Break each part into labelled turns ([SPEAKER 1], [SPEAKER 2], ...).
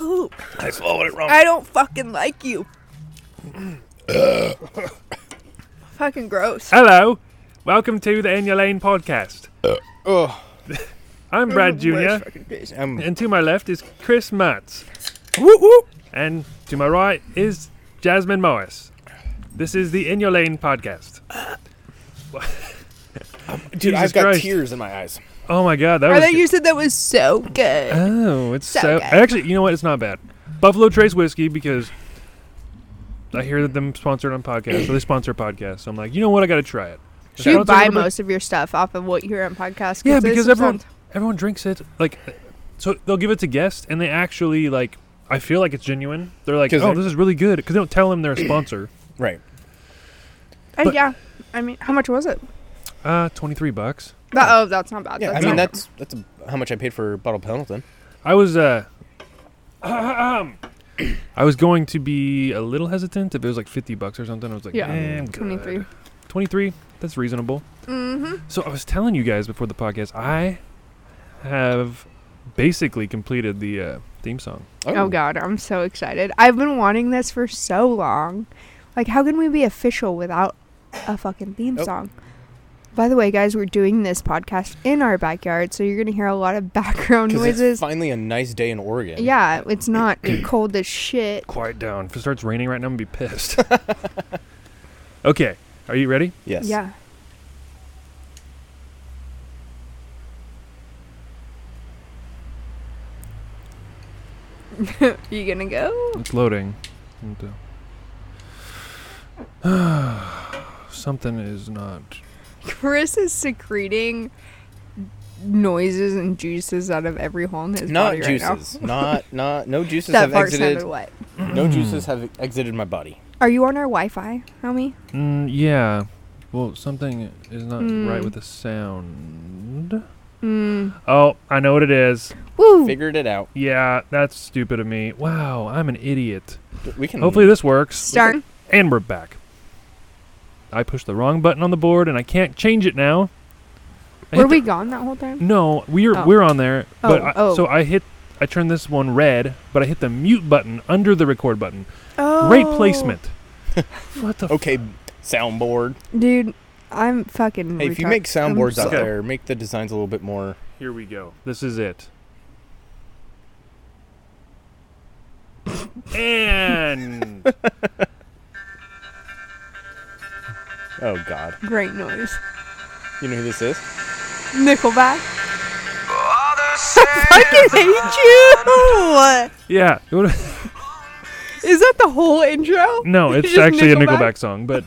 [SPEAKER 1] I swallowed it wrong.
[SPEAKER 2] I don't fucking like you. fucking gross.
[SPEAKER 3] Hello, welcome to the In Your Lane podcast.
[SPEAKER 4] Oh,
[SPEAKER 3] I'm Brad Jr.
[SPEAKER 2] Fucking taste.
[SPEAKER 4] um,
[SPEAKER 3] and to my left is Chris Matz,
[SPEAKER 4] whoop, whoop.
[SPEAKER 3] and to my right is Jasmine Morris. This is the In Your Lane podcast.
[SPEAKER 4] dude,
[SPEAKER 3] Jesus
[SPEAKER 4] I've got
[SPEAKER 3] Christ.
[SPEAKER 4] tears in my eyes.
[SPEAKER 3] Oh my god, that
[SPEAKER 2] I
[SPEAKER 3] was
[SPEAKER 2] thought
[SPEAKER 3] good.
[SPEAKER 2] you said that was so good.
[SPEAKER 3] Oh, it's so,
[SPEAKER 2] So good.
[SPEAKER 3] actually, you know what? It's not bad. Buffalo Trace whiskey because I hear that them sponsored on podcasts, so they sponsor podcasts. So I'm like, you know what? I got to try it.
[SPEAKER 2] Do you
[SPEAKER 3] Sponsor
[SPEAKER 2] buy
[SPEAKER 3] number-
[SPEAKER 2] most of your stuff off of what you hear on podcasts?
[SPEAKER 3] Yeah,
[SPEAKER 2] they
[SPEAKER 3] because
[SPEAKER 2] some
[SPEAKER 3] everyone-
[SPEAKER 2] sound-
[SPEAKER 3] Everyone drinks it like, so they'll give it to guests, and they actually like. I feel like it's genuine. They're like,
[SPEAKER 4] 'Cause
[SPEAKER 3] oh,
[SPEAKER 4] they're-
[SPEAKER 3] this is really good because they don't tell them they're a sponsor.
[SPEAKER 4] Right.
[SPEAKER 2] Uh,
[SPEAKER 3] but-
[SPEAKER 2] yeah, I mean, how much was it?
[SPEAKER 3] Uh, twenty three bucks.
[SPEAKER 2] That, oh, that's not bad.
[SPEAKER 4] Yeah,
[SPEAKER 2] that's
[SPEAKER 4] I mean
[SPEAKER 2] not-
[SPEAKER 4] that's that's how much I paid for bottle Pendleton.
[SPEAKER 3] I was uh, I was going to be a little hesitant if it was like fifty bucks or something. I was like,
[SPEAKER 2] Yeah,
[SPEAKER 3] eh, I'm
[SPEAKER 2] 23.
[SPEAKER 3] good. 23 that's reasonable mm-hmm. so i was telling you guys before the podcast i have basically completed the uh, theme song
[SPEAKER 2] Oh god, I'm so excited. I've been wanting this for so long. Like how can we be official without a fucking theme
[SPEAKER 4] Nope.
[SPEAKER 2] song? By the way, guys, we're doing this podcast in our backyard, so you're going to hear a lot of background
[SPEAKER 4] 'Cause it's
[SPEAKER 2] noises.
[SPEAKER 4] finally a nice day in Oregon.
[SPEAKER 2] Yeah, it's not cold as shit.
[SPEAKER 3] quiet down if it starts raining right now i'm gonna be pissed okay are you ready
[SPEAKER 4] Yes.
[SPEAKER 2] Yeah. you going to go?
[SPEAKER 3] it's loading What the- something is not
[SPEAKER 2] Chris is secreting noises and juices out of every hole in his
[SPEAKER 4] Not
[SPEAKER 2] body right now.
[SPEAKER 4] juices. not not no juices
[SPEAKER 2] That
[SPEAKER 4] have
[SPEAKER 2] part sounded
[SPEAKER 4] exited.
[SPEAKER 2] what?
[SPEAKER 4] No juices have exited my body.
[SPEAKER 2] Are you on our Wi-Fi, homie?
[SPEAKER 3] mm, yeah well something is not right
[SPEAKER 2] Mm.
[SPEAKER 3] with the sound
[SPEAKER 2] Mm.
[SPEAKER 3] oh i know what it is
[SPEAKER 2] Woo!
[SPEAKER 4] Figured it out.
[SPEAKER 3] yeah that's stupid of me wow i'm an idiot
[SPEAKER 4] We
[SPEAKER 2] Hmm.
[SPEAKER 4] can
[SPEAKER 3] Hopefully this works.
[SPEAKER 2] Start.
[SPEAKER 3] And we're back. I pushed the wrong button on the board and I can't change it now. I
[SPEAKER 2] Were
[SPEAKER 3] hit
[SPEAKER 2] we gone that whole
[SPEAKER 3] the-
[SPEAKER 2] time?
[SPEAKER 3] no, we're
[SPEAKER 2] Oh.
[SPEAKER 3] we're on there. But
[SPEAKER 2] Oh,
[SPEAKER 3] I,
[SPEAKER 2] oh.
[SPEAKER 3] so I hit I turned this one red, but I hit the mute button under the record button.
[SPEAKER 2] Oh.
[SPEAKER 3] Great placement. what the f-
[SPEAKER 4] Okay, soundboard.
[SPEAKER 2] dude. I'm fucking.
[SPEAKER 4] Hey, if you
[SPEAKER 2] retard-
[SPEAKER 4] make soundboards
[SPEAKER 2] I'm
[SPEAKER 4] out
[SPEAKER 3] Okay.
[SPEAKER 4] there, make the designs a little bit more.
[SPEAKER 3] Here we go. This is it. and
[SPEAKER 4] Oh God,
[SPEAKER 2] so- Great noise.
[SPEAKER 4] you know who this is?
[SPEAKER 2] Nickelback. I fucking hate
[SPEAKER 3] yeah, it would-
[SPEAKER 2] you. Is that the whole intro?
[SPEAKER 3] no, it's
[SPEAKER 2] Just
[SPEAKER 3] actually a
[SPEAKER 2] Nickelback? Oh,
[SPEAKER 3] Nickelback song, but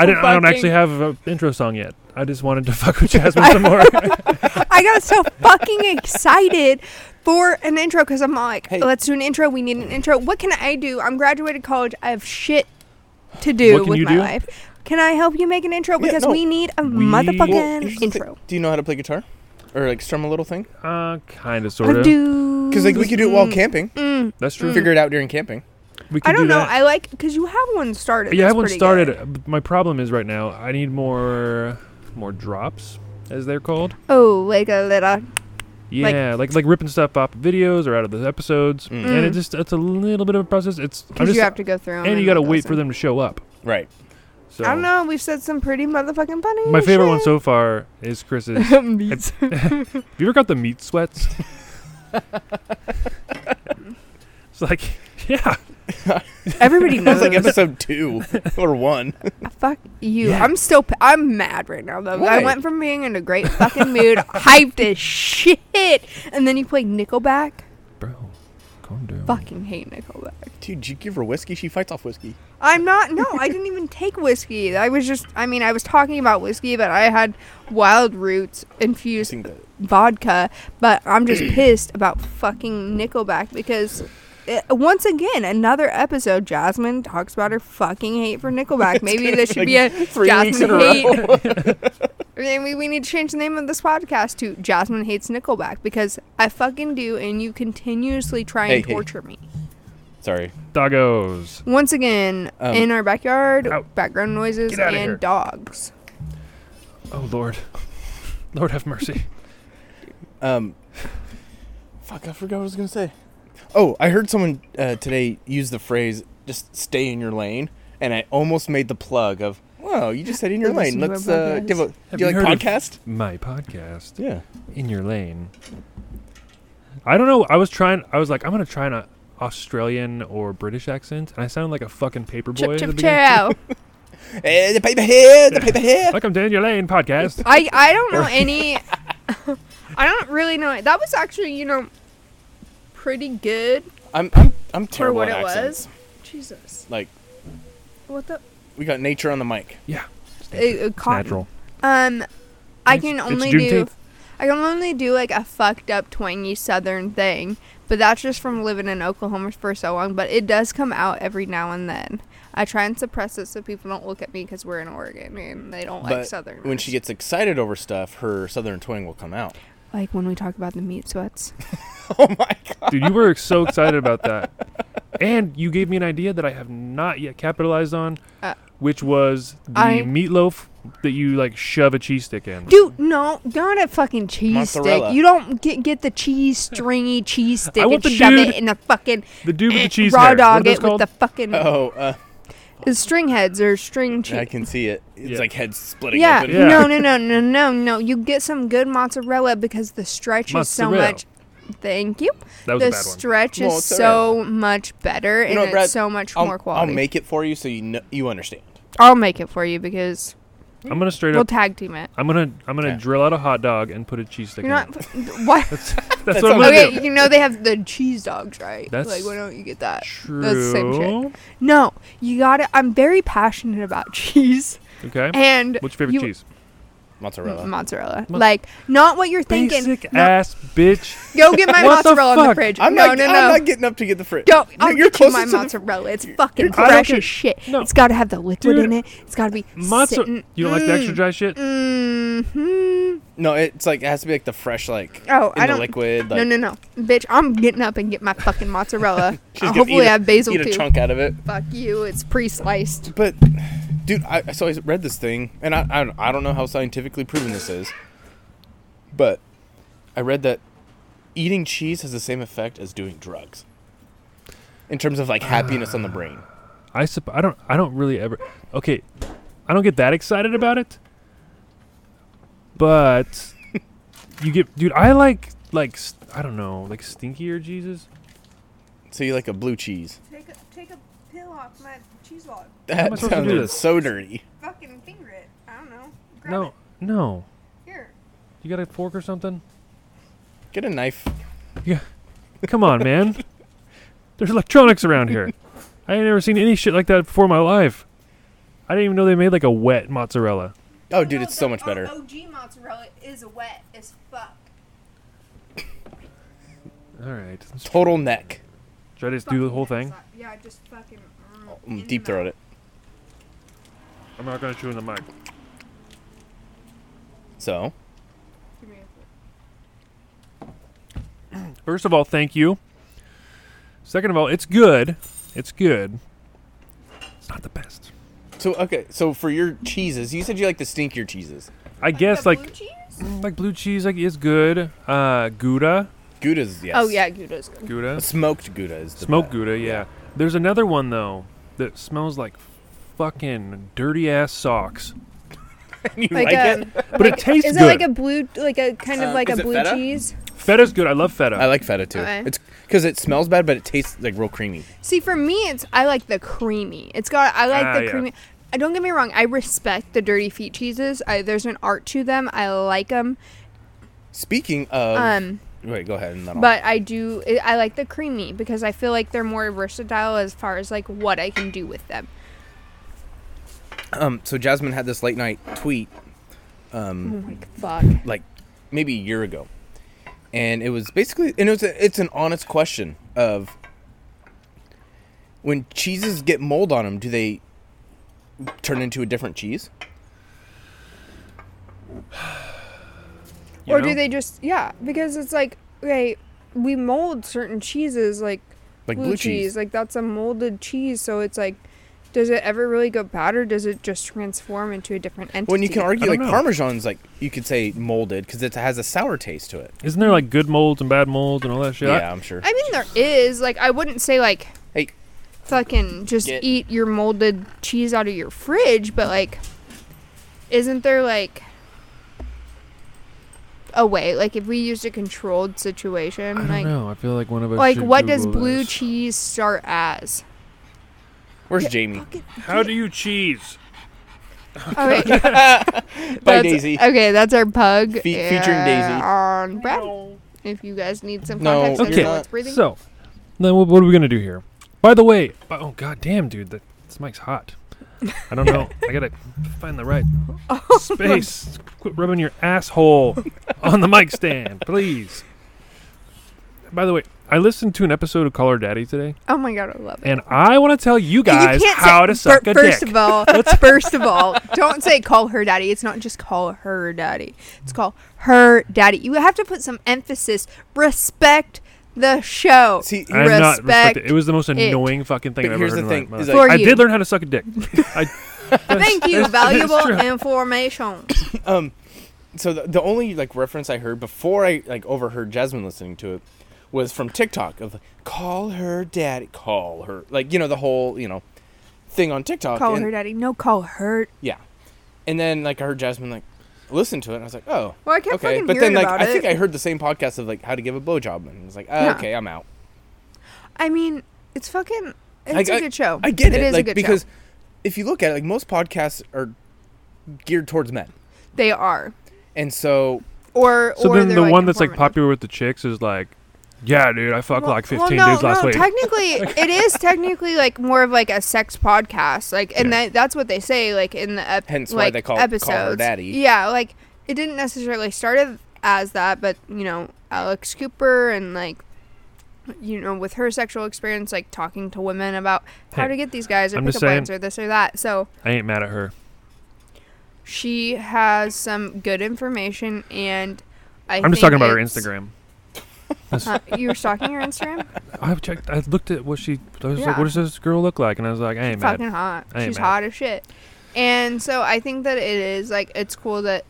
[SPEAKER 3] I don't. I don't actually have an intro song yet. I just wanted to fuck with Jasmine some more.
[SPEAKER 2] I got so fucking excited for an intro because I'm like,
[SPEAKER 4] Hey.
[SPEAKER 2] let's do an intro. We need an intro. What can I do? I'm graduated college. I have shit to do
[SPEAKER 3] What can
[SPEAKER 2] with
[SPEAKER 3] you
[SPEAKER 2] my
[SPEAKER 3] do?
[SPEAKER 2] life. Can I help you make an intro?
[SPEAKER 4] Yeah,
[SPEAKER 2] Because
[SPEAKER 4] no.
[SPEAKER 2] we need a
[SPEAKER 3] We-
[SPEAKER 2] motherfucking
[SPEAKER 4] Well, here's the thing.
[SPEAKER 2] intro.
[SPEAKER 4] Do you know how to play guitar, or like strum a little thing?
[SPEAKER 3] uh, kind of, sort
[SPEAKER 2] I
[SPEAKER 3] of.
[SPEAKER 2] do.
[SPEAKER 4] Because like we could do it while camping.
[SPEAKER 2] Mm,
[SPEAKER 3] That's true.
[SPEAKER 4] Figure it out during camping.
[SPEAKER 3] We could
[SPEAKER 2] I don't
[SPEAKER 3] do
[SPEAKER 2] know.
[SPEAKER 3] That.
[SPEAKER 2] I like because you have one started.
[SPEAKER 3] yeah, I
[SPEAKER 2] That's
[SPEAKER 3] haven't
[SPEAKER 2] pretty
[SPEAKER 3] started.
[SPEAKER 2] good.
[SPEAKER 3] but My problem is right now. I need more, more drops, as they're called.
[SPEAKER 2] Oh, like a little.
[SPEAKER 3] Yeah, like like, ripping stuff off of videos or out of the episodes,
[SPEAKER 4] Mm.
[SPEAKER 3] and it just it's a little bit of a process. It's I'm
[SPEAKER 2] Because
[SPEAKER 3] just-
[SPEAKER 2] you have to go through 'em
[SPEAKER 3] and you
[SPEAKER 2] got to
[SPEAKER 3] wait for them to show up.
[SPEAKER 4] Right.
[SPEAKER 3] So
[SPEAKER 2] I don't know. We've said some pretty motherfucking funny.
[SPEAKER 3] My favorite one so far is Chris's. Have
[SPEAKER 2] one. Beats.
[SPEAKER 3] you ever got the meat sweats? it's like yeah.
[SPEAKER 2] Everybody knows.
[SPEAKER 4] That's like episode two or one.
[SPEAKER 2] Fuck you.
[SPEAKER 3] Yeah.
[SPEAKER 2] I'm still. P- I'm mad right now though. I
[SPEAKER 4] Why?
[SPEAKER 2] went from being in a great fucking mood, hyped as shit, and then you play Nickelback.
[SPEAKER 3] Bro, calm down.
[SPEAKER 2] Fucking hate Nickelback.
[SPEAKER 4] Dude, did you give her whiskey? She fights off whiskey.
[SPEAKER 2] I'm not. No, I didn't even take whiskey. I was just. I mean, I was talking about whiskey, but I had wild roots infused
[SPEAKER 4] Using the-
[SPEAKER 2] vodka. But I'm just pissed about fucking Nickelback because. It, once again, another episode. Jasmine talks about her fucking hate for Nickelback. Maybe this should
[SPEAKER 4] like
[SPEAKER 2] be a
[SPEAKER 4] three weeks in a
[SPEAKER 2] Jasmine
[SPEAKER 4] row.
[SPEAKER 2] hate And we, we need to change the name of this podcast to Jasmine Hates Nickelback because I fucking do, and you continuously try and
[SPEAKER 4] Hey, hey.
[SPEAKER 2] torture me.
[SPEAKER 4] Sorry.
[SPEAKER 3] Doggos.
[SPEAKER 2] Once again,
[SPEAKER 4] Um,
[SPEAKER 2] in our backyard,
[SPEAKER 3] Ow.
[SPEAKER 2] background noises
[SPEAKER 3] Get outta
[SPEAKER 2] and
[SPEAKER 3] here.
[SPEAKER 2] dogs.
[SPEAKER 3] Oh Lord, Lord have mercy.
[SPEAKER 4] Um, fuck, I forgot what I was gonna say. Oh, I heard someone uh, today use the phrase "just stay in your lane," and I almost made the plug of, "Whoa, you just stayed in your
[SPEAKER 2] Listen
[SPEAKER 4] lane."
[SPEAKER 2] to
[SPEAKER 4] Let's
[SPEAKER 2] our
[SPEAKER 4] uh,
[SPEAKER 2] podcast.
[SPEAKER 4] give a.
[SPEAKER 3] Have
[SPEAKER 4] do you
[SPEAKER 3] you
[SPEAKER 4] like
[SPEAKER 3] heard of-
[SPEAKER 4] podcast?
[SPEAKER 3] My podcast,
[SPEAKER 4] Yeah.
[SPEAKER 3] in your lane. I don't know. I was trying. I was like, I'm gonna try an Australian or British accent, and I sound like a fucking paper boy.
[SPEAKER 2] Chip chip
[SPEAKER 3] at the beginning.
[SPEAKER 2] chow.
[SPEAKER 4] Hey, Eh, the paper here, the paper here.
[SPEAKER 3] Welcome to In Your Lane podcast.
[SPEAKER 2] I I don't know any. I don't really know. That was actually you know pretty good
[SPEAKER 4] I'm I'm I'm
[SPEAKER 2] for
[SPEAKER 4] terrible
[SPEAKER 2] what it
[SPEAKER 4] at accents.
[SPEAKER 2] was. Jesus,
[SPEAKER 4] Like
[SPEAKER 2] what the
[SPEAKER 4] we got nature on the mic.
[SPEAKER 3] Yeah,
[SPEAKER 2] uh, uh,
[SPEAKER 3] it's
[SPEAKER 2] cotton.
[SPEAKER 3] natural.
[SPEAKER 2] Um, I
[SPEAKER 3] It's-
[SPEAKER 2] can
[SPEAKER 3] it's
[SPEAKER 2] only do.
[SPEAKER 3] Juneteenth.
[SPEAKER 2] I can only do like a fucked up twangy southern thing, but that's just from living in Oklahoma for so long. But it does come out every now and then. I try and suppress it so people don't look at me because we're in Oregon and they don't like
[SPEAKER 4] but
[SPEAKER 2] southern.
[SPEAKER 4] when she gets excited over stuff, her southern twang will come out.
[SPEAKER 2] like when we talk about the meat sweats,
[SPEAKER 4] Oh my god!
[SPEAKER 3] Dude, you were so excited about that. And you gave me an idea that I have not yet capitalized on,
[SPEAKER 2] Uh,
[SPEAKER 3] which was the
[SPEAKER 2] I-
[SPEAKER 3] meatloaf that you like shove a cheese stick in.
[SPEAKER 2] dude. No, not a fucking cheese
[SPEAKER 4] Mozzarella.
[SPEAKER 2] stick. You don't get get the cheese stringy cheese stick
[SPEAKER 3] want
[SPEAKER 2] and
[SPEAKER 3] the
[SPEAKER 2] shove
[SPEAKER 3] dude
[SPEAKER 2] it in the fucking
[SPEAKER 3] The dude with the cheese
[SPEAKER 2] eh, raw
[SPEAKER 3] hair. What are
[SPEAKER 2] dog
[SPEAKER 3] those
[SPEAKER 2] it with
[SPEAKER 3] called?
[SPEAKER 2] the fucking
[SPEAKER 4] Oh, uh,
[SPEAKER 2] string heads or string cheese.
[SPEAKER 4] I can see it. It's
[SPEAKER 3] Yeah.
[SPEAKER 4] like heads splitting
[SPEAKER 2] Yeah.
[SPEAKER 4] open.
[SPEAKER 3] Yeah.
[SPEAKER 2] No, no, no, no, no, no. You get some good mozzarella because the stretch is
[SPEAKER 3] Mozzarella.
[SPEAKER 2] so much. Thank you.
[SPEAKER 3] that was
[SPEAKER 2] the
[SPEAKER 3] a bad one.
[SPEAKER 2] stretch is so
[SPEAKER 4] Mozzarella.
[SPEAKER 2] much better
[SPEAKER 4] know
[SPEAKER 2] and
[SPEAKER 4] what, Brad?
[SPEAKER 2] it's so much
[SPEAKER 4] I'll,
[SPEAKER 2] more quality.
[SPEAKER 4] I'll make it for you so you know, you understand.
[SPEAKER 2] I'll make it for you because
[SPEAKER 3] I'm gonna straight
[SPEAKER 2] we'll
[SPEAKER 3] up.
[SPEAKER 2] tag team it.
[SPEAKER 3] I'm gonna I'm gonna
[SPEAKER 4] Okay.
[SPEAKER 3] drill out a hot dog and put a cheese stick
[SPEAKER 2] You're
[SPEAKER 3] in. it.
[SPEAKER 2] not what?
[SPEAKER 3] That's, that's, what
[SPEAKER 4] all
[SPEAKER 3] I'm gonna
[SPEAKER 2] okay,
[SPEAKER 3] do.
[SPEAKER 2] you know they have the cheese dogs, right?
[SPEAKER 3] That's
[SPEAKER 2] like why don't you get that?
[SPEAKER 3] True.
[SPEAKER 2] the same shit. No, you got to I'm very passionate about cheese
[SPEAKER 3] Okay.
[SPEAKER 2] and
[SPEAKER 3] What's your favorite
[SPEAKER 2] you-
[SPEAKER 3] cheese?
[SPEAKER 4] Mozzarella.
[SPEAKER 2] mozzarella.
[SPEAKER 3] Mo-
[SPEAKER 2] like not what you're thinking.
[SPEAKER 3] Basic
[SPEAKER 2] No,
[SPEAKER 3] ass bitch.
[SPEAKER 2] Go get my
[SPEAKER 3] What the
[SPEAKER 2] mozzarella in the
[SPEAKER 3] fuck?
[SPEAKER 2] fridge.
[SPEAKER 4] I'm
[SPEAKER 2] no,
[SPEAKER 4] not.
[SPEAKER 2] no, no.
[SPEAKER 4] I'm not getting up to get the fridge.
[SPEAKER 2] Go.
[SPEAKER 4] No,
[SPEAKER 2] I'll
[SPEAKER 4] you're
[SPEAKER 2] get you
[SPEAKER 4] close
[SPEAKER 2] my
[SPEAKER 4] to the-
[SPEAKER 2] mozzarella. It's fucking
[SPEAKER 3] I don't
[SPEAKER 2] fresh
[SPEAKER 3] care.
[SPEAKER 2] as shit.
[SPEAKER 3] No.
[SPEAKER 2] It's got to have the liquid
[SPEAKER 3] Dude.
[SPEAKER 2] in it. It's got to be
[SPEAKER 3] Mozzarella.
[SPEAKER 2] sitting. mm.
[SPEAKER 3] You don't like the extra dry shit?
[SPEAKER 2] Mm-hmm.
[SPEAKER 4] No, it's like it has to be like the fresh, like
[SPEAKER 2] Oh,
[SPEAKER 4] in
[SPEAKER 2] I
[SPEAKER 4] the
[SPEAKER 2] don't.
[SPEAKER 4] liquid. Like,
[SPEAKER 2] no, no, no, bitch! I'm getting up and get my fucking mozzarella.
[SPEAKER 4] She's
[SPEAKER 2] I'll
[SPEAKER 4] gonna
[SPEAKER 2] hopefully,
[SPEAKER 4] eat
[SPEAKER 2] I have basil
[SPEAKER 4] Eat a
[SPEAKER 2] too.
[SPEAKER 4] chunk out of it.
[SPEAKER 2] Fuck you! It's pre-sliced.
[SPEAKER 4] But, dude, I so I read this thing, and I I don't, I don't know how scientifically proven this is, but I read that eating cheese has the same effect as doing drugs. In terms of like happiness on the brain.
[SPEAKER 3] I supp- I don't I don't really ever okay I don't get that excited about it but you get dude I like like st- I don't know like stinkier Jesus
[SPEAKER 4] So you like a blue cheese.
[SPEAKER 2] Take a, take a pill off my cheese log.
[SPEAKER 3] am I
[SPEAKER 4] That
[SPEAKER 3] supposed to do
[SPEAKER 4] sounded
[SPEAKER 3] this?
[SPEAKER 4] so dirty.
[SPEAKER 2] Fucking finger it. I don't know.
[SPEAKER 3] no no
[SPEAKER 2] Here.
[SPEAKER 3] you got a fork or something
[SPEAKER 4] Get a knife.
[SPEAKER 3] come on man there's electronics around here I ain't never seen any shit like that before in my life I didn't even know they made like a wet mozzarella
[SPEAKER 4] Oh, dude, it's so much better.
[SPEAKER 2] OG uh, mozzarella is wet as fuck.
[SPEAKER 3] all right let's
[SPEAKER 4] Total neck.
[SPEAKER 3] should I just do the whole thing
[SPEAKER 2] Yeah, just fucking. uh,
[SPEAKER 4] Mm, Deep throat it.
[SPEAKER 3] I'm not gonna chew in the mic
[SPEAKER 4] So
[SPEAKER 3] First of all, thank you. Second of all, it's good. It's good. It's not the best.
[SPEAKER 4] So okay, so for your cheeses, you said you like the stinkier cheeses.
[SPEAKER 3] I guess like mm, like blue cheese like is good. Uh Gouda.
[SPEAKER 4] Gouda's yes.
[SPEAKER 2] Oh yeah, Gouda's good.
[SPEAKER 3] Gouda.
[SPEAKER 4] Smoked Gouda is the
[SPEAKER 3] Smoked
[SPEAKER 4] best.
[SPEAKER 3] Gouda, yeah. There's another one though that smells like fucking dirty ass socks.
[SPEAKER 4] you
[SPEAKER 2] Like,
[SPEAKER 4] like,
[SPEAKER 2] um,
[SPEAKER 4] it?
[SPEAKER 3] But it tastes
[SPEAKER 2] Is
[SPEAKER 3] good.
[SPEAKER 2] it like a blue, like a kind of
[SPEAKER 4] Um,
[SPEAKER 2] like
[SPEAKER 4] is
[SPEAKER 2] a
[SPEAKER 4] it
[SPEAKER 2] blue
[SPEAKER 4] feta?
[SPEAKER 2] cheese?
[SPEAKER 3] Feta's good. I love feta.
[SPEAKER 4] I like feta too.
[SPEAKER 2] Okay.
[SPEAKER 4] It's because it smells bad, but it tastes like real creamy.
[SPEAKER 2] See, for me, it's I like the creamy. It's got I like
[SPEAKER 3] Ah,
[SPEAKER 2] the
[SPEAKER 3] yeah.
[SPEAKER 2] creamy. I don't get me wrong. I respect the dirty feet cheeses. I, there's an art to them. I like them.
[SPEAKER 4] Speaking of,
[SPEAKER 2] Um,
[SPEAKER 4] wait, go ahead and then I'll-
[SPEAKER 2] but I do. I- I like the creamy because I feel like they're more versatile as far as like what I can do with them.
[SPEAKER 4] um, so Jasmine had this late night tweet, um,
[SPEAKER 2] Like fuck.
[SPEAKER 4] like maybe a year ago, and it was basically, and it was a, it's an honest question of when cheeses get mold on them, do they turn into a different cheese?
[SPEAKER 3] you
[SPEAKER 2] or
[SPEAKER 3] know?
[SPEAKER 2] do they just yeah because it's like okay we mold certain cheeses like,
[SPEAKER 4] Like
[SPEAKER 2] blue,
[SPEAKER 4] blue
[SPEAKER 2] cheese.
[SPEAKER 4] cheese.
[SPEAKER 2] like that's a molded cheese so it's like Does it ever really go bad, or does it just transform into a different entity?
[SPEAKER 4] Well, and you can argue
[SPEAKER 3] don't
[SPEAKER 4] like
[SPEAKER 3] know.
[SPEAKER 4] Parmesan's like you could say molded because it has a sour taste to it.
[SPEAKER 3] Isn't there like good molds and bad molds and all that shit?
[SPEAKER 4] Yeah,
[SPEAKER 3] I-
[SPEAKER 4] I'm sure.
[SPEAKER 2] I mean, there is. Like, I wouldn't say like,
[SPEAKER 4] Hey.
[SPEAKER 2] fucking just
[SPEAKER 4] Get-
[SPEAKER 2] eat your molded cheese out of your fridge, but like, isn't there like a way? Like, if we used a controlled situation,
[SPEAKER 3] I, don't
[SPEAKER 2] like,
[SPEAKER 3] know. I feel like one of us.
[SPEAKER 2] like
[SPEAKER 3] should
[SPEAKER 2] what does
[SPEAKER 3] Google
[SPEAKER 2] blue
[SPEAKER 3] this.
[SPEAKER 2] cheese start as?
[SPEAKER 4] Where's Jamie?
[SPEAKER 3] How do you cheese?
[SPEAKER 2] All right, Bye,
[SPEAKER 4] Bye, Daisy.
[SPEAKER 2] Okay, that's our pug
[SPEAKER 4] Fe- featuring Daisy.
[SPEAKER 2] on Brad. If you guys need some
[SPEAKER 4] No,
[SPEAKER 2] context,
[SPEAKER 4] you're
[SPEAKER 2] okay.
[SPEAKER 4] not.
[SPEAKER 2] What's breathing.
[SPEAKER 3] So, then what, what are we gonna do here? By the way, oh god damn, dude, that, this mic's hot. I don't know. I gotta find the right
[SPEAKER 2] Oh.
[SPEAKER 3] space. Quit rubbing your asshole on the mic stand, please. By the way, I listened to an episode of Call Her Daddy today,
[SPEAKER 2] oh my god, I love it.
[SPEAKER 3] and I want to tell you guys
[SPEAKER 2] You can't
[SPEAKER 3] how
[SPEAKER 2] say-
[SPEAKER 3] to suck
[SPEAKER 2] fir-
[SPEAKER 3] a
[SPEAKER 2] first
[SPEAKER 3] dick.
[SPEAKER 2] of all first of all don't say call her daddy it's not just call her daddy it's call her daddy you have to put some emphasis respect the show
[SPEAKER 4] See, here-
[SPEAKER 3] I'm not
[SPEAKER 2] respect
[SPEAKER 3] respected. It was the most
[SPEAKER 2] it.
[SPEAKER 3] annoying fucking thing
[SPEAKER 4] But
[SPEAKER 3] I've
[SPEAKER 4] here's
[SPEAKER 3] ever
[SPEAKER 4] the
[SPEAKER 3] heard
[SPEAKER 4] thing,
[SPEAKER 3] in my
[SPEAKER 4] is
[SPEAKER 3] life.
[SPEAKER 4] that-
[SPEAKER 2] For
[SPEAKER 3] I
[SPEAKER 2] you.
[SPEAKER 3] did learn how to suck a dick. I,
[SPEAKER 2] thank you
[SPEAKER 3] That's- that's
[SPEAKER 2] valuable
[SPEAKER 3] true.
[SPEAKER 2] information
[SPEAKER 4] um, so the, the only like reference I heard before I like overheard Jasmine listening to it was from TikTok of call her daddy, call her like you know the whole you know thing on TikTok.
[SPEAKER 2] call
[SPEAKER 4] and-
[SPEAKER 2] her daddy no call her
[SPEAKER 4] Yeah, and then like I heard Jasmine like listen to it, and I was like, oh,
[SPEAKER 2] well i kept
[SPEAKER 4] okay.
[SPEAKER 2] fucking
[SPEAKER 4] But
[SPEAKER 2] hearing
[SPEAKER 4] then like
[SPEAKER 2] about
[SPEAKER 4] I
[SPEAKER 2] it
[SPEAKER 4] think I heard the same podcast of like how to give a blowjob, and I was like, oh,
[SPEAKER 2] Yeah.
[SPEAKER 4] okay, I'm out.
[SPEAKER 2] I mean it's fucking it's
[SPEAKER 4] Like,
[SPEAKER 2] a
[SPEAKER 4] I-
[SPEAKER 2] good show
[SPEAKER 4] I get it,
[SPEAKER 2] Oh, is
[SPEAKER 4] like
[SPEAKER 2] a good
[SPEAKER 4] because
[SPEAKER 2] show.
[SPEAKER 4] if you look at it, like most podcasts are geared towards men,
[SPEAKER 2] they are
[SPEAKER 4] and so
[SPEAKER 2] or
[SPEAKER 3] so
[SPEAKER 2] or
[SPEAKER 3] then
[SPEAKER 2] they're,
[SPEAKER 3] the one that's like
[SPEAKER 2] informative.
[SPEAKER 3] popular with the chicks is like, yeah, dude, I fucked like 15
[SPEAKER 2] no,
[SPEAKER 3] dudes last
[SPEAKER 2] no,
[SPEAKER 3] week.
[SPEAKER 2] Technically, it is technically like more of like a sex podcast, like, and
[SPEAKER 3] Yeah.
[SPEAKER 2] that, that's what they say, like in the ep-
[SPEAKER 4] Hence why
[SPEAKER 2] like,
[SPEAKER 4] they call- call her
[SPEAKER 2] episodes.
[SPEAKER 4] daddy.
[SPEAKER 2] Yeah, like it didn't necessarily start as- as that, but you know, Alex Cooper and like. You know, with her sexual experience, like talking to women about how
[SPEAKER 3] Hey,
[SPEAKER 2] to get these guys or
[SPEAKER 3] I'm just
[SPEAKER 2] pickup lines
[SPEAKER 3] saying-
[SPEAKER 2] or this or that. So
[SPEAKER 3] I ain't mad at her.
[SPEAKER 2] she has some good information, and I
[SPEAKER 3] I'm just
[SPEAKER 2] think
[SPEAKER 3] talking about her
[SPEAKER 2] it's-
[SPEAKER 3] Instagram.
[SPEAKER 2] Huh, you were stalking her Instagram?
[SPEAKER 3] I checked. I looked at what she. I was like,
[SPEAKER 2] Yeah.
[SPEAKER 3] "What does this girl look like?" And I was like, "I ain't mad."
[SPEAKER 2] fucking hot.
[SPEAKER 3] I ain't
[SPEAKER 2] She's
[SPEAKER 3] mad.
[SPEAKER 2] hot as shit. And so I think that it is like it's cool that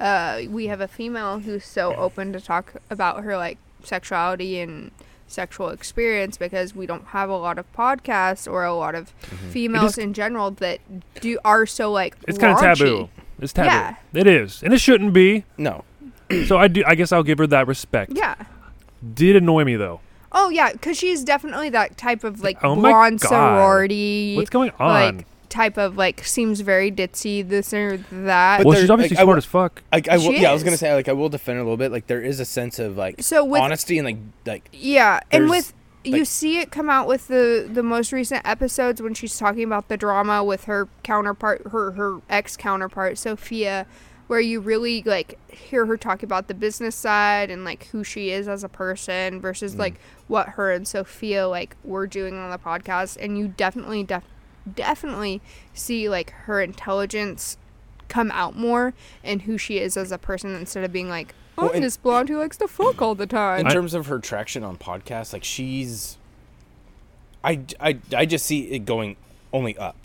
[SPEAKER 2] uh, we have a female who's so open to talk about her like sexuality and sexual experience because we don't have a lot of podcasts or a lot of females
[SPEAKER 3] Mm-hmm. is-
[SPEAKER 2] in general that do are so like
[SPEAKER 3] It's kind of
[SPEAKER 2] raunchy.
[SPEAKER 3] taboo. It's taboo.
[SPEAKER 2] Yeah.
[SPEAKER 3] It is, and it shouldn't be.
[SPEAKER 4] no,
[SPEAKER 3] So I do. I guess I'll give her that respect.
[SPEAKER 2] Yeah.
[SPEAKER 3] Did annoy me though.
[SPEAKER 2] Oh yeah, because she's definitely that type of like
[SPEAKER 3] Oh my
[SPEAKER 2] blonde
[SPEAKER 3] God.
[SPEAKER 2] sorority.
[SPEAKER 3] What's going on?
[SPEAKER 2] like type of like seems very ditzy this or that.
[SPEAKER 4] But
[SPEAKER 3] well, she's
[SPEAKER 4] there's,
[SPEAKER 3] obviously
[SPEAKER 4] like, I
[SPEAKER 3] smart
[SPEAKER 4] wa-
[SPEAKER 3] as fuck.
[SPEAKER 4] I, I will,
[SPEAKER 2] She
[SPEAKER 4] yeah, I was gonna
[SPEAKER 2] is.
[SPEAKER 4] say like I will defend her a little bit. Like there is a sense of like
[SPEAKER 2] so with
[SPEAKER 4] honesty and like like
[SPEAKER 2] Yeah, and
[SPEAKER 4] There's,
[SPEAKER 2] with you
[SPEAKER 4] like-
[SPEAKER 2] see it come out with the the most recent episodes when she's talking about the drama with her counterpart, her her ex counterpart Sophia, where you really like hear her talk about the business side and like who she is as a person versus
[SPEAKER 4] Mm.
[SPEAKER 2] like what her and Sophia like were doing on the podcast, and you definitely def- definitely see like her intelligence come out more and who she is as a person instead of being like. I'm
[SPEAKER 4] Well, and-
[SPEAKER 2] this blonde who likes to fuck all the time.
[SPEAKER 4] in terms of her traction on podcasts, like she's I, I, I just see it going only up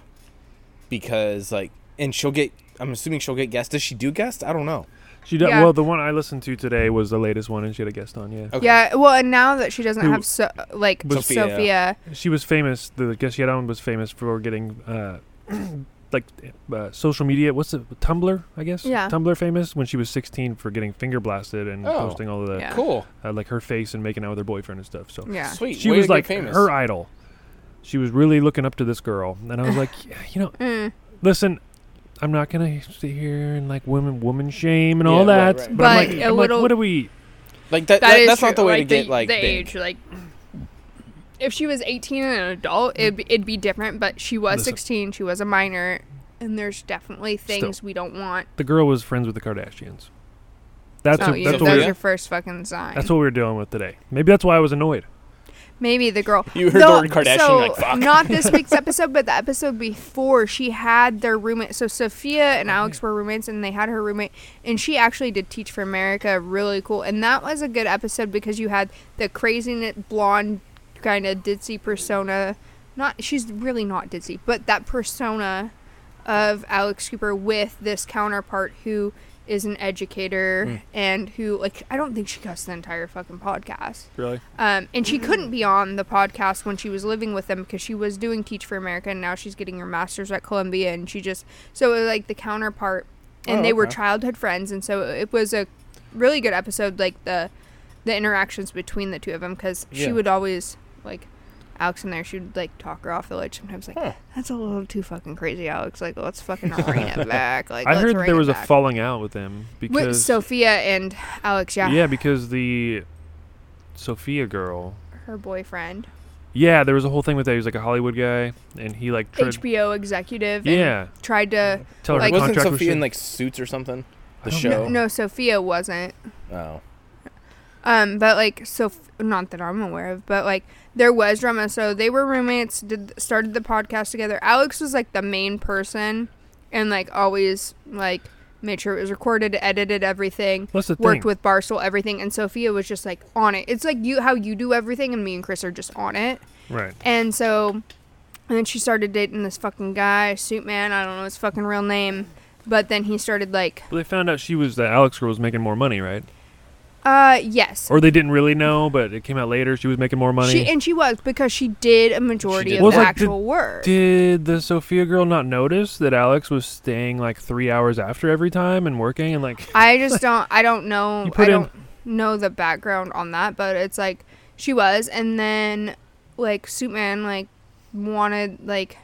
[SPEAKER 4] because like and she'll get I'm assuming she'll get guests. Does she do guests? I don't know.
[SPEAKER 3] She did,
[SPEAKER 2] yeah.
[SPEAKER 3] well. The one I listened to today was the latest one, and she had a guest on. Yeah,
[SPEAKER 4] Okay.
[SPEAKER 2] Yeah, well, and now that she doesn't
[SPEAKER 3] Who-
[SPEAKER 2] have so, like
[SPEAKER 3] Was-
[SPEAKER 2] Sophia.
[SPEAKER 3] she was famous. The guest she had on was famous for getting. Uh, Like uh, social media, what's it? Tumblr, I guess.
[SPEAKER 2] Yeah.
[SPEAKER 3] Tumblr famous when she was 16 for getting finger blasted and
[SPEAKER 4] Oh.
[SPEAKER 3] posting all of the
[SPEAKER 2] Yeah.
[SPEAKER 4] Cool.
[SPEAKER 3] uh, like her face and making out with her boyfriend and stuff. So
[SPEAKER 2] yeah,
[SPEAKER 4] Sweet.
[SPEAKER 3] she
[SPEAKER 4] Way to
[SPEAKER 3] was
[SPEAKER 4] get
[SPEAKER 3] like
[SPEAKER 4] famous.
[SPEAKER 3] her idol. She was really looking up to this girl, and I was like, "Yeah, you know,
[SPEAKER 2] Mm.
[SPEAKER 3] listen, I'm not gonna sit here and like women woman shame and all
[SPEAKER 4] Yeah,
[SPEAKER 3] that,
[SPEAKER 4] right, right.
[SPEAKER 3] but, I'm
[SPEAKER 2] But
[SPEAKER 3] like,
[SPEAKER 2] a
[SPEAKER 3] I'm like,
[SPEAKER 2] little-
[SPEAKER 3] what do we?
[SPEAKER 4] Like that, that- that's not the way to get like
[SPEAKER 2] the
[SPEAKER 4] big.
[SPEAKER 2] age. Like, if she was eighteen and an adult, it'd be, it'd be different. But she was
[SPEAKER 3] Listen.
[SPEAKER 2] sixteen; she was a minor, and there's definitely things we don't want.
[SPEAKER 3] The girl was friends with the Kardashians. That's
[SPEAKER 2] oh,
[SPEAKER 3] what,
[SPEAKER 2] you,
[SPEAKER 3] that's,
[SPEAKER 2] that's
[SPEAKER 3] what we
[SPEAKER 4] we're-
[SPEAKER 2] your first fucking sign.
[SPEAKER 3] that's what we were dealing with today. Maybe that's why I was annoyed.
[SPEAKER 2] Maybe the girl.
[SPEAKER 4] You heard the word Kardashian,
[SPEAKER 2] so,
[SPEAKER 4] you're like, "Fuck."
[SPEAKER 2] Not this week's episode, but the episode before, she had their roommate. So Sophia and Alex were roommates, and they had her roommate, and she actually did Teach for America, really cool. And that was a good episode because you had the crazy blonde kind of ditzy persona not she's really not dizzy, but that persona of Alex Cooper with this counterpart who is an educator
[SPEAKER 4] Hmm.
[SPEAKER 2] and who like I don't think she cussed the entire fucking podcast.
[SPEAKER 4] Really?
[SPEAKER 2] Um, and
[SPEAKER 3] Mm-hmm.
[SPEAKER 2] she couldn't be on the podcast when she was living with them because she was doing Teach for America and now she's getting her master's at Columbia and she just so it was like the counterpart and
[SPEAKER 4] Oh,
[SPEAKER 2] they were
[SPEAKER 4] okay.
[SPEAKER 2] childhood friends and so it was a really good episode like the the interactions between the two of them because she
[SPEAKER 4] Yeah.
[SPEAKER 2] would always like Alex in there she would like talk her off the ledge sometimes like
[SPEAKER 4] Huh.
[SPEAKER 2] that's a little too fucking crazy Alex like let's fucking rein it back like
[SPEAKER 3] I
[SPEAKER 2] let's
[SPEAKER 3] heard that
[SPEAKER 2] rein
[SPEAKER 3] there
[SPEAKER 2] it
[SPEAKER 3] was a
[SPEAKER 2] back."
[SPEAKER 3] falling out with them because
[SPEAKER 2] with Sophia and Alex yeah,
[SPEAKER 3] yeah. because the Sophia girl.
[SPEAKER 2] her boyfriend
[SPEAKER 3] Yeah, there was a whole thing with that. He was like a Hollywood guy, and he like tried.
[SPEAKER 2] HBO executive and
[SPEAKER 3] yeah,
[SPEAKER 2] tried to
[SPEAKER 3] tell her
[SPEAKER 2] like-
[SPEAKER 3] her
[SPEAKER 4] Wasn't
[SPEAKER 3] contract was
[SPEAKER 4] Sophia in
[SPEAKER 3] shit.
[SPEAKER 4] like suits or something? The
[SPEAKER 3] don't
[SPEAKER 4] show.
[SPEAKER 2] No, no, Sophia wasn't.
[SPEAKER 4] Oh.
[SPEAKER 2] Um, but like, so not that I'm aware of, but like, there was drama. So they were roommates. Did started the podcast together. Alex was like the main person, and like always like made sure it was recorded, edited everything,
[SPEAKER 3] What's the
[SPEAKER 2] worked
[SPEAKER 3] thing?
[SPEAKER 2] with Barstool, everything. And Sophia was just like on it. It's like you how you do everything, and me and Chris are just on it.
[SPEAKER 3] right.
[SPEAKER 2] And so, and then she started dating this fucking guy, suit man. I don't know his fucking real name, but then he started like,
[SPEAKER 3] Well, they found out she was the Alex girl was making more money, right?
[SPEAKER 2] uh, yes,
[SPEAKER 3] Or they didn't really know, but it came out later. She was making more money.
[SPEAKER 2] She and she was because she did a majority
[SPEAKER 4] She did.
[SPEAKER 2] of
[SPEAKER 3] Was
[SPEAKER 2] the
[SPEAKER 3] like,
[SPEAKER 2] actual work.
[SPEAKER 3] Did the Sophia girl not notice that Alex was staying like three hours after every time and working and like?
[SPEAKER 2] I just don't. I don't know.
[SPEAKER 3] You put
[SPEAKER 2] I
[SPEAKER 3] in-
[SPEAKER 2] don't know the background on that, but it's like she was, and then like Suitman like wanted like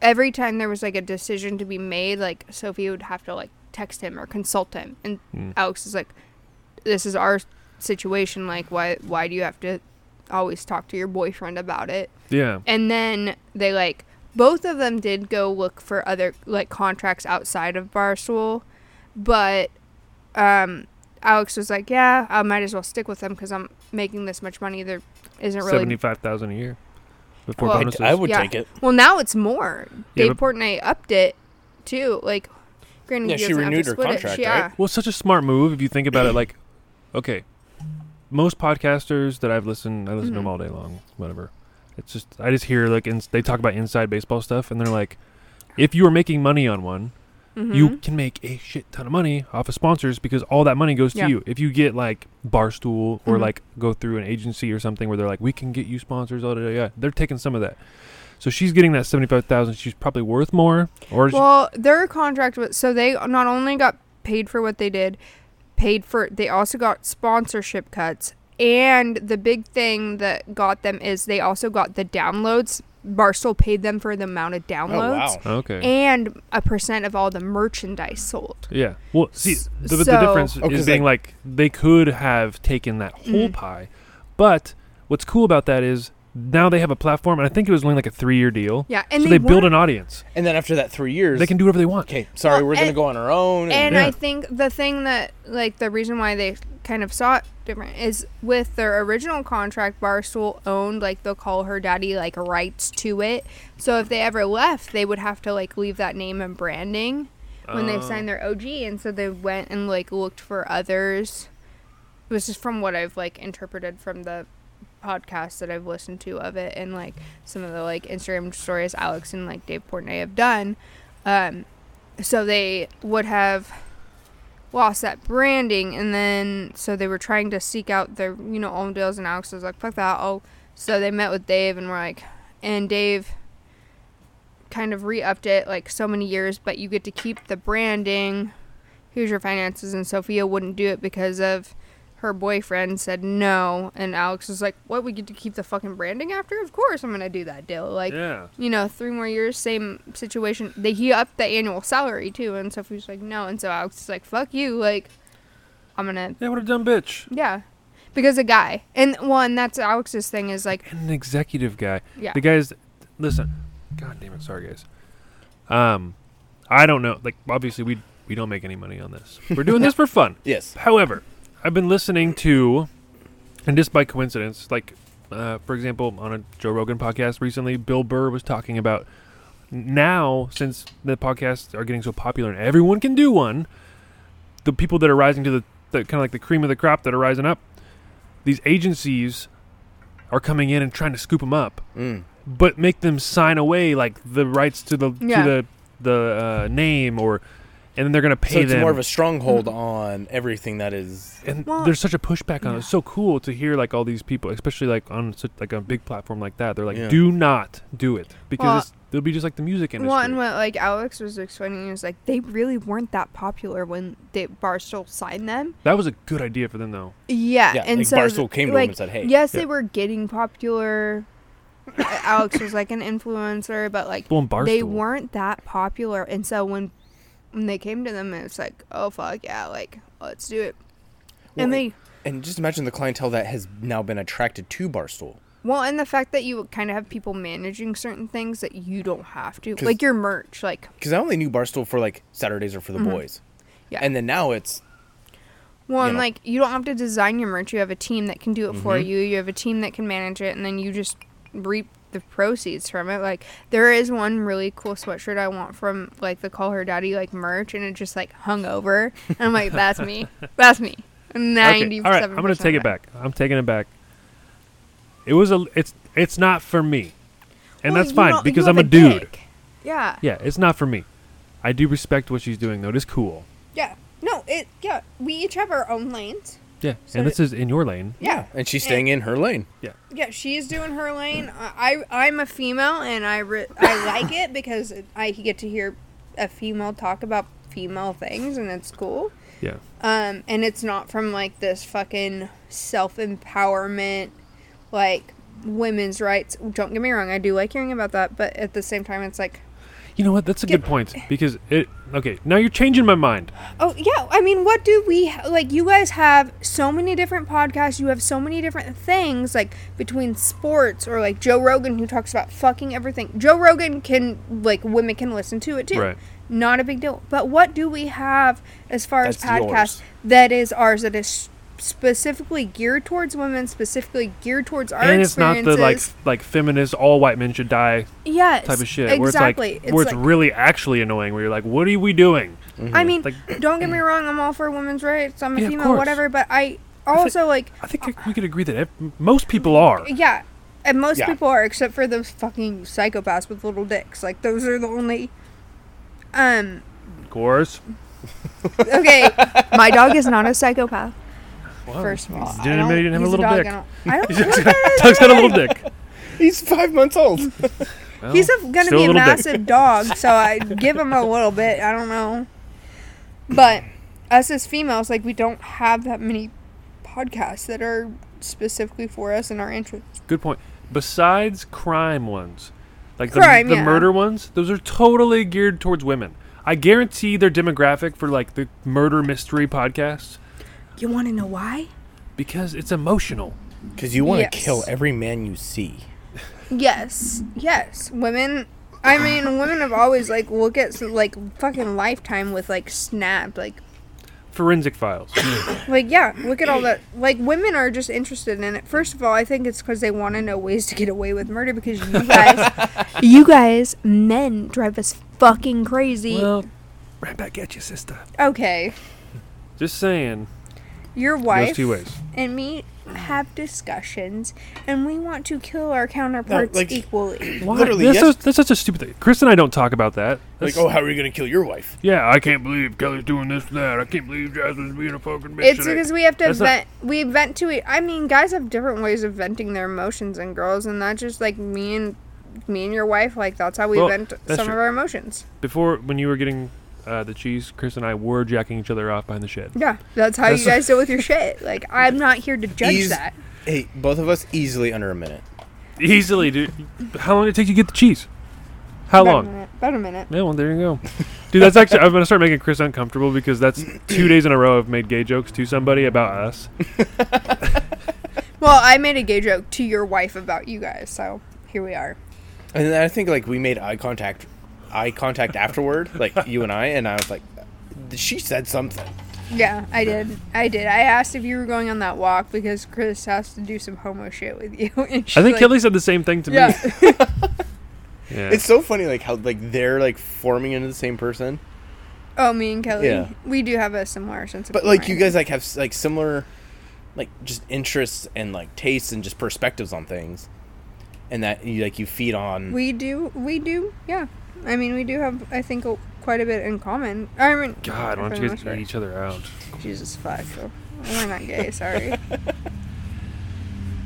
[SPEAKER 2] every time there was like a decision to be made, like Sophie would have to like text him or consult him, and
[SPEAKER 3] Hmm.
[SPEAKER 2] Alex is like, "This is our situation. Like, why? Why do you have to always talk to your boyfriend about it?"
[SPEAKER 3] Yeah.
[SPEAKER 2] and then they like both of them did go look for other like contracts outside of Barstool, but um, Alex was like, "Yeah, I might as well stick with them because I'm making this much money. There isn't really
[SPEAKER 3] Seventy-five thousand a year before
[SPEAKER 2] Well, I-
[SPEAKER 3] bonuses.
[SPEAKER 4] I would
[SPEAKER 2] Yeah.
[SPEAKER 4] take it.
[SPEAKER 2] well now it's more.
[SPEAKER 3] Yeah,
[SPEAKER 2] Dave Portnoy upped it too. Like, granted,
[SPEAKER 4] Yeah,
[SPEAKER 2] he
[SPEAKER 4] she
[SPEAKER 2] doesn't have to
[SPEAKER 4] renewed her
[SPEAKER 2] split it.
[SPEAKER 4] contract,
[SPEAKER 2] She- yeah.
[SPEAKER 4] right?
[SPEAKER 3] Well, it's such a smart move if you think about it. Like, okay, most podcasters that I've listened, I listen to them
[SPEAKER 2] Mhm.
[SPEAKER 3] all day long. Whatever. It's just I just hear like ins they talk about inside baseball stuff, and they're like, if you are making money on one, you
[SPEAKER 2] Mhm.
[SPEAKER 3] can make a shit ton of money off of sponsors because all that money goes to
[SPEAKER 2] Yeah.
[SPEAKER 3] you. If you get like Barstool or
[SPEAKER 2] Mhm.
[SPEAKER 3] like go through an agency or something where they're like, we can get you sponsors, all da, da, da," they're taking some of that. So she's getting that seventy-five thousand. She's probably worth more, or she-
[SPEAKER 2] Well, their contract was so they not only got paid for what they did, paid for they also got sponsorship cuts. And the big thing that got them is they also got the downloads. Barstool paid them for the amount of
[SPEAKER 4] Oh
[SPEAKER 2] downloads
[SPEAKER 4] wow.
[SPEAKER 3] okay.
[SPEAKER 2] and a percent of all the merchandise sold.
[SPEAKER 3] Yeah. Well, see,
[SPEAKER 2] S-
[SPEAKER 3] the, the
[SPEAKER 2] so-
[SPEAKER 3] difference
[SPEAKER 4] Oh, 'cause
[SPEAKER 3] is being
[SPEAKER 4] they-
[SPEAKER 3] like they could have taken that whole
[SPEAKER 2] Mm.
[SPEAKER 3] pie, but what's cool about that is now they have a platform, and I think it was only like a three-year deal.
[SPEAKER 2] Yeah, and
[SPEAKER 3] so
[SPEAKER 2] they,
[SPEAKER 3] they, build
[SPEAKER 2] weren't-
[SPEAKER 3] an audience.
[SPEAKER 4] And then after that three years,
[SPEAKER 3] They can do whatever they want.
[SPEAKER 4] okay, sorry,
[SPEAKER 2] Well,
[SPEAKER 4] we're going to
[SPEAKER 2] and-
[SPEAKER 4] go on our own.
[SPEAKER 2] And
[SPEAKER 3] Yeah.
[SPEAKER 2] I think the thing that like the reason why they kind of saw it different is with their original contract, Barstool owned like they'll call her daddy like rights to it. So if they ever left, they would have to like leave that name and branding when
[SPEAKER 4] Oh.
[SPEAKER 2] they signed their OG, and so they went and like looked for others. This is from what I've like interpreted from the podcasts that I've listened to of it, and like some of the like Instagram stories Alex and like Dave Portnoy have done. Um, so they would have lost that branding, and then so they were trying to seek out their you know own deals, and Alex was like, "Fuck that!" Oh, so they met with Dave, and we're like, and Dave kind of re-upped it like so many years, but you get to keep the branding. Here's your finances, and Sophia wouldn't do it because of her boyfriend said no, and Alex was like, "What? We get to keep the fucking branding after? Of course, I'm gonna do that deal." Like,
[SPEAKER 3] yeah.
[SPEAKER 2] you know, three more years, same situation. They he upped the annual salary too, and Sophie's like, "No," and so Alex is like, "Fuck you!" Like, I'm gonna,
[SPEAKER 3] Yeah. What a dumb bitch.
[SPEAKER 2] yeah, because a guy, and well, and that's Alex's thing is like,
[SPEAKER 3] And an executive guy.
[SPEAKER 2] yeah,
[SPEAKER 3] The guys, listen. God damn it. Sorry, guys. Um, I don't know. Like, obviously, we we don't make any money on this. We're doing this for fun.
[SPEAKER 4] yes.
[SPEAKER 3] However, I've been listening to, and just by coincidence, like uh, for example, on a Joe Rogan podcast recently, Bill Burr was talking about now since the podcasts are getting so popular and everyone can do one, the people that are rising to the, the kind of like the cream of the crop that are rising up, these agencies are coming in and trying to scoop them up.
[SPEAKER 4] Mm.
[SPEAKER 3] but make them sign away like the rights to the
[SPEAKER 2] Yeah.
[SPEAKER 3] to the the uh, name or, and then they're gonna pay
[SPEAKER 4] so it's
[SPEAKER 3] them.
[SPEAKER 4] more of a stronghold
[SPEAKER 2] Mm-hmm.
[SPEAKER 4] on everything that is.
[SPEAKER 3] and
[SPEAKER 2] Well,
[SPEAKER 3] there's such a pushback on it.
[SPEAKER 2] yeah.
[SPEAKER 3] It's so cool to hear like all these people, especially like on such, like a big platform like that. They're like,
[SPEAKER 4] Yeah.
[SPEAKER 3] do not do it because
[SPEAKER 2] Well-
[SPEAKER 3] it's, it'll be just like the music industry.
[SPEAKER 2] Well, and what like Alex was explaining is like they really weren't that popular when they, Barstool signed them.
[SPEAKER 3] that was a good idea for them though.
[SPEAKER 2] Yeah,
[SPEAKER 4] Yeah,
[SPEAKER 2] and
[SPEAKER 4] like
[SPEAKER 2] so
[SPEAKER 4] Barstool came to him
[SPEAKER 2] like,
[SPEAKER 4] and said, "Hey."
[SPEAKER 2] yes,
[SPEAKER 3] Yeah.
[SPEAKER 2] they were getting popular." Alex was like an influencer, but like
[SPEAKER 3] Well, and Barstool.
[SPEAKER 2] they weren't that popular, and so when when they came to them, it was like, "Oh fuck yeah, like let's do it." and
[SPEAKER 4] Well,
[SPEAKER 2] they
[SPEAKER 4] And just imagine the clientele that has now been attracted to Barstool.
[SPEAKER 2] well, and the fact that you kind of have people managing certain things that you don't have to,
[SPEAKER 4] 'Cause-
[SPEAKER 2] like your merch, like
[SPEAKER 4] Because I only knew Barstool for like Saturdays or for the boys.
[SPEAKER 2] Mm-hmm. Yeah.
[SPEAKER 4] And then now it's
[SPEAKER 2] Well,
[SPEAKER 4] you
[SPEAKER 2] and
[SPEAKER 4] know.
[SPEAKER 2] like you don't have to design your merch. You have a team that can do it
[SPEAKER 3] Mm-hmm.
[SPEAKER 2] for you. You have a team that can manage it, and then you just reap the proceeds from it. Like there is one really cool sweatshirt I want from like the Call Her Daddy like merch, and it just like hung over. And I'm like, that's me. That's me. Ninety.
[SPEAKER 3] Okay. All right, I'm gonna take it back. I'm taking it back. It was a. It's it's not for me, and that's fine because I'm a, dude.
[SPEAKER 2] Yeah.
[SPEAKER 3] Yeah, it's not for me. I do respect what she's doing though. It is cool.
[SPEAKER 2] Yeah. No. It. Yeah. We each have our own lanes.
[SPEAKER 3] Yeah,
[SPEAKER 2] So
[SPEAKER 3] and
[SPEAKER 2] d-
[SPEAKER 3] this is in your lane.
[SPEAKER 2] Yeah.
[SPEAKER 4] and she's staying in her lane.
[SPEAKER 2] Yeah, she's doing her lane. I I- I'm a female and I re- I like it because I get to hear a female talk about female things and it's cool.
[SPEAKER 3] Yeah.
[SPEAKER 2] Um and it's not from like this fucking self-empowerment like women's rights. Don't get me wrong, I do like hearing about that, but at the same time it's like,
[SPEAKER 3] You know what? That's a
[SPEAKER 2] Get-
[SPEAKER 3] good point because it. Okay, now you're changing my mind.
[SPEAKER 2] oh yeah, I mean, what do we ha- like you guys have so many different podcasts, you have so many different things like between sports or like Joe Rogan who talks about fucking everything. Joe Rogan can like women can listen to it too.
[SPEAKER 3] Right.
[SPEAKER 2] Not a big deal. But what do we have as far as
[SPEAKER 4] That's
[SPEAKER 2] podcasts
[SPEAKER 4] yours.
[SPEAKER 2] that is ours that is specifically geared towards women, specifically geared towards our
[SPEAKER 3] and it's not
[SPEAKER 2] experiences?
[SPEAKER 3] the like f- like feminist all white men should die
[SPEAKER 2] yes,
[SPEAKER 3] type of shit where it's like
[SPEAKER 2] Exactly.
[SPEAKER 3] where it's really actually annoying where you're like what are we doing?
[SPEAKER 2] I mean,
[SPEAKER 3] like-
[SPEAKER 2] don't get me wrong. I'm all for women's rights. I'm a
[SPEAKER 3] Yeah, of
[SPEAKER 2] female,
[SPEAKER 3] course.
[SPEAKER 2] whatever. But I also like,
[SPEAKER 3] I think that we could agree that ev- most people are.
[SPEAKER 2] yeah, and most
[SPEAKER 4] Yeah.
[SPEAKER 2] people are, except for those fucking psychopaths with little dicks. Like those are the only. Um.
[SPEAKER 3] Of course.
[SPEAKER 2] Okay. My dog is not a psychopath. First of all,
[SPEAKER 3] You
[SPEAKER 2] I
[SPEAKER 3] didn't-
[SPEAKER 2] don't-
[SPEAKER 3] you didn't have a
[SPEAKER 2] he's
[SPEAKER 3] little
[SPEAKER 2] dog,
[SPEAKER 3] dick.
[SPEAKER 2] I don't. I don't
[SPEAKER 3] Doug's got a little dick.
[SPEAKER 4] He's five months old.
[SPEAKER 2] Mm-hmm.
[SPEAKER 3] Well,
[SPEAKER 2] He's a, gonna
[SPEAKER 3] still
[SPEAKER 2] be a
[SPEAKER 3] little dick.
[SPEAKER 2] massive dog, so I give him a little bit. I don't know, but us as females, like we don't have that many podcasts that are specifically for us and our interests.
[SPEAKER 3] Good point. Besides crime ones, like
[SPEAKER 2] Crime,
[SPEAKER 3] the, the
[SPEAKER 2] yeah.
[SPEAKER 3] murder ones, those are totally geared towards women. I guarantee their demographic for like the murder mystery podcasts
[SPEAKER 2] You want to know why?
[SPEAKER 3] because it's emotional.
[SPEAKER 4] Because you want to
[SPEAKER 2] Yes.
[SPEAKER 4] kill every man you see.
[SPEAKER 2] Yes, yes. Women, I mean, women have always like look at like fucking Lifetime with like Snapped, like
[SPEAKER 3] Forensic files.
[SPEAKER 2] Like, yeah, look at all that. Like, women are just interested in it. First of all, I think it's because they want to know ways to get away with murder because you guys, you guys, men drive us fucking crazy.
[SPEAKER 3] well, right back at you, sister.
[SPEAKER 2] okay,
[SPEAKER 3] Just saying.
[SPEAKER 2] your
[SPEAKER 3] Goes
[SPEAKER 2] wife
[SPEAKER 3] two ways.
[SPEAKER 2] and me have discussions, and we want to kill our counterparts
[SPEAKER 4] like-
[SPEAKER 2] equally.
[SPEAKER 3] Why?
[SPEAKER 4] Literally,
[SPEAKER 3] that's,
[SPEAKER 4] yes-
[SPEAKER 3] such- that's such a stupid thing. Chris and I don't talk about that.
[SPEAKER 4] Like,
[SPEAKER 3] That's-
[SPEAKER 4] oh, how are you going to kill your wife?
[SPEAKER 3] yeah, I can't believe Kelly's doing this and that. I can't believe Jasmine's being a fucking bitch.
[SPEAKER 2] It's
[SPEAKER 3] today.
[SPEAKER 2] because we have to
[SPEAKER 3] That's not-
[SPEAKER 2] vent. we vent to it. I mean, guys have different ways of venting their emotions than girls, and that's just like me and me and your wife. Like that's how we
[SPEAKER 3] Well,
[SPEAKER 2] vent
[SPEAKER 3] that's
[SPEAKER 2] some of
[SPEAKER 3] true.
[SPEAKER 2] our emotions.
[SPEAKER 3] before when you were getting uh, the cheese, Chris and I were jacking each other off behind the shed.
[SPEAKER 2] Yeah, that's how
[SPEAKER 3] That's-
[SPEAKER 2] you guys deal with your shit. Like, I'm not here to judge
[SPEAKER 4] Eas-
[SPEAKER 2] that.
[SPEAKER 4] Hey, both of us easily under a minute.
[SPEAKER 3] Easily, dude. How long did it take you to get the cheese? How
[SPEAKER 2] About a
[SPEAKER 3] long?
[SPEAKER 2] minute. About a minute.
[SPEAKER 3] Yeah, well, there you go. Dude, that's actually. I'm gonna start making Chris uncomfortable because that's two days in a row I've made gay jokes to somebody about us.
[SPEAKER 2] Well, I made a gay joke to your wife about you guys, so here we are.
[SPEAKER 4] And then I think, like, we made eye contact eye contact afterward, like, you and I, and I was like, she said something.
[SPEAKER 2] Yeah, I did. I did. I asked if you were going on that walk because Chris has to do some homo shit with you. And she's
[SPEAKER 3] I think
[SPEAKER 2] like,
[SPEAKER 3] Kelly said the same thing to
[SPEAKER 2] Yeah.
[SPEAKER 3] me. Yeah.
[SPEAKER 4] It's so funny, like, how, like, they're, like, forming into the same person.
[SPEAKER 2] oh, me and Kelly.
[SPEAKER 4] Yeah.
[SPEAKER 2] We do have a similar sense of
[SPEAKER 4] But, like, you
[SPEAKER 2] humor.
[SPEAKER 4] guys, like, have, like, similar, like, just interests and, like, tastes and just perspectives on things. and that you like you feed on.
[SPEAKER 2] We do. We do. Yeah. I mean, we do have. I think a, quite a bit in common. I mean,
[SPEAKER 3] God,
[SPEAKER 2] for
[SPEAKER 3] why don't
[SPEAKER 2] the
[SPEAKER 3] you guys
[SPEAKER 2] most part.
[SPEAKER 3] eat each other out?
[SPEAKER 2] Jesus fuck. Oh, We're not gay. Sorry.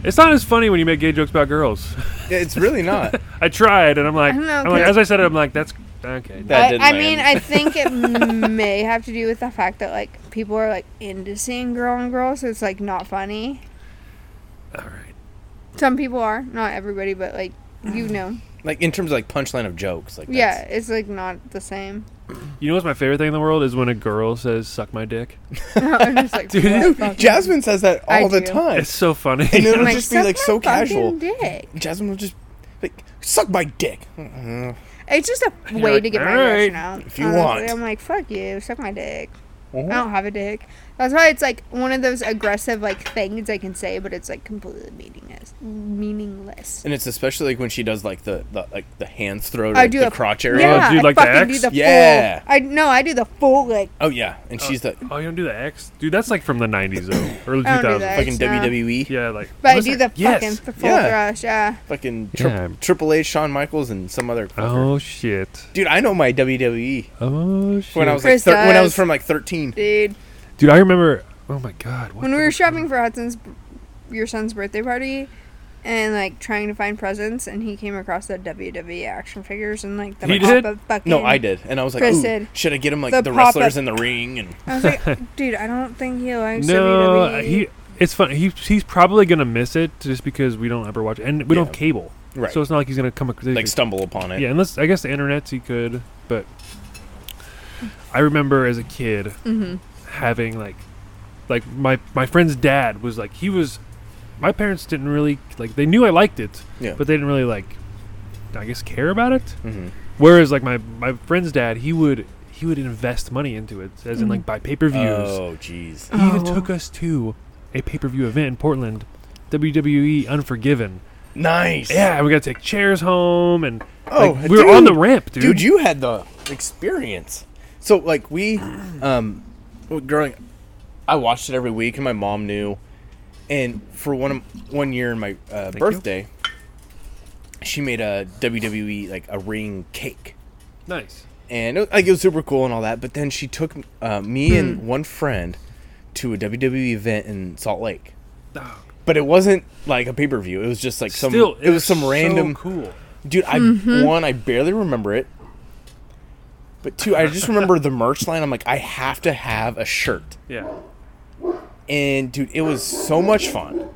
[SPEAKER 3] It's not as funny when you make gay jokes about girls.
[SPEAKER 4] it's really not.
[SPEAKER 3] I tried, and I'm like,
[SPEAKER 2] I don't know,
[SPEAKER 3] I'm like,
[SPEAKER 2] cause-
[SPEAKER 3] as I said, it, I'm like, that's okay.
[SPEAKER 4] That
[SPEAKER 2] I,
[SPEAKER 4] didn't
[SPEAKER 2] I mean, I
[SPEAKER 4] land.
[SPEAKER 2] think it may have to do with the fact that like people are like into seeing girl on girl, so it's like not funny.
[SPEAKER 3] All right.
[SPEAKER 2] Some people are, not everybody, but like you know,
[SPEAKER 4] like in terms of like punchline of jokes. Like
[SPEAKER 2] yeah,
[SPEAKER 4] that's-
[SPEAKER 2] it's like not the same.
[SPEAKER 3] You know what's my favorite thing in the world is when a girl says "suck my dick."
[SPEAKER 2] I'm just like,
[SPEAKER 3] Dude,
[SPEAKER 2] what the fuck?
[SPEAKER 4] Jasmine says that
[SPEAKER 2] I
[SPEAKER 4] all the
[SPEAKER 2] do.
[SPEAKER 4] time.
[SPEAKER 3] It's so funny.
[SPEAKER 4] And it'll
[SPEAKER 2] I'm
[SPEAKER 4] just be
[SPEAKER 2] "Suck
[SPEAKER 4] like
[SPEAKER 2] my
[SPEAKER 4] so
[SPEAKER 2] fucking
[SPEAKER 4] casual.
[SPEAKER 2] dick."
[SPEAKER 4] Jasmine will just like suck my dick. Uh,
[SPEAKER 2] It's just a
[SPEAKER 3] You're
[SPEAKER 2] way
[SPEAKER 3] like,
[SPEAKER 2] to get my
[SPEAKER 3] "All right,
[SPEAKER 2] aggression out.
[SPEAKER 4] if you
[SPEAKER 2] honestly.
[SPEAKER 4] want."
[SPEAKER 2] I'm like, fuck you, suck my dick. I
[SPEAKER 4] oh.
[SPEAKER 2] don't have a dick. That's why it's like one of those aggressive like things I can say, but it's like completely meaningless. Meaningless.
[SPEAKER 4] And it's especially like when she does like the, the like the hands throw to
[SPEAKER 2] I
[SPEAKER 4] like,
[SPEAKER 2] do
[SPEAKER 4] the
[SPEAKER 2] a-
[SPEAKER 4] crotch area.
[SPEAKER 2] Yeah,
[SPEAKER 3] Oh, dude,
[SPEAKER 2] I
[SPEAKER 3] like the
[SPEAKER 2] fucking do
[SPEAKER 3] X?
[SPEAKER 2] the
[SPEAKER 4] Yeah.
[SPEAKER 2] full. I no, I do the full like
[SPEAKER 4] Oh yeah, and she's like
[SPEAKER 3] Oh, you don't do the X, dude. That's like from the '90s though, early
[SPEAKER 2] I don't do
[SPEAKER 3] 2000s.
[SPEAKER 2] that.
[SPEAKER 4] fucking E.
[SPEAKER 2] It's not-
[SPEAKER 4] WWE,
[SPEAKER 3] Yeah, like.
[SPEAKER 2] But I
[SPEAKER 3] was
[SPEAKER 2] do
[SPEAKER 3] there-
[SPEAKER 2] the
[SPEAKER 3] Yes.
[SPEAKER 2] fucking th- full
[SPEAKER 4] Yeah.
[SPEAKER 2] thrust, yeah.
[SPEAKER 4] fucking tri-
[SPEAKER 3] Yeah.
[SPEAKER 4] Triple H, Shawn Michaels, and some other. fucker.
[SPEAKER 3] Oh shit.
[SPEAKER 4] Dude, I know my WWE
[SPEAKER 3] Oh shit.
[SPEAKER 4] when I was
[SPEAKER 2] Chris
[SPEAKER 4] like thir- when I
[SPEAKER 2] does.
[SPEAKER 4] was from like thirteen.
[SPEAKER 2] Dude.
[SPEAKER 3] dude, I remember. Oh my god. What
[SPEAKER 2] When
[SPEAKER 3] the-
[SPEAKER 2] we were shopping for Hudson's your son's birthday party and like trying to find presents and he came across the WWE action figures and like the
[SPEAKER 3] He
[SPEAKER 2] pop
[SPEAKER 3] did?
[SPEAKER 2] up fucking
[SPEAKER 4] No, I did, and I was like,
[SPEAKER 2] Chris
[SPEAKER 4] Ooh,
[SPEAKER 2] did.
[SPEAKER 4] should I get him like
[SPEAKER 2] The
[SPEAKER 4] the,
[SPEAKER 2] pop-up-
[SPEAKER 4] wrestlers in the ring? And
[SPEAKER 2] I was like, dude, I don't think he likes E.
[SPEAKER 3] no, uh,
[SPEAKER 2] WWE.
[SPEAKER 3] he. It's funny. He, he's probably gonna miss it just because we don't ever watch, and we don't
[SPEAKER 4] Yeah.
[SPEAKER 3] have cable,
[SPEAKER 4] right,
[SPEAKER 3] so it's not like he's gonna come. ac-
[SPEAKER 4] like stumble upon it.
[SPEAKER 3] Yeah, unless I guess the internet he could, but I remember as a kid
[SPEAKER 2] Mhm.
[SPEAKER 3] having like like my my friend's dad was like he was my parents didn't really like they knew I liked it,
[SPEAKER 4] Yeah.
[SPEAKER 3] but they didn't really like I guess care about it.
[SPEAKER 4] hmm
[SPEAKER 3] Whereas like my my friend's dad, he would he would invest money into it as in like buy pay-per-views.
[SPEAKER 4] Oh, jeez.
[SPEAKER 3] He even
[SPEAKER 2] Oh.
[SPEAKER 3] took us to a pay-per-view event in Portland, WWE Unforgiven.
[SPEAKER 4] Nice.
[SPEAKER 3] Yeah, we got to take chairs home and
[SPEAKER 4] Oh,
[SPEAKER 3] like, we were on the
[SPEAKER 4] dude.
[SPEAKER 3] ramp, dude.
[SPEAKER 4] dude you had the experience so like we um well, growing i watched it every week and my mom knew and for one of- one year in my uh,
[SPEAKER 3] you.
[SPEAKER 4] birthday she made a wwe like a ring cake
[SPEAKER 3] nice.
[SPEAKER 4] and it, was- like it was super cool and all that but then she took uh, me
[SPEAKER 3] Hmm.
[SPEAKER 4] and one friend to a wwe event in salt lake
[SPEAKER 3] Oh,
[SPEAKER 4] but it wasn't like a pay-per-view it was just like some
[SPEAKER 3] Still,
[SPEAKER 4] it was some
[SPEAKER 3] so
[SPEAKER 4] random
[SPEAKER 3] cool.
[SPEAKER 4] Dude, I
[SPEAKER 2] Mm-hmm.
[SPEAKER 4] one, I barely remember it. But two, I just remember the merch line. I'm like, I have to have a shirt.
[SPEAKER 3] Yeah.
[SPEAKER 4] And dude, it was so much fun.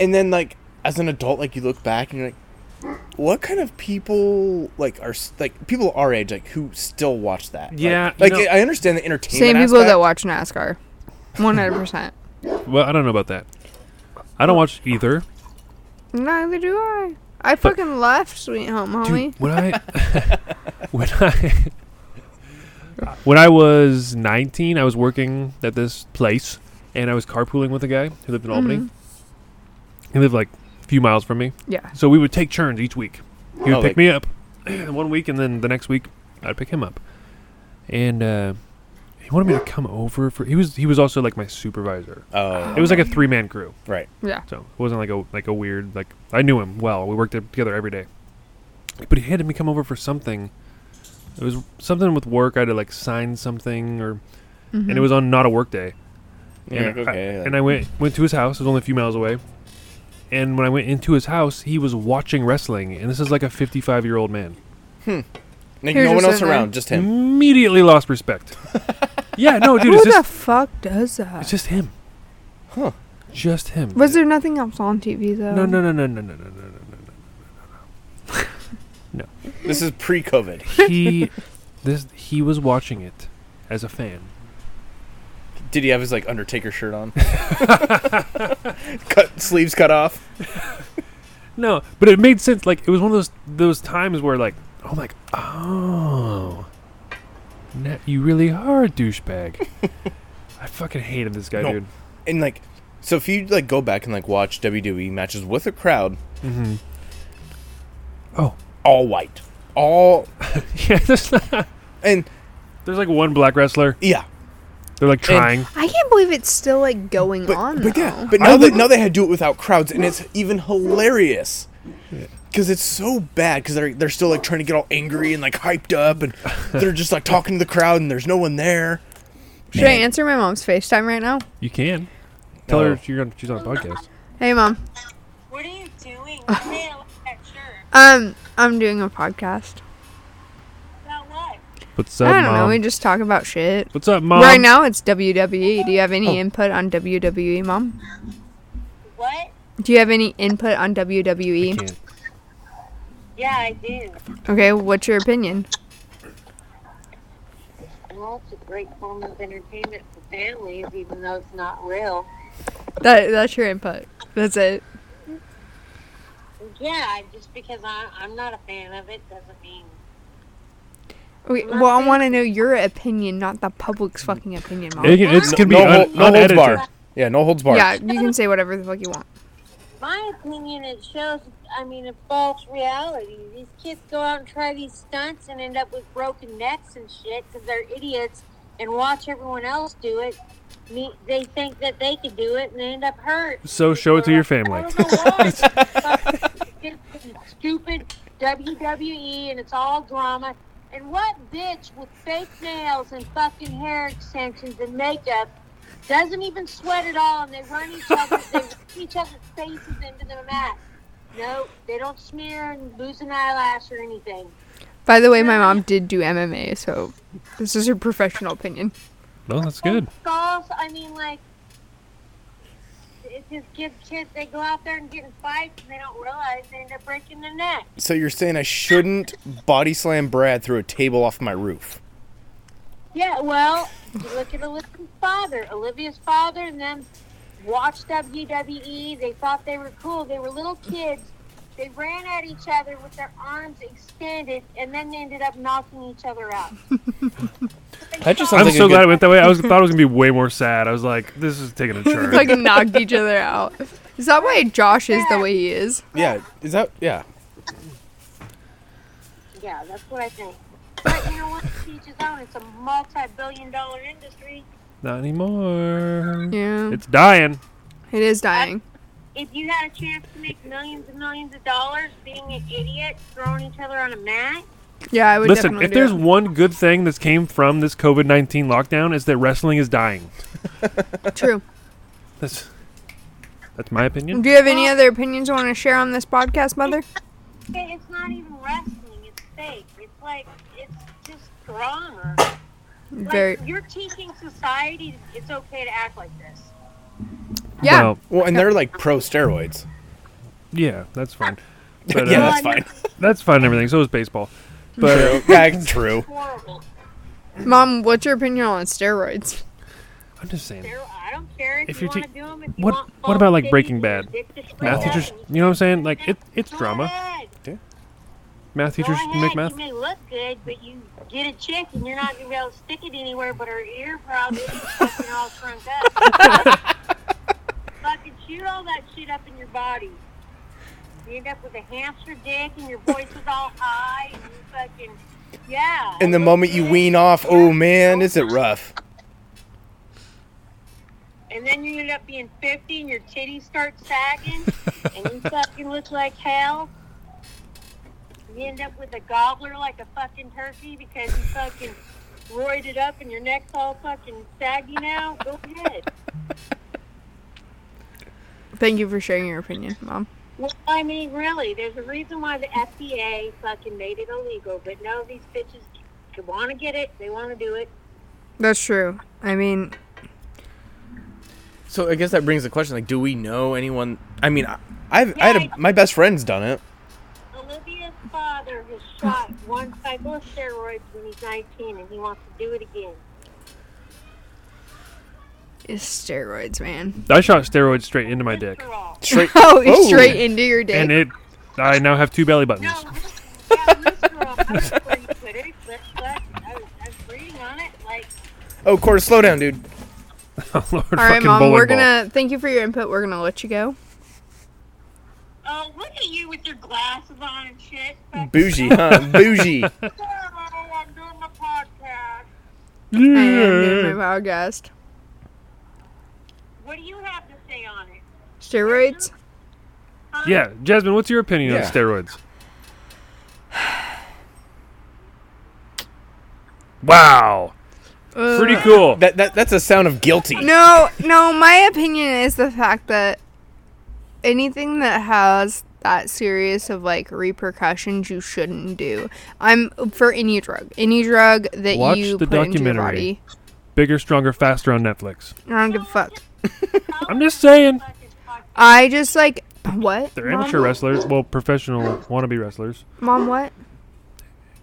[SPEAKER 4] And then like as an adult, like you look back and you're like, what kind of people like are s- like people our age like who still watch that? Like-
[SPEAKER 3] Yeah, you
[SPEAKER 4] Like,
[SPEAKER 3] know-
[SPEAKER 4] I understand the entertainment.
[SPEAKER 2] Same people
[SPEAKER 4] aspect.
[SPEAKER 2] that watch NASCAR. One hundred percent.
[SPEAKER 3] Well, I don't know about that. I don't watch either.
[SPEAKER 2] Neither do I. I fucking left Sweet Home, homie.
[SPEAKER 3] Dude, when I when I when I was 19, I was working at this place and I was carpooling with a guy who lived in Albany. He lived like a few miles from me.
[SPEAKER 2] Yeah.
[SPEAKER 3] So we would take turns each week. He would
[SPEAKER 4] Oh,
[SPEAKER 3] pick
[SPEAKER 4] like-
[SPEAKER 3] me up one week, and then the next week I'd pick him up. And uh, he wanted me to come over for. He was he was also like my supervisor.
[SPEAKER 4] Oh,
[SPEAKER 3] It was like a three man crew,
[SPEAKER 4] right.
[SPEAKER 2] Yeah.
[SPEAKER 3] so it wasn't like a like a weird like I knew him well. We worked together every day, but he had me come over for something. It was something with work. I had to like sign something, or and it was on not a work day.
[SPEAKER 4] You're
[SPEAKER 3] And
[SPEAKER 4] like,
[SPEAKER 3] I-
[SPEAKER 4] okay.
[SPEAKER 3] and I went went to his house. It was only a few miles away. And when I went into his house, he was watching wrestling, and this is like a 55 year old man.
[SPEAKER 4] like,
[SPEAKER 2] Here's
[SPEAKER 4] no one
[SPEAKER 2] your
[SPEAKER 4] else
[SPEAKER 2] sign,
[SPEAKER 4] around, just him.
[SPEAKER 3] Immediately lost respect. yeah, no, dude,
[SPEAKER 2] Who
[SPEAKER 3] it's
[SPEAKER 2] the
[SPEAKER 3] just
[SPEAKER 2] fuck does
[SPEAKER 3] it's
[SPEAKER 2] that?
[SPEAKER 3] just him.
[SPEAKER 4] Huh.
[SPEAKER 3] Just him.
[SPEAKER 2] Was there nothing else on TV though?
[SPEAKER 3] No, no, no, no, no, no, no, no, no, no.
[SPEAKER 4] This is pre-COVID.
[SPEAKER 3] no. He, this, he was watching it as a fan.
[SPEAKER 4] Did he have his like Undertaker shirt on? cut sleeves cut off.
[SPEAKER 3] No, but it made sense. Like it was one of those those times where like I'm like, oh, na- you really are a douchebag. I fucking hated this guy,
[SPEAKER 4] No.
[SPEAKER 3] dude.
[SPEAKER 4] And like so if you like go back and like watch WWE matches with a crowd,
[SPEAKER 3] Mm-hmm. Oh,
[SPEAKER 4] all white. All
[SPEAKER 3] yeah. There's, not,
[SPEAKER 4] and
[SPEAKER 3] there's like one black wrestler.
[SPEAKER 4] yeah.
[SPEAKER 3] They're like trying.
[SPEAKER 2] I can't believe it's still like going
[SPEAKER 4] But,
[SPEAKER 2] on.
[SPEAKER 4] but
[SPEAKER 2] though.
[SPEAKER 4] yeah, but
[SPEAKER 3] I
[SPEAKER 4] now they,
[SPEAKER 3] would-
[SPEAKER 4] now they had to do it without crowds, and it's even hilarious. Because it's so bad. Because they're they're still like trying to get all angry and like hyped up, and they're just like talking to the crowd, and there's no one there.
[SPEAKER 2] Should I answer my mom's FaceTime right now?
[SPEAKER 3] you can tell
[SPEAKER 4] No.
[SPEAKER 3] her you're on, she's on a podcast.
[SPEAKER 2] Hey, mom.
[SPEAKER 1] What are you doing? Why did I like that shirt?
[SPEAKER 2] Um, I'm doing a podcast.
[SPEAKER 1] About what?
[SPEAKER 3] What's up,
[SPEAKER 2] I don't know.
[SPEAKER 3] mom?
[SPEAKER 2] We just talk about shit.
[SPEAKER 3] What's up, mom?
[SPEAKER 2] Right now, it's WWE. Do you have any
[SPEAKER 3] Oh.
[SPEAKER 2] input on WWE, mom?
[SPEAKER 1] What?
[SPEAKER 2] Do you have any input on E?
[SPEAKER 3] I
[SPEAKER 2] WWE?
[SPEAKER 3] can't.
[SPEAKER 1] Yeah, I do.
[SPEAKER 2] Okay, what's your opinion?
[SPEAKER 1] Well, it's a great form of entertainment for families, even though it's not real.
[SPEAKER 2] That that's your input. That's it.
[SPEAKER 1] Yeah, just because I, I'm not a fan of it doesn't mean.
[SPEAKER 2] Okay, well, I want to know your opinion, not the public's fucking opinion, mom.
[SPEAKER 3] It can- it's
[SPEAKER 4] No-
[SPEAKER 3] gonna be
[SPEAKER 4] no,
[SPEAKER 3] un-
[SPEAKER 4] hol- no holds
[SPEAKER 3] unedited.
[SPEAKER 4] barred. Yeah, no holds barred.
[SPEAKER 2] Yeah, you can say whatever the fuck you want.
[SPEAKER 1] My opinion, it shows, I mean, it false reality. These kids go out and try these stunts and end up with broken necks and shit because they're idiots and watch everyone else do it. Me, they think that they could do it and they end up hurt.
[SPEAKER 3] So show it to your family.
[SPEAKER 1] I don't know why. Fucking stupid WWE and it's all drama. And what bitch with fake nails and fucking hair extensions and makeup doesn't even sweat at all and they run each other they run each other's faces into the mat. No, they don't smear and lose an eyelash or anything.
[SPEAKER 2] By the way, my mom did do MMA, so this is her professional opinion.
[SPEAKER 3] No, that's good.
[SPEAKER 1] Skulls, I mean like it just gives kids they go out there and get in fights and they don't realize they end up breaking their neck.
[SPEAKER 4] So you're saying I shouldn't body slam Brad through a table off my roof?
[SPEAKER 1] Yeah, well, you look at Olivia's father. Olivia's father and them watched WWE. They thought they were cool. They were little kids. They ran at each other with their arms extended, and then they ended up knocking each other out.
[SPEAKER 4] That just sounds
[SPEAKER 3] I'm
[SPEAKER 4] like
[SPEAKER 3] so
[SPEAKER 4] a
[SPEAKER 3] glad it
[SPEAKER 4] good,
[SPEAKER 3] went that way. I was thought it was gonna be way more sad. I was like, this is taking a turn.
[SPEAKER 2] like knocked each other out. Is that why Josh is the way he is?
[SPEAKER 4] Yeah, is that yeah?
[SPEAKER 1] Yeah, that's what I think. But you know what? Each his own. It's a multi-billion-dollar industry.
[SPEAKER 3] Not anymore.
[SPEAKER 2] Yeah,
[SPEAKER 3] It's dying.
[SPEAKER 2] it is dying.
[SPEAKER 1] If you had a chance to make millions and millions of dollars being an idiot, throwing each other on a mat,
[SPEAKER 2] Yeah, I would
[SPEAKER 3] Listen,
[SPEAKER 2] definitely.
[SPEAKER 3] if there's
[SPEAKER 2] do
[SPEAKER 3] one good thing that's came from this COVID nineteen lockdown is that wrestling is dying.
[SPEAKER 2] that. true.
[SPEAKER 3] That's that's my opinion.
[SPEAKER 2] Do you have any other opinions you want to share on this podcast, mother?
[SPEAKER 1] It- It's not even wrestling. It's fake. It's like it's just drama. Like,
[SPEAKER 2] Very.
[SPEAKER 1] You're teaching society it's okay to act like this.
[SPEAKER 2] Yeah.
[SPEAKER 3] Well,
[SPEAKER 4] Well, and they're like pro steroids.
[SPEAKER 3] yeah, that's fine. But,
[SPEAKER 4] yeah,
[SPEAKER 3] uh,
[SPEAKER 4] that's fine.
[SPEAKER 3] that's fine. and Everything. So is baseball. But uh,
[SPEAKER 4] True. Yeah, true.
[SPEAKER 1] Horrible.
[SPEAKER 2] Mom, what's your opinion on steroids?
[SPEAKER 3] I'm just saying.
[SPEAKER 1] They're- I don't care if,
[SPEAKER 3] If
[SPEAKER 1] you
[SPEAKER 3] you're te-
[SPEAKER 1] want to do them. If you
[SPEAKER 3] what-
[SPEAKER 1] want
[SPEAKER 3] what
[SPEAKER 1] full
[SPEAKER 3] about, like,
[SPEAKER 1] titties
[SPEAKER 3] Breaking
[SPEAKER 1] and
[SPEAKER 3] Bad?
[SPEAKER 1] dick to spread
[SPEAKER 3] Math
[SPEAKER 1] out
[SPEAKER 3] teachers, you
[SPEAKER 1] and-
[SPEAKER 3] know what I'm saying? Like it, it's
[SPEAKER 1] Go
[SPEAKER 3] drama.
[SPEAKER 1] ahead.
[SPEAKER 3] Math teachers
[SPEAKER 1] Go ahead.
[SPEAKER 3] make math.
[SPEAKER 1] You may look good, but you get a chick and you're not gonna be able to stick it anywhere but her ear, probably. and fucking all shrunk up. fucking shoot all that shit up in your body. You end up with a hamster dick and your voice is all high and you fucking yeah.
[SPEAKER 4] And the moment you wean off, oh man, is it rough?
[SPEAKER 1] And then you end up being 50 and your titties start sagging and you fucking look like hell. You end up with a gobbler like a fucking turkey because you fucking roided it up and your neck's all fucking saggy now. Go ahead.
[SPEAKER 2] Thank you for sharing your opinion, Mom.
[SPEAKER 1] Well, I mean, really, there's a reason why the FDA fucking made it illegal, but no, these bitches want to get it. They want to do it.
[SPEAKER 2] That's true. I mean,
[SPEAKER 4] So I guess that brings the question: like, do we know anyone? I mean, I, I've I had a, my best friend's done it.
[SPEAKER 1] Olivia's father was shot one cycle of steroids when he's 19 and he wants to do it again.
[SPEAKER 2] it's steroids, man.
[SPEAKER 3] I shot steroids straight into my dick,
[SPEAKER 1] For all.
[SPEAKER 4] Straight.
[SPEAKER 2] Oh, it's
[SPEAKER 4] Oh.
[SPEAKER 2] straight into your dick.
[SPEAKER 3] and it. I now have two belly buttons.
[SPEAKER 1] No, yeah, loose girl. I was reading Twitter, but, but I, was, I was reading on it. Like,
[SPEAKER 4] Oh, Cora, slow down, dude.
[SPEAKER 3] Lord,
[SPEAKER 2] All right,
[SPEAKER 3] fucking
[SPEAKER 2] Mom.
[SPEAKER 3] bowling
[SPEAKER 2] We're
[SPEAKER 3] ball.
[SPEAKER 2] gonna thank you for your input. We're gonna let you go.
[SPEAKER 1] oh, look at you with your glasses on and shit. Fuck,
[SPEAKER 4] Bougie, huh? Bougie.
[SPEAKER 1] girl, I'm doing my podcast.
[SPEAKER 2] I am doing my podcast.
[SPEAKER 1] What do you have to say on it?
[SPEAKER 2] Steroids?
[SPEAKER 1] Huh?
[SPEAKER 3] Yeah, Jasmine, what's your opinion on
[SPEAKER 4] Yeah.
[SPEAKER 3] steroids? wow,
[SPEAKER 2] Ugh.
[SPEAKER 3] pretty cool.
[SPEAKER 4] That, that that's a sound of guilty.
[SPEAKER 2] No, no, my opinion is the fact that anything that has that serious of like repercussions you shouldn't do. I'm for any drug. Any drug that
[SPEAKER 3] Watch
[SPEAKER 2] you
[SPEAKER 3] the
[SPEAKER 2] put into your
[SPEAKER 3] documentary.
[SPEAKER 2] body.
[SPEAKER 3] Bigger, stronger, faster on Netflix.
[SPEAKER 2] I don't give a fuck.
[SPEAKER 3] I'm just saying.
[SPEAKER 2] I just like what?
[SPEAKER 3] They're amateur
[SPEAKER 2] Mom?
[SPEAKER 3] wrestlers, well, professional wannabe wrestlers.
[SPEAKER 2] Mom, what?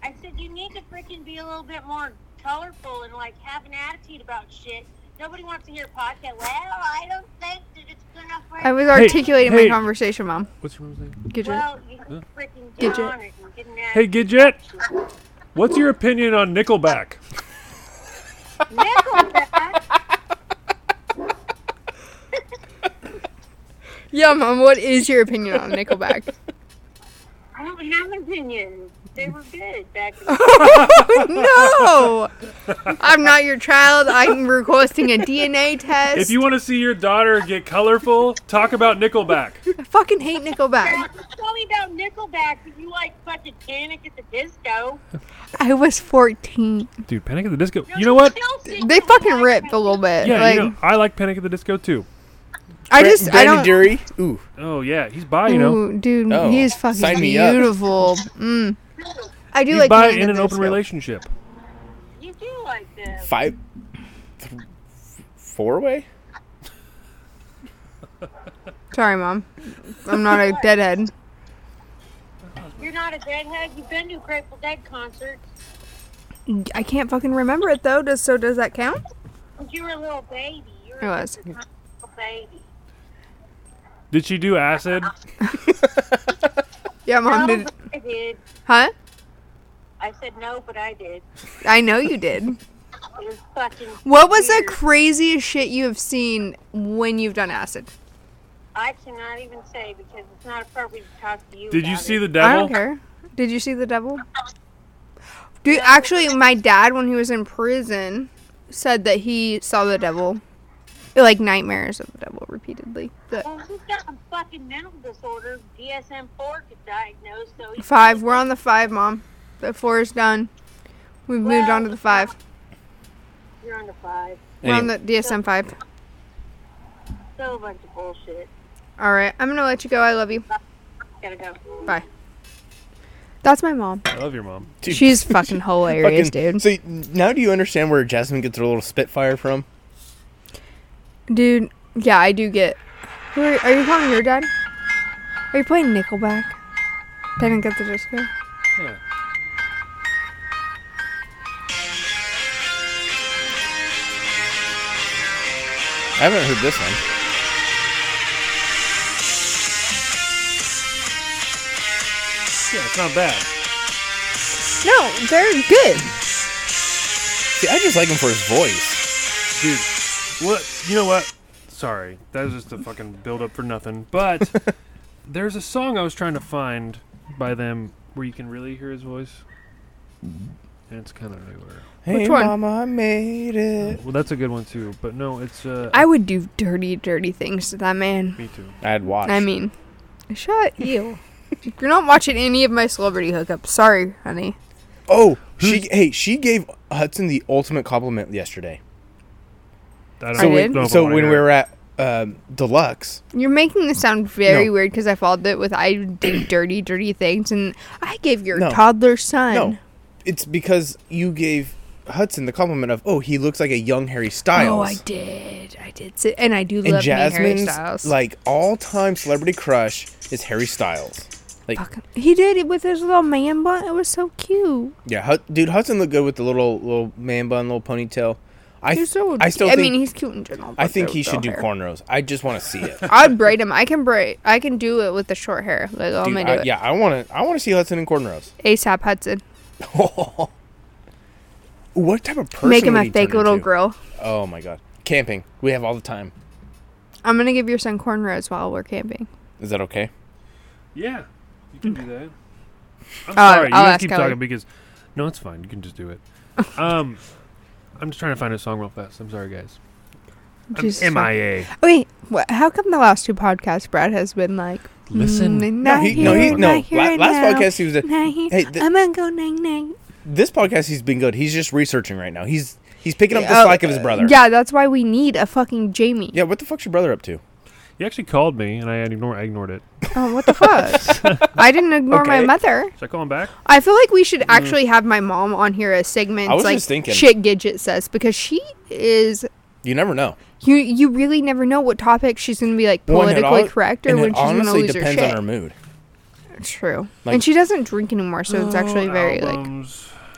[SPEAKER 1] I said you need to freaking be a little bit more colorful and like have an attitude about shit. Nobody wants to hear a podcast. Well, I don't think that it's gonna. Freaking
[SPEAKER 2] I was articulating
[SPEAKER 3] hey.
[SPEAKER 2] my conversation, Mom.
[SPEAKER 3] What's your mom's name?
[SPEAKER 2] Gidget.
[SPEAKER 1] Well, you can freaking get
[SPEAKER 2] Gidget.
[SPEAKER 1] on it and get an
[SPEAKER 3] Hey,
[SPEAKER 1] attitude.
[SPEAKER 3] Gidget, what's your opinion on Nickelback?
[SPEAKER 1] Nickelback.
[SPEAKER 2] yeah, Mom, um, what is your opinion on Nickelback?
[SPEAKER 1] I don't have an opinion. They were good back in the
[SPEAKER 2] no! I'm not your child. I'm requesting a DNA test.
[SPEAKER 3] If you want to see your daughter get colorful, talk about Nickelback.
[SPEAKER 2] I fucking hate Nickelback.
[SPEAKER 1] Tell me about Nickelback. Did you like fucking Panic at the Disco?
[SPEAKER 2] I was 14.
[SPEAKER 3] Dude, Panic at the Disco. You know what?
[SPEAKER 1] Chelsea,
[SPEAKER 2] They
[SPEAKER 1] you
[SPEAKER 2] fucking
[SPEAKER 1] like
[SPEAKER 2] ripped a little bit.
[SPEAKER 3] Yeah,
[SPEAKER 2] like
[SPEAKER 3] you know, I like Panic at the Disco too.
[SPEAKER 2] I just I
[SPEAKER 4] Brandon
[SPEAKER 2] don't.
[SPEAKER 4] Dury. Ooh,
[SPEAKER 3] Oh yeah, he's bi, you know.
[SPEAKER 2] Ooh, dude,
[SPEAKER 4] Oh,
[SPEAKER 2] he is fucking
[SPEAKER 4] sign me up.
[SPEAKER 2] beautiful. Mm. I do
[SPEAKER 3] He's
[SPEAKER 2] like
[SPEAKER 3] bi
[SPEAKER 2] Panic at
[SPEAKER 3] in an
[SPEAKER 2] the
[SPEAKER 3] open
[SPEAKER 2] Disco.
[SPEAKER 3] relationship.
[SPEAKER 1] You do like them.
[SPEAKER 4] five, th- four way.
[SPEAKER 2] Sorry, mom. I'm not a deadhead.
[SPEAKER 1] You're not a deadhead. You've been to a Grateful Dead concert.
[SPEAKER 2] I can't fucking remember it though. Does so? Does that count?
[SPEAKER 1] You were a little baby. You were
[SPEAKER 2] I was.
[SPEAKER 1] a little baby.
[SPEAKER 3] Did she do acid?
[SPEAKER 2] Yeah, mom
[SPEAKER 1] no,
[SPEAKER 2] did.
[SPEAKER 1] but Oh, I did.
[SPEAKER 2] Huh?
[SPEAKER 1] I said no, but I did.
[SPEAKER 2] I know you did.
[SPEAKER 1] It was fucking.
[SPEAKER 2] What was the
[SPEAKER 1] weird.
[SPEAKER 2] craziest shit you have seen when you've done acid?
[SPEAKER 1] I cannot even say because it's not appropriate to talk to you.
[SPEAKER 3] Did you
[SPEAKER 1] about
[SPEAKER 3] see
[SPEAKER 1] it.
[SPEAKER 3] the
[SPEAKER 2] I
[SPEAKER 3] devil?
[SPEAKER 2] don't care. Did you see the devil? Dude, actually, my dad, when he was in prison, said that he saw the devil, like nightmares of the devil repeatedly. The
[SPEAKER 1] Well, he's got a fucking mental disorder. DSM four could diagnose. So he-
[SPEAKER 2] five. We're on the five, mom. The four is done. We've moved on to the five.
[SPEAKER 1] You're on the five.
[SPEAKER 2] We're on
[SPEAKER 4] Anyway.
[SPEAKER 2] the DSM five.
[SPEAKER 1] So much bullshit.
[SPEAKER 2] All right, I'm gonna let you go. I love you.
[SPEAKER 1] Gotta go.
[SPEAKER 2] Bye. That's my mom.
[SPEAKER 3] I love your mom.
[SPEAKER 4] Dude,
[SPEAKER 2] She's fucking hilarious,
[SPEAKER 4] fucking-
[SPEAKER 2] dude.
[SPEAKER 4] So now do you understand where Jasmine gets her little spitfire from?
[SPEAKER 2] Dude, yeah, I do get. Who are, are you calling your dad? Are you playing Nickelback? Didn't get the disco.
[SPEAKER 3] Yeah.
[SPEAKER 4] I haven't heard this one.
[SPEAKER 3] Yeah, it's not bad.
[SPEAKER 2] No, they're good.
[SPEAKER 4] See, I just like him for his voice.
[SPEAKER 3] Dude, what? You know what? Sorry, that was just a fucking build up for nothing. But there's a song I was trying to find by them where you can really hear his voice, and it's kind of everywhere.
[SPEAKER 2] Which
[SPEAKER 4] hey,
[SPEAKER 2] one?
[SPEAKER 4] mama, I made it.
[SPEAKER 3] Well, that's a good one too. But no, it's uh,
[SPEAKER 2] I would do dirty, dirty things to that man.
[SPEAKER 3] me too.
[SPEAKER 4] I'd watch.
[SPEAKER 2] I mean, shut you. You're not watching any of my celebrity hookups. Sorry, honey.
[SPEAKER 4] oh, she hey, she gave Hudson the ultimate compliment yesterday.
[SPEAKER 3] I don't
[SPEAKER 2] So we-
[SPEAKER 3] know if I
[SPEAKER 4] so
[SPEAKER 3] wanna
[SPEAKER 4] when
[SPEAKER 3] hear
[SPEAKER 4] we
[SPEAKER 3] it.
[SPEAKER 4] were at um, Deluxe,
[SPEAKER 2] You're making this sound very
[SPEAKER 4] No.
[SPEAKER 2] weird because I followed it with I did dirty, dirty things, and I gave your
[SPEAKER 4] No.
[SPEAKER 2] toddler son.
[SPEAKER 4] no, it's because you gave Hudson the compliment of, oh, he looks like a young Harry Styles.
[SPEAKER 2] Oh, I did. I did. Sit, and I do
[SPEAKER 4] And
[SPEAKER 2] love me Harry
[SPEAKER 4] Jasmine's
[SPEAKER 2] Styles.
[SPEAKER 4] like all time celebrity crush is Harry Styles. Like,
[SPEAKER 2] Fucking- He did it with his little man bun. It was so cute.
[SPEAKER 4] yeah, Hud- dude, Hudson looked good with the little little man bun, little ponytail. I
[SPEAKER 2] He's so.
[SPEAKER 4] I still
[SPEAKER 2] I
[SPEAKER 4] think
[SPEAKER 2] mean, he's cute in general.
[SPEAKER 4] I
[SPEAKER 2] but
[SPEAKER 4] think
[SPEAKER 2] the-
[SPEAKER 4] he
[SPEAKER 2] the
[SPEAKER 4] should do
[SPEAKER 2] hair.
[SPEAKER 4] cornrows. I just want to see it.
[SPEAKER 2] I'd braid him. I can braid. I can do it with the short hair. Like I'm
[SPEAKER 4] Dude,
[SPEAKER 2] gonna do
[SPEAKER 4] I,
[SPEAKER 2] it.
[SPEAKER 4] yeah, I want to. I want to see Hudson in cornrows.
[SPEAKER 2] ASAP Hudson.
[SPEAKER 4] what type of person?
[SPEAKER 2] Make him
[SPEAKER 4] would
[SPEAKER 2] a
[SPEAKER 4] he
[SPEAKER 2] fake
[SPEAKER 4] turn
[SPEAKER 2] little
[SPEAKER 4] into?
[SPEAKER 2] girl.
[SPEAKER 4] Oh my god, camping. We have all the time.
[SPEAKER 2] I'm gonna give your son cornrows while we're camping.
[SPEAKER 4] Is that okay?
[SPEAKER 3] yeah, you can do that. I'm
[SPEAKER 2] I'll-
[SPEAKER 3] sorry, you
[SPEAKER 2] Uh, I'll
[SPEAKER 3] guys
[SPEAKER 2] ask
[SPEAKER 3] keep
[SPEAKER 2] Kelly.
[SPEAKER 3] talking because no, it's fine. You can just do it. Um, I'm just trying to find a song real fast. I'm sorry, guys. I'm
[SPEAKER 2] Jesus fuck.
[SPEAKER 3] MIA.
[SPEAKER 2] Wait, wha how come the last two podcasts Brad has been like?
[SPEAKER 3] Listen.
[SPEAKER 2] mm,
[SPEAKER 4] No,
[SPEAKER 2] not
[SPEAKER 4] he, no, he,
[SPEAKER 2] here,
[SPEAKER 4] no.
[SPEAKER 2] not here
[SPEAKER 4] La-
[SPEAKER 2] right
[SPEAKER 4] last
[SPEAKER 2] now,
[SPEAKER 4] podcast he was. At,
[SPEAKER 2] not here.
[SPEAKER 4] Hey, th-
[SPEAKER 2] I'm gonna go nang nang.
[SPEAKER 4] this podcast he's been good. He's just researching right now. He's he's picking up the
[SPEAKER 2] Oh,
[SPEAKER 4] slack of his brother.
[SPEAKER 2] Yeah, that's why we need a fucking Jamie.
[SPEAKER 4] Yeah. What the fuck's your brother up to?
[SPEAKER 3] He actually called me, and I had ignore, I ignored it.
[SPEAKER 2] Oh, what the fuck? I didn't ignore my
[SPEAKER 4] Okay.
[SPEAKER 2] mother.
[SPEAKER 3] Should I call him back?
[SPEAKER 2] I feel like we should actually have my mom on here as segments
[SPEAKER 4] Mm. I was
[SPEAKER 2] like
[SPEAKER 4] just thinking.
[SPEAKER 2] shit Gidget says because she is
[SPEAKER 4] You never know.
[SPEAKER 2] you you really never know what topic she's gonna be like
[SPEAKER 4] Well, and it
[SPEAKER 2] politically
[SPEAKER 4] al-
[SPEAKER 2] correct or
[SPEAKER 4] and it
[SPEAKER 2] when she's gonna
[SPEAKER 4] honestly
[SPEAKER 2] lose her
[SPEAKER 4] depends
[SPEAKER 2] shit.
[SPEAKER 4] on her mood.
[SPEAKER 2] True.
[SPEAKER 4] Like- Oh,
[SPEAKER 2] and she doesn't drink anymore, so it's actually very like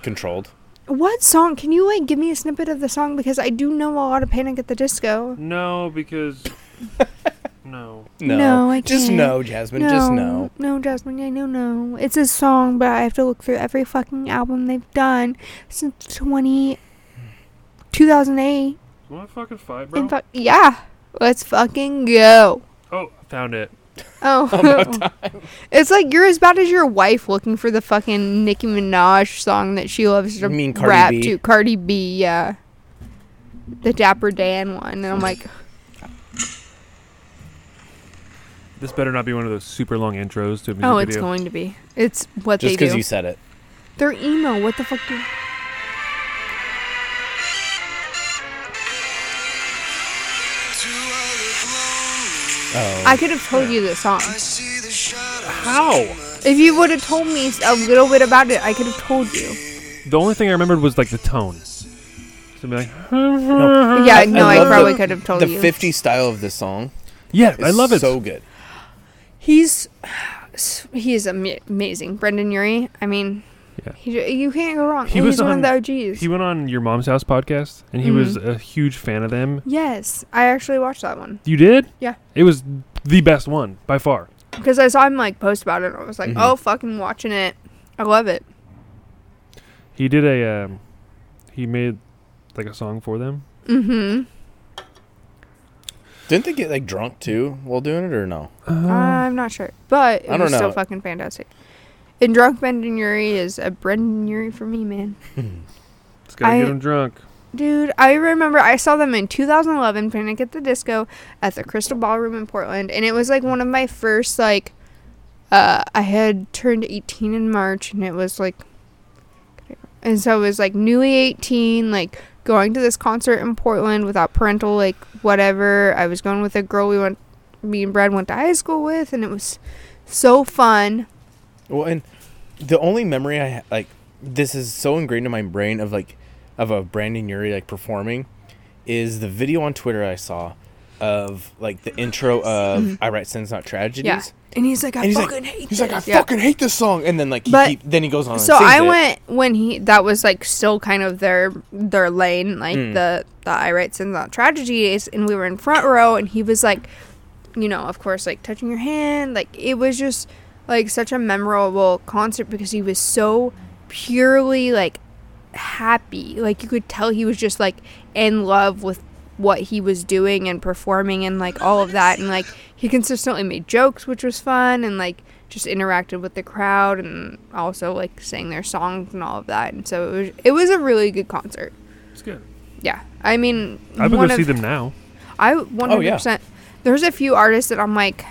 [SPEAKER 4] Controlled.
[SPEAKER 2] What song? Can you like give me a snippet of the song because I do know a lot of Panic at the Disco.
[SPEAKER 3] No, because no.
[SPEAKER 4] No.
[SPEAKER 2] No, I
[SPEAKER 4] just
[SPEAKER 2] can't.
[SPEAKER 4] no, Jasmine. Just no.
[SPEAKER 2] No, Jasmine, I know no. It's a song, but I have to look through every fucking album they've done since 20 2008.
[SPEAKER 3] You want fucking fight, bro?
[SPEAKER 2] In fact, yeah. Let's fucking go.
[SPEAKER 3] oh, I found it.
[SPEAKER 2] Oh. it's like you're as bad as your wife looking for the fucking Nicki Minaj song that she loves to
[SPEAKER 4] You mean Cardi
[SPEAKER 2] rap
[SPEAKER 4] B?
[SPEAKER 2] to. Cardi B, yeah. The Dapper Dan one. And I'm like,
[SPEAKER 3] This better not be one of those super long intros to a music
[SPEAKER 2] oh, it's
[SPEAKER 3] video.
[SPEAKER 2] going to be. It's what
[SPEAKER 4] Just
[SPEAKER 2] they
[SPEAKER 4] because
[SPEAKER 2] do.
[SPEAKER 4] you said it.
[SPEAKER 2] They're emo. What the fuck do
[SPEAKER 4] Oh.
[SPEAKER 2] I could have told you this song.
[SPEAKER 3] How?
[SPEAKER 2] If you would have told me a little bit about it, I could have told you.
[SPEAKER 3] The only thing I remembered was like the tone. So I'd be like,
[SPEAKER 2] Yeah, no, I,
[SPEAKER 4] love
[SPEAKER 2] probably
[SPEAKER 4] the-
[SPEAKER 2] could have told
[SPEAKER 4] the
[SPEAKER 2] Oh, you.
[SPEAKER 4] 50 style of this song.
[SPEAKER 3] yeah,
[SPEAKER 4] Is
[SPEAKER 3] I love it.
[SPEAKER 4] So good.
[SPEAKER 2] He's he's ama- amazing, Brendan Urie. I mean,
[SPEAKER 3] Yeah.
[SPEAKER 2] he, you can't go wrong.
[SPEAKER 3] He
[SPEAKER 2] And
[SPEAKER 3] was
[SPEAKER 2] he's one
[SPEAKER 3] on-
[SPEAKER 2] of the OGs.
[SPEAKER 3] he went on your mom's house podcast, and he was
[SPEAKER 2] Mm-hmm.
[SPEAKER 3] a huge fan of them.
[SPEAKER 2] yes, I actually watched that one
[SPEAKER 3] You did?
[SPEAKER 2] Yeah.
[SPEAKER 3] It was the best one by far.
[SPEAKER 2] because I saw him like post about it, and I was
[SPEAKER 3] Mm-hmm.
[SPEAKER 2] like, oh, fucking watching it. I love it.
[SPEAKER 3] He did a, um, he made like a song for them.
[SPEAKER 2] Mm-hmm.
[SPEAKER 4] Didn't they get like drunk too while doing it or no?
[SPEAKER 3] Uh,
[SPEAKER 2] I'm not sure, but it
[SPEAKER 4] I don't
[SPEAKER 2] was still
[SPEAKER 4] know.
[SPEAKER 2] fucking fantastic. And drunk Brendan Urie is a Brendan Urie for me, man.
[SPEAKER 3] It's gotta
[SPEAKER 2] I-
[SPEAKER 3] get him drunk.
[SPEAKER 2] Dude, I remember I saw them in 2011, Panic at the Disco, at the Crystal Ballroom in Portland, and it was like one of my first like. Uh, I had turned 18 in March, and it was like, and so it was like newly 18, like going to this concert in Portland without parental like whatever. I was going with a girl we went, me and Brad went to high school with, and it was so fun.
[SPEAKER 4] Well, and the only memory I ha- like this is so ingrained in my brain of like of a Brandon Urie like performing is the video on Twitter I saw of like the intro of I Write Sins Not Tragedies.
[SPEAKER 2] Mm-hmm. Yeah, and he's like, I
[SPEAKER 4] And he's like,
[SPEAKER 2] fucking hate.
[SPEAKER 4] he's like, I
[SPEAKER 2] Yeah.
[SPEAKER 4] fucking hate this song, and then like he,
[SPEAKER 2] But-
[SPEAKER 4] keep- then he goes on.
[SPEAKER 2] so
[SPEAKER 4] and sings
[SPEAKER 2] I
[SPEAKER 4] it.
[SPEAKER 2] went when he that was like still kind of their their lane, like the the I write sins not tragedies, and we were in front row, and he was like, you know, of course, like touching your hand, like it was just like such a memorable concert because he was so purely like happy, like you could tell he was just like in love with what he was doing and performing and like all of that and like he consistently made jokes which was fun and like just interacted with the crowd and also like sang their songs and all of that and so it was it was a really good concert
[SPEAKER 3] It's good.
[SPEAKER 2] yeah i mean
[SPEAKER 3] I would
[SPEAKER 2] one
[SPEAKER 3] go see
[SPEAKER 2] of-
[SPEAKER 3] them now.
[SPEAKER 2] i 100%
[SPEAKER 4] yeah.
[SPEAKER 2] there's a few artists that i'm like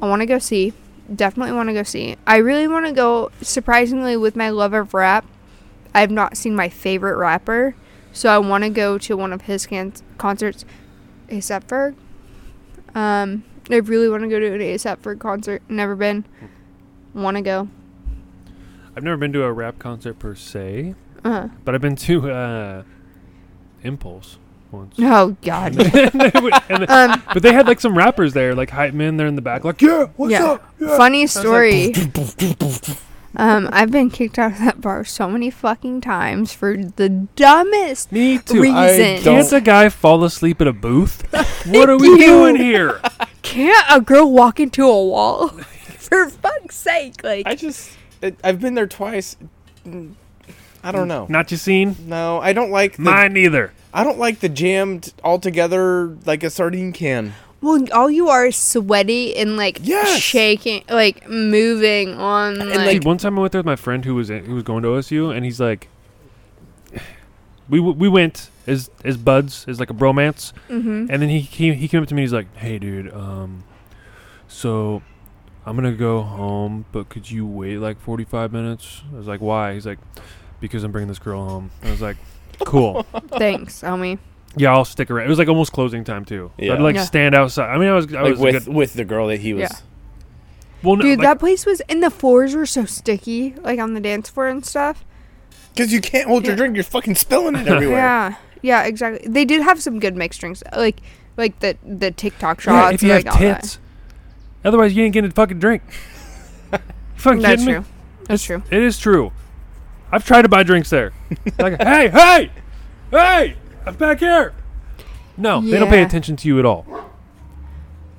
[SPEAKER 2] i want to go see definitely want to go see i really want to go surprisingly with my love of rap i've not seen my favorite rapper so i want to go to one of his can- concerts asap ferg um i really want to go to an asap ferg concert never been want to go
[SPEAKER 3] I've never been to a rap concert per se,
[SPEAKER 2] uh-huh.
[SPEAKER 3] but I've been to uh, Impulse once.
[SPEAKER 2] oh god
[SPEAKER 3] And they would- and the-
[SPEAKER 2] um
[SPEAKER 3] but they had like some rappers there, like hype men. They're in the back, like yeah, what's
[SPEAKER 2] yeah.
[SPEAKER 3] up? Yeah."
[SPEAKER 2] Funny story. um, I've been kicked out of that bar so many fucking times for the dumbest
[SPEAKER 3] Me too.
[SPEAKER 2] reason.
[SPEAKER 4] I don't-
[SPEAKER 3] Can't a guy fall asleep at a booth? What are we
[SPEAKER 2] you.
[SPEAKER 3] doing here?
[SPEAKER 2] Can't a girl walk into a wall? for fuck's sake, like
[SPEAKER 4] I just it, I've been there twice. Mm, I don't know.
[SPEAKER 3] Not you seen?
[SPEAKER 4] No, I don't like the,
[SPEAKER 3] Mine either.
[SPEAKER 4] I don't like the jammed all together like a sardine can.
[SPEAKER 2] well, all you are is sweaty and like
[SPEAKER 4] Yes.
[SPEAKER 2] shaking, like moving on, like,
[SPEAKER 3] Dude, one time I went there with my friend who was in, who was going to OSU, and he's like, we w- we went as as buds as like a bromance,
[SPEAKER 2] mm-hmm.
[SPEAKER 3] and then he came he came up to me. He's like, "Hey, dude, um, so I'm gonna go home, but could you wait like 45 minutes?" I was like, "Why?" He's like, "Because I'm bringing this girl home." I was like, "Cool,
[SPEAKER 2] Thanks, homie.
[SPEAKER 3] yeah, I'll stick around." It was like almost closing time too. So
[SPEAKER 4] Yeah.
[SPEAKER 3] I'd like
[SPEAKER 2] Yeah.
[SPEAKER 3] stand outside. I mean, I was I
[SPEAKER 4] like
[SPEAKER 3] was a
[SPEAKER 4] with
[SPEAKER 3] good,
[SPEAKER 4] with the girl that he was.
[SPEAKER 2] Yeah.
[SPEAKER 3] well, no,
[SPEAKER 2] Dude,
[SPEAKER 3] like-
[SPEAKER 2] that place was and the floors were so sticky, like on the dance floor and stuff.
[SPEAKER 4] Because you can't hold your drink, you're fucking spilling it everywhere.
[SPEAKER 2] Yeah, yeah, exactly. They did have some good mixed drinks, like like the the TikTok
[SPEAKER 3] Yeah,
[SPEAKER 2] shots.
[SPEAKER 3] if you
[SPEAKER 2] like,
[SPEAKER 3] have
[SPEAKER 2] all that.
[SPEAKER 3] tits. Otherwise, you ain't getting a fucking drink. fucking
[SPEAKER 2] that's
[SPEAKER 3] kidding me?
[SPEAKER 2] true. That's true.
[SPEAKER 3] It is true. I've tried to buy drinks there. like, hey, hey, hey, I'm back here. No, they don't pay
[SPEAKER 2] Yeah.
[SPEAKER 3] attention to you at all.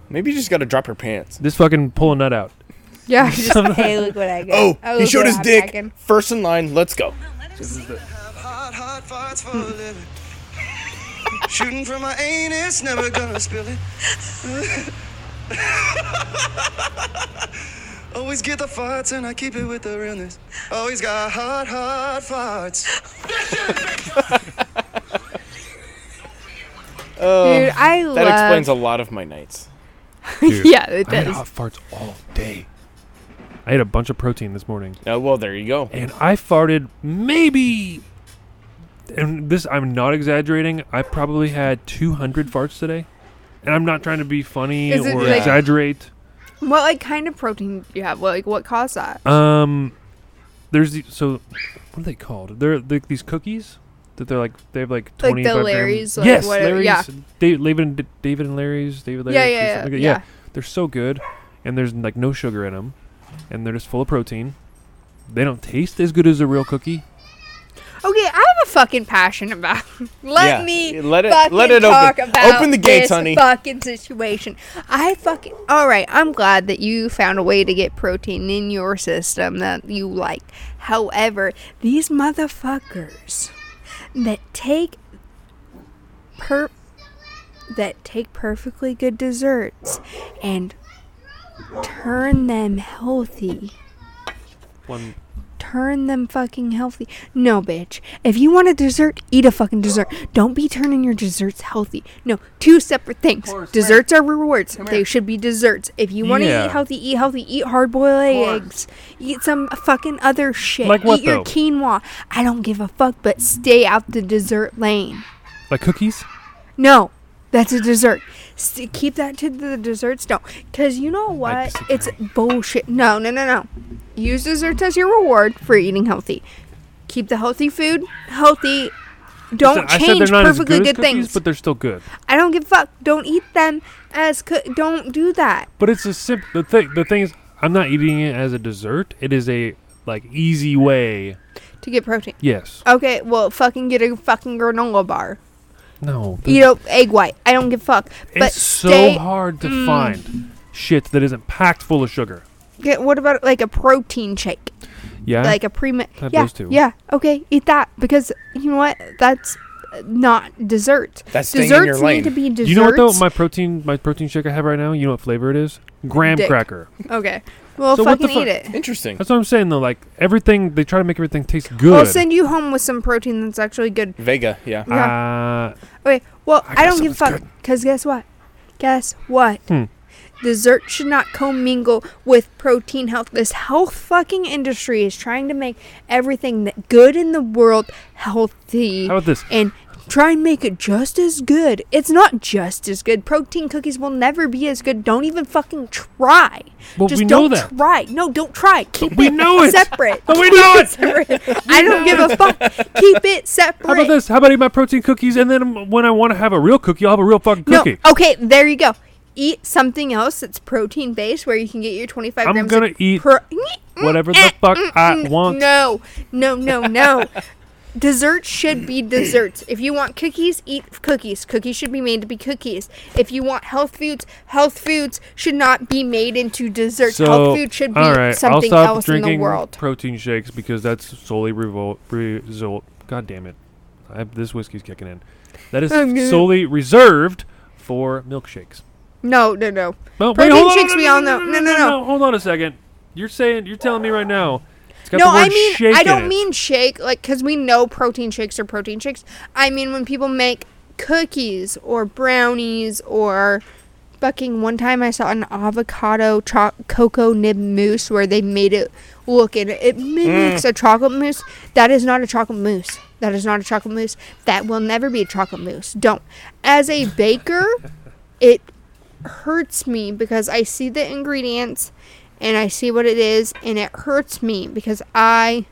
[SPEAKER 4] Maybe you just gotta drop your pants.
[SPEAKER 3] This fucking pull a nut out.
[SPEAKER 2] Yeah, just hey, look what I got.
[SPEAKER 4] Oh,
[SPEAKER 2] I
[SPEAKER 4] he
[SPEAKER 2] look
[SPEAKER 4] showed
[SPEAKER 2] what
[SPEAKER 4] his
[SPEAKER 2] I'm
[SPEAKER 4] dick.
[SPEAKER 2] packing.
[SPEAKER 4] First in line, let's go.
[SPEAKER 5] Have hot, hot farts for a living. Shooting from my anus, never gonna spill it. Always get the farts and I keep it with the realness. Always got hot, hot farts.
[SPEAKER 2] Dude, I love.
[SPEAKER 4] That explains a lot of my nights.
[SPEAKER 3] Dude,
[SPEAKER 2] yeah, it
[SPEAKER 3] I had
[SPEAKER 2] does.
[SPEAKER 3] hot farts all day. I ate a bunch of protein this morning,
[SPEAKER 4] Oh well, there you go.
[SPEAKER 3] and I farted maybe. And this, I'm not exaggerating. I probably had 200 farts today, and I'm not trying to be funny
[SPEAKER 2] Is it
[SPEAKER 3] or
[SPEAKER 2] like-
[SPEAKER 3] exaggerate.
[SPEAKER 2] What like kind of protein do you have? What, like what caused that?
[SPEAKER 3] Um, there's the, so what are they called? They're like these cookies that they're like they have like
[SPEAKER 2] the
[SPEAKER 3] twenty.
[SPEAKER 2] Larry's, like,
[SPEAKER 3] Gram. yes,
[SPEAKER 2] whatever-
[SPEAKER 3] Larry's.
[SPEAKER 2] yeah.
[SPEAKER 3] Da- David and David and Larry's. David Larry's.
[SPEAKER 2] yeah,
[SPEAKER 3] or
[SPEAKER 2] yeah,
[SPEAKER 3] something like that.
[SPEAKER 2] yeah.
[SPEAKER 3] They're so good, and there's like no sugar in them, and they're just full of protein. They don't taste as good as a real cookie.
[SPEAKER 2] Okay, I have a fucking passion about. Let
[SPEAKER 4] Yeah,
[SPEAKER 2] me
[SPEAKER 4] let it-
[SPEAKER 2] fucking
[SPEAKER 4] let it
[SPEAKER 2] talk
[SPEAKER 4] open.
[SPEAKER 2] about
[SPEAKER 4] Open the gates,
[SPEAKER 2] this
[SPEAKER 4] honey.
[SPEAKER 2] Fucking situation. I fucking all right. I'm glad that you found a way to get protein in your system that you like. However, these motherfuckers that take per that take perfectly good desserts and turn them healthy
[SPEAKER 3] One
[SPEAKER 2] turn them fucking healthy. No, bitch. If you want a dessert, eat a fucking dessert. Don't be turning your desserts healthy. No, two separate things. desserts are rewards. They should be desserts. If you want to
[SPEAKER 3] Yeah.
[SPEAKER 2] eat healthy, eat healthy. Eat hard boiled eggs. Eat some fucking other shit.
[SPEAKER 3] Like what,
[SPEAKER 2] eat your
[SPEAKER 3] though?
[SPEAKER 2] quinoa. I don't give a fuck, but stay out the dessert lane.
[SPEAKER 3] like cookies.
[SPEAKER 2] No, that's a dessert. St- keep that to the desserts. Don't, because you know what? It's bullshit. No, no, no, no. Use desserts as your reward for eating healthy. Keep the healthy food healthy. Don't
[SPEAKER 3] I said
[SPEAKER 2] change
[SPEAKER 3] they're not as
[SPEAKER 2] perfectly
[SPEAKER 3] good,
[SPEAKER 2] good,
[SPEAKER 3] as cookies,
[SPEAKER 2] things.
[SPEAKER 3] but they're still good.
[SPEAKER 2] I don't give a fuck. Don't eat them as cook. Don't do that.
[SPEAKER 3] But it's a simp. The thing. The thing is, I'm not eating it as a dessert. It is a like easy way.
[SPEAKER 2] To get protein.
[SPEAKER 3] Yes.
[SPEAKER 2] Okay, well, fucking get a fucking granola bar.
[SPEAKER 3] No. the-
[SPEAKER 2] Eat a egg white. I don't give a fuck. But
[SPEAKER 3] it's
[SPEAKER 2] stay- Mm.
[SPEAKER 3] so hard to find shit that isn't packed full of sugar.
[SPEAKER 2] Get, what about like a protein shake?
[SPEAKER 3] Yeah.
[SPEAKER 2] like a pre made
[SPEAKER 3] Have
[SPEAKER 2] yeah,
[SPEAKER 3] those two.
[SPEAKER 2] yeah okay eat that because you know what that's not dessert
[SPEAKER 4] That's staying in
[SPEAKER 2] desserts
[SPEAKER 4] your lane.
[SPEAKER 2] need to be desserts
[SPEAKER 3] you know what though? My protein, my protein shake I have right now. You know what flavor it is? Graham
[SPEAKER 2] Dick.
[SPEAKER 3] cracker.
[SPEAKER 2] okay well
[SPEAKER 3] So what
[SPEAKER 2] fucking
[SPEAKER 3] the fuck-
[SPEAKER 2] eat it
[SPEAKER 4] Interesting.
[SPEAKER 3] That's what I'm saying though. Like everything, they try to make everything taste good.
[SPEAKER 2] i'll send you home with some protein that's actually good
[SPEAKER 4] Vega, yeah.
[SPEAKER 3] Uh,
[SPEAKER 2] okay well
[SPEAKER 3] got
[SPEAKER 2] i, don't give a
[SPEAKER 3] something
[SPEAKER 2] fuck because guess what guess what
[SPEAKER 3] Hmm.
[SPEAKER 2] Dessert should not commingle with protein health. This health fucking industry is trying to make everything that good in the world healthy.
[SPEAKER 3] how about this?
[SPEAKER 2] and try and make it just as good. It's not just as good. Protein cookies will never be as good. Don't even fucking try.
[SPEAKER 3] Well,
[SPEAKER 2] just
[SPEAKER 3] we know
[SPEAKER 2] don't
[SPEAKER 3] that.
[SPEAKER 2] try. No, don't try. Keep
[SPEAKER 3] we
[SPEAKER 2] it
[SPEAKER 3] know it.
[SPEAKER 2] separate.
[SPEAKER 3] But we know it.
[SPEAKER 2] Separate. I don't give a fuck. Keep it separate.
[SPEAKER 3] How about this? How about eat my protein cookies and then when I want to have a real cookie, I'll have a real fucking
[SPEAKER 2] No.
[SPEAKER 3] cookie.
[SPEAKER 2] Okay, there you go. Eat something else that's protein based where you can get your 25
[SPEAKER 3] I'm
[SPEAKER 2] grams.
[SPEAKER 3] gonna
[SPEAKER 2] of
[SPEAKER 3] eat
[SPEAKER 2] pro- Mm,
[SPEAKER 3] whatever the fuck I want.
[SPEAKER 2] No, no, no, no. Desserts should be desserts. If you want cookies, eat cookies. Cookies should be made to be cookies. If you want health foods, health foods should not be made into desserts.
[SPEAKER 3] So,
[SPEAKER 2] health food should be
[SPEAKER 3] all right, I'll
[SPEAKER 2] something
[SPEAKER 3] stop
[SPEAKER 2] else in
[SPEAKER 3] drinking
[SPEAKER 2] the world.
[SPEAKER 3] protein shakes because that's solely revol- result. God damn it! I have, this whiskey's kicking in. That is
[SPEAKER 2] I'm good.
[SPEAKER 3] solely reserved for milkshakes.
[SPEAKER 2] No, no, no.
[SPEAKER 3] No,
[SPEAKER 2] Protein
[SPEAKER 3] hold on,
[SPEAKER 2] shakes, we all know. No, no, no.
[SPEAKER 3] Hold on a second. You're saying you're telling me right now it's got
[SPEAKER 2] no,
[SPEAKER 3] the word
[SPEAKER 2] I mean
[SPEAKER 3] shake
[SPEAKER 2] I
[SPEAKER 3] in
[SPEAKER 2] don't
[SPEAKER 3] it.
[SPEAKER 2] mean shake like because we know protein shakes are protein shakes. I mean when people make cookies or brownies or fucking one time I saw an avocado cho- cocoa nib mousse where they made it look and it
[SPEAKER 3] Mm.
[SPEAKER 2] mimics a chocolate mousse. That is not a chocolate mousse. That is not a chocolate mousse. That will never be a chocolate mousse. Don't. As a baker, it hurts me because I see the ingredients and I see what it is, and it hurts me because I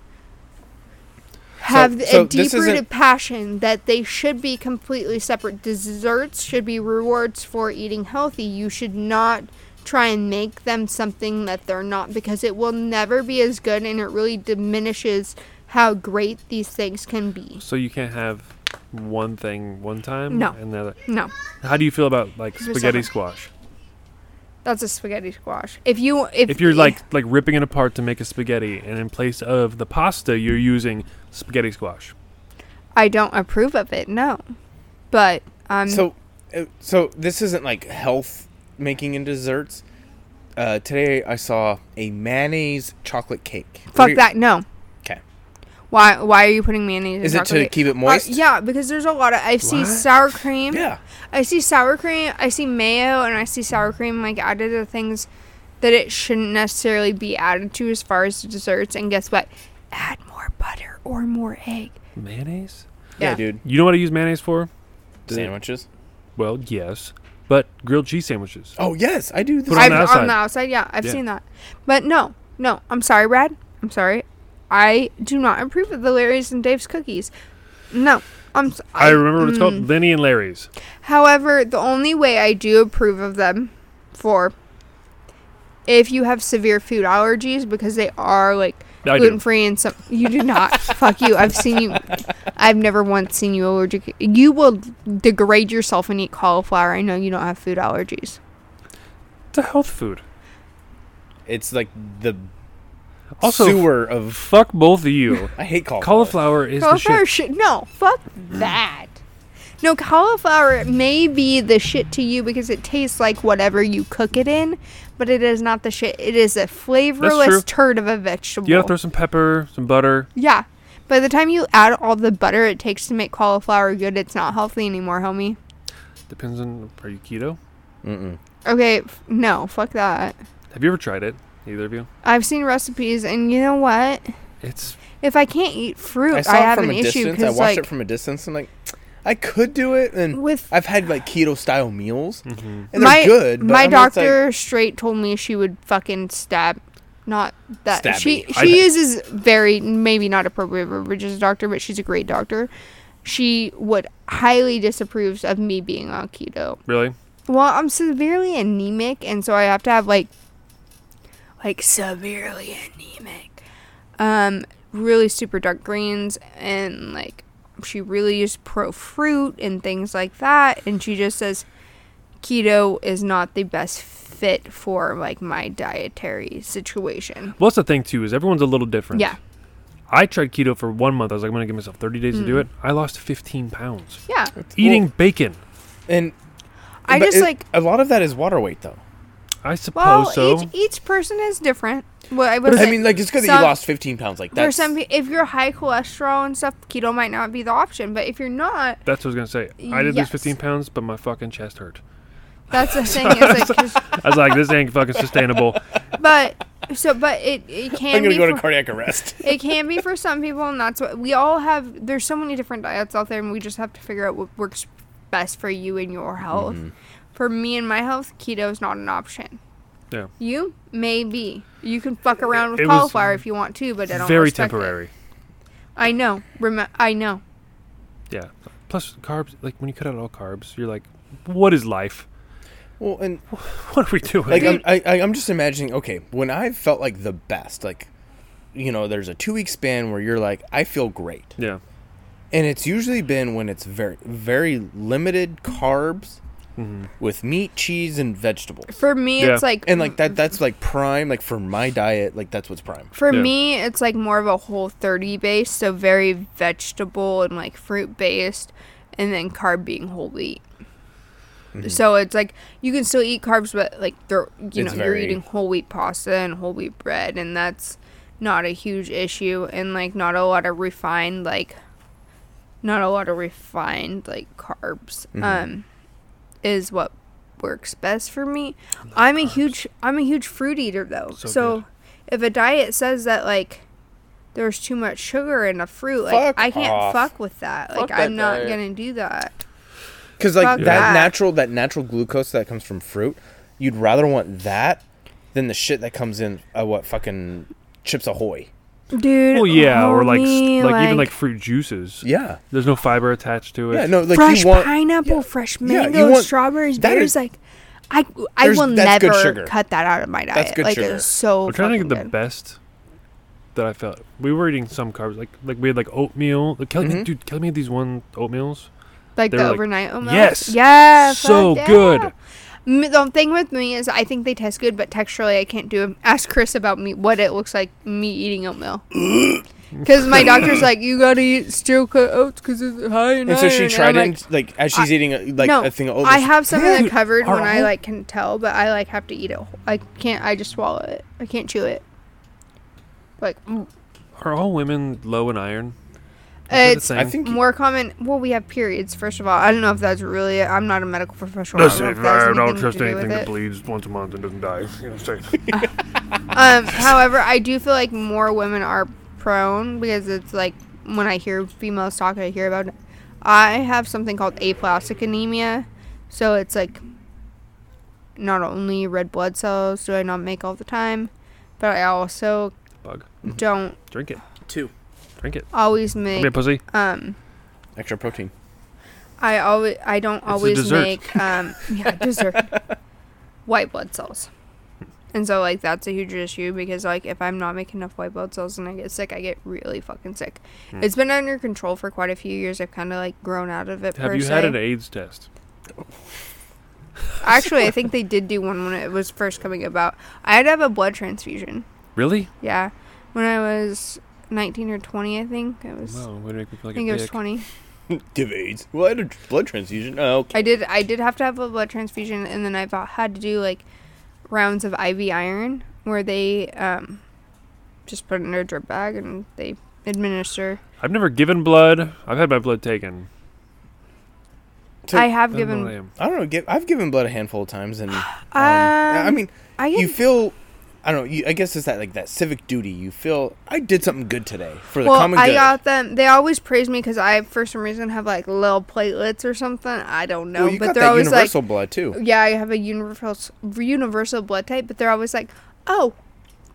[SPEAKER 2] have
[SPEAKER 4] so
[SPEAKER 2] a
[SPEAKER 4] this
[SPEAKER 2] deep
[SPEAKER 4] isn't-
[SPEAKER 2] rooted passion that they should be completely separate. Desserts should be rewards for eating healthy. You should not try and make them something that they're not because it will never be as good and it really diminishes how great these things can be.
[SPEAKER 3] So you can't have one thing one time.
[SPEAKER 2] No.
[SPEAKER 3] And the other.
[SPEAKER 2] No.
[SPEAKER 3] How do you feel about like
[SPEAKER 2] Just
[SPEAKER 3] spaghetti
[SPEAKER 2] not.
[SPEAKER 3] squash?
[SPEAKER 2] That's a spaghetti squash. If you if,
[SPEAKER 3] If you're like like ripping it apart to make a spaghetti, and in place of the pasta, you're using spaghetti squash.
[SPEAKER 2] I don't approve of it, no. But um
[SPEAKER 4] So, uh, so this isn't like health making in desserts. Uh, today I saw a mayonnaise chocolate cake. What
[SPEAKER 2] fuck
[SPEAKER 4] are you-
[SPEAKER 2] that, no.
[SPEAKER 4] Okay.
[SPEAKER 2] Why? Why are you putting mayonnaise? in
[SPEAKER 4] Is it
[SPEAKER 2] chocolate
[SPEAKER 4] to
[SPEAKER 2] cake?
[SPEAKER 4] keep it
[SPEAKER 2] Uh,
[SPEAKER 4] moist?
[SPEAKER 2] yeah, because there's a lot of. I see sour cream.
[SPEAKER 4] Yeah.
[SPEAKER 2] I see sour cream. I see mayo, and I see sour cream like added to things that it shouldn't necessarily be added to as far as desserts. And guess what? Add more butter or more egg.
[SPEAKER 3] Mayonnaise.
[SPEAKER 4] Yeah, dude.
[SPEAKER 3] You know what I use mayonnaise for?
[SPEAKER 4] Sandwiches.
[SPEAKER 3] Well, yes, but grilled cheese sandwiches.
[SPEAKER 4] Oh yes, I do. This.
[SPEAKER 3] Put
[SPEAKER 2] I've,
[SPEAKER 3] it on the
[SPEAKER 2] On
[SPEAKER 3] outside.
[SPEAKER 2] the outside, yeah, I've
[SPEAKER 3] Yeah.
[SPEAKER 2] seen that. But no, no. I'm sorry, Brad. I'm sorry. I do not approve of the Larry's and Dave's cookies. No, I'm. s- Mm.
[SPEAKER 3] I remember what it's called. Lenny and Larry's.
[SPEAKER 2] However, the only way I do approve of them for if you have severe food allergies because they are like
[SPEAKER 3] I do.
[SPEAKER 2] gluten free and some you do not fuck you. I've seen you I've never once seen you allergic. You will degrade yourself and eat cauliflower. I know you don't have food allergies.
[SPEAKER 3] It's a health food.
[SPEAKER 4] It's like the
[SPEAKER 3] Also,
[SPEAKER 4] sewer of.
[SPEAKER 3] fuck both of you.
[SPEAKER 4] I hate cauliflower.
[SPEAKER 3] Cauliflower is
[SPEAKER 2] cauliflower
[SPEAKER 3] the shit.
[SPEAKER 2] shit. No, fuck that. No, cauliflower may be the shit to you because it tastes like whatever you cook it in, but it is not the shit. It is a flavorless turd of a vegetable.
[SPEAKER 3] You gotta throw some pepper, some butter.
[SPEAKER 2] yeah. By the time you add all the butter it takes to make cauliflower good, it's not healthy anymore, homie.
[SPEAKER 3] Depends on are you keto?
[SPEAKER 2] Okay, f- no, fuck that.
[SPEAKER 3] Have you ever tried it? Either of you?
[SPEAKER 2] I've seen recipes, and you know what?
[SPEAKER 3] It's
[SPEAKER 2] If I can't eat fruit,
[SPEAKER 4] I
[SPEAKER 2] I,
[SPEAKER 4] saw it
[SPEAKER 2] have
[SPEAKER 4] from
[SPEAKER 2] an
[SPEAKER 4] a
[SPEAKER 2] issue
[SPEAKER 4] distance. I
[SPEAKER 2] because
[SPEAKER 4] watched
[SPEAKER 2] like
[SPEAKER 4] it from a distance. and like, I could do it, and
[SPEAKER 2] With-
[SPEAKER 4] I've had like keto style meals, and they're
[SPEAKER 2] my,
[SPEAKER 4] good. But
[SPEAKER 2] my
[SPEAKER 4] I'm just like,
[SPEAKER 2] doctor straight told me she would fucking stab. Not that
[SPEAKER 4] Stab
[SPEAKER 2] she
[SPEAKER 4] me.
[SPEAKER 2] she
[SPEAKER 4] I-
[SPEAKER 2] uses very maybe not appropriate verbiage as a doctor, but she's a great doctor. She would highly disapproves of me being on keto.
[SPEAKER 3] really
[SPEAKER 2] Well, I'm severely anemic, and so I have to have like, like severely anemic, um, really super dark greens, and like she really used pro fruit and things like that, and she just says keto is not the best fit for like my dietary situation.
[SPEAKER 3] well that's the thing too, is everyone's a little different.
[SPEAKER 2] Yeah,
[SPEAKER 3] I tried keto for one month. I was like, I'm gonna give myself thirty days to do it. I lost fifteen pounds.
[SPEAKER 2] Mm. yeah.
[SPEAKER 3] Eating bacon.
[SPEAKER 4] and
[SPEAKER 2] I
[SPEAKER 4] but
[SPEAKER 2] just
[SPEAKER 4] it-
[SPEAKER 2] like
[SPEAKER 4] a lot of that is water weight though.
[SPEAKER 3] I suppose
[SPEAKER 2] well,
[SPEAKER 3] so.
[SPEAKER 2] each each person is different. Well, I, would
[SPEAKER 4] I
[SPEAKER 2] say
[SPEAKER 4] mean, like it's good that
[SPEAKER 2] some-
[SPEAKER 4] you lost 15 pounds. Like
[SPEAKER 2] For
[SPEAKER 4] that's
[SPEAKER 2] some, pe- if you're high cholesterol and stuff, keto might not be the option. But if you're not,
[SPEAKER 3] That's what I was gonna say. I did lose
[SPEAKER 2] Yes.
[SPEAKER 3] fifteen pounds, but my fucking chest hurt.
[SPEAKER 2] That's the thing. Is like, 'cause-
[SPEAKER 3] I was like, this ain't fucking sustainable.
[SPEAKER 2] but so, but it it
[SPEAKER 4] I'm
[SPEAKER 2] can
[SPEAKER 4] gonna
[SPEAKER 2] be
[SPEAKER 4] go to
[SPEAKER 2] for-
[SPEAKER 4] cardiac arrest.
[SPEAKER 2] it can be for some people, and that's what we all have. There's so many different diets out there, and we just have to figure out what works best for you and your health.
[SPEAKER 3] Mm-hmm.
[SPEAKER 2] For me and my health, keto is not an option.
[SPEAKER 3] Yeah.
[SPEAKER 2] You maybe you can fuck around with
[SPEAKER 3] It was
[SPEAKER 2] cauliflower if you want to, but I don't.
[SPEAKER 3] Very
[SPEAKER 2] respect it.
[SPEAKER 3] temporary.
[SPEAKER 2] I know. Rem- I know.
[SPEAKER 3] Yeah. Plus carbs, like when you cut out all carbs, you're like, what is life?
[SPEAKER 4] well, and
[SPEAKER 3] What are we doing?
[SPEAKER 4] like I'm, I, I- I'm just imagining. Okay, when I felt like the best, like you know, there's a two week span where you're like, I feel great,
[SPEAKER 3] yeah.
[SPEAKER 4] and it's usually been when it's very very limited carbs with meat, cheese, and vegetables.
[SPEAKER 2] For me,
[SPEAKER 3] Yeah.
[SPEAKER 2] it's like
[SPEAKER 4] And like that, that's like prime. Like for my diet, like that's what's prime.
[SPEAKER 2] For
[SPEAKER 3] Yeah.
[SPEAKER 2] me, it's like more of a whole 30 base, so very vegetable and like fruit based, and then carb being whole wheat. So it's like you can still eat carbs, but like they're you
[SPEAKER 4] Mm-hmm. It's
[SPEAKER 2] know you're
[SPEAKER 4] very-
[SPEAKER 2] eating whole wheat pasta and whole wheat bread, and that's not a huge issue and like not a lot of refined like not a lot of refined like carbs
[SPEAKER 4] Mm-hmm.
[SPEAKER 2] um is what works best for me. I'm a huge I'm a huge fruit eater though. So,
[SPEAKER 3] So good.
[SPEAKER 2] if a diet says that like there's too much sugar in a fruit, like
[SPEAKER 4] Fuck
[SPEAKER 2] I can't
[SPEAKER 4] off.
[SPEAKER 2] fuck with that. Like
[SPEAKER 4] Fuck that
[SPEAKER 2] I'm not
[SPEAKER 4] diet.
[SPEAKER 2] gonna do that.
[SPEAKER 4] Because like
[SPEAKER 2] Fuck
[SPEAKER 4] that,
[SPEAKER 2] that.
[SPEAKER 4] natural that natural glucose that comes from fruit, you'd rather want that than the shit that comes in uh, what fucking chips ahoy.
[SPEAKER 2] Dude.
[SPEAKER 3] Well, yeah, or like, s-
[SPEAKER 2] homie,
[SPEAKER 3] like even like fruit juices.
[SPEAKER 4] Yeah.
[SPEAKER 3] There's no fiber attached to it.
[SPEAKER 4] Yeah, no, like
[SPEAKER 2] fresh
[SPEAKER 4] you want
[SPEAKER 2] pineapple,
[SPEAKER 4] yeah.
[SPEAKER 2] fresh
[SPEAKER 4] Yeah, you
[SPEAKER 2] mango,
[SPEAKER 4] want-
[SPEAKER 2] strawberries,
[SPEAKER 4] that
[SPEAKER 2] berries.
[SPEAKER 4] is-
[SPEAKER 2] like, I I
[SPEAKER 4] There's-
[SPEAKER 2] will
[SPEAKER 4] that's good
[SPEAKER 2] never
[SPEAKER 4] sugar.
[SPEAKER 2] cut that out of my diet.
[SPEAKER 4] good
[SPEAKER 2] like
[SPEAKER 4] sugar.
[SPEAKER 2] it's so.
[SPEAKER 3] I'm trying to
[SPEAKER 2] fucking
[SPEAKER 3] get the
[SPEAKER 2] good.
[SPEAKER 3] best that I felt. We were eating some carbs, like like we had like oatmeal. Like, Kelly, dude, Kelly made these one oatmeals.
[SPEAKER 2] like
[SPEAKER 3] they
[SPEAKER 2] the
[SPEAKER 3] were like,
[SPEAKER 2] overnight oatmeal.
[SPEAKER 3] "Yes!
[SPEAKER 2] yeah,
[SPEAKER 3] so
[SPEAKER 2] fuck
[SPEAKER 3] good.
[SPEAKER 2] yeah." M- The thing with me is I think they taste good, but texturally I can't do them. Ask Chris about me what it looks like me eating oatmeal. Because my doctor's like, you gotta eat steel cut oats because it's high in
[SPEAKER 4] And so she
[SPEAKER 2] iron." I'm
[SPEAKER 4] tried it,
[SPEAKER 2] like,
[SPEAKER 4] and, like as she's eating a, like
[SPEAKER 2] no,
[SPEAKER 4] a thing of oatmeal.
[SPEAKER 2] I have some of that
[SPEAKER 3] "Dude,
[SPEAKER 2] covered
[SPEAKER 3] our
[SPEAKER 2] when I
[SPEAKER 3] whole-
[SPEAKER 2] like can tell, but I like have to eat it. wh- I can't. I just swallow it. I can't chew it. Like mm.
[SPEAKER 3] Are all women low in iron? it
[SPEAKER 2] it's
[SPEAKER 3] the
[SPEAKER 4] I think
[SPEAKER 2] more common. Well, we have periods. First of all, I don't know if that's really. it. I'm not a medical professional. I don't, know if that's anything to do with it.
[SPEAKER 3] bleeds once a month and doesn't die. You know what I'm saying?
[SPEAKER 2] Um, however, I do feel like more women are prone because it's like when I hear females talk, I hear about it. I have something called aplastic anemia, so it's like not only red blood cells do I not make all the time, but I also
[SPEAKER 3] Bug.
[SPEAKER 2] don't
[SPEAKER 3] Drink it.
[SPEAKER 4] two
[SPEAKER 3] Drink it.
[SPEAKER 2] always
[SPEAKER 3] Come here,
[SPEAKER 2] make
[SPEAKER 3] pussy.
[SPEAKER 2] um.
[SPEAKER 4] extra protein.
[SPEAKER 2] I always I don't
[SPEAKER 3] a
[SPEAKER 2] always
[SPEAKER 3] dessert.
[SPEAKER 2] make um yeah dessert white blood cells, and so like that's a huge issue because like if I'm not making enough white blood cells and I get sick, I get really fucking sick.
[SPEAKER 3] Hmm.
[SPEAKER 2] It's been under control for quite a few years. I've kind of like grown out of it.
[SPEAKER 3] Have
[SPEAKER 2] per
[SPEAKER 3] you
[SPEAKER 2] se.
[SPEAKER 3] had an AIDS test?
[SPEAKER 2] Actually, I think they did do one when it was first coming about. I had to have a blood transfusion.
[SPEAKER 3] Really?
[SPEAKER 2] Yeah, when I was 19 or 20, I think I was.
[SPEAKER 3] Wow, way to make me feel
[SPEAKER 2] I
[SPEAKER 3] like
[SPEAKER 2] think
[SPEAKER 3] a
[SPEAKER 2] it was
[SPEAKER 3] dick.
[SPEAKER 2] 20.
[SPEAKER 4] Give AIDS. Well, I had a blood transfusion. Oh, okay.
[SPEAKER 2] I did. I did have to have a blood transfusion, and then I've had to do like rounds of IV iron, where they um, just put it in a drip bag and they administer.
[SPEAKER 3] I've never given blood. I've had my blood taken.
[SPEAKER 4] So-
[SPEAKER 2] I have
[SPEAKER 3] I don't know what I
[SPEAKER 2] given.
[SPEAKER 3] am.
[SPEAKER 4] I don't know. Give, I've given blood a handful of times, and um,
[SPEAKER 2] Um,
[SPEAKER 4] I mean,
[SPEAKER 2] I
[SPEAKER 4] you
[SPEAKER 2] get,
[SPEAKER 4] feel. I don't know. You, I guess it's that like that civic duty. You feel I did something good today for the
[SPEAKER 2] well,
[SPEAKER 4] common
[SPEAKER 2] I
[SPEAKER 4] good.
[SPEAKER 2] got them. They always praise me because I, for some reason, have like little platelets or something. I don't know,
[SPEAKER 4] well, you
[SPEAKER 2] but
[SPEAKER 4] got
[SPEAKER 2] they're
[SPEAKER 4] that
[SPEAKER 2] always like,
[SPEAKER 4] universal blood too.
[SPEAKER 2] yeah, I have a universal universal blood type, but they're always like, oh,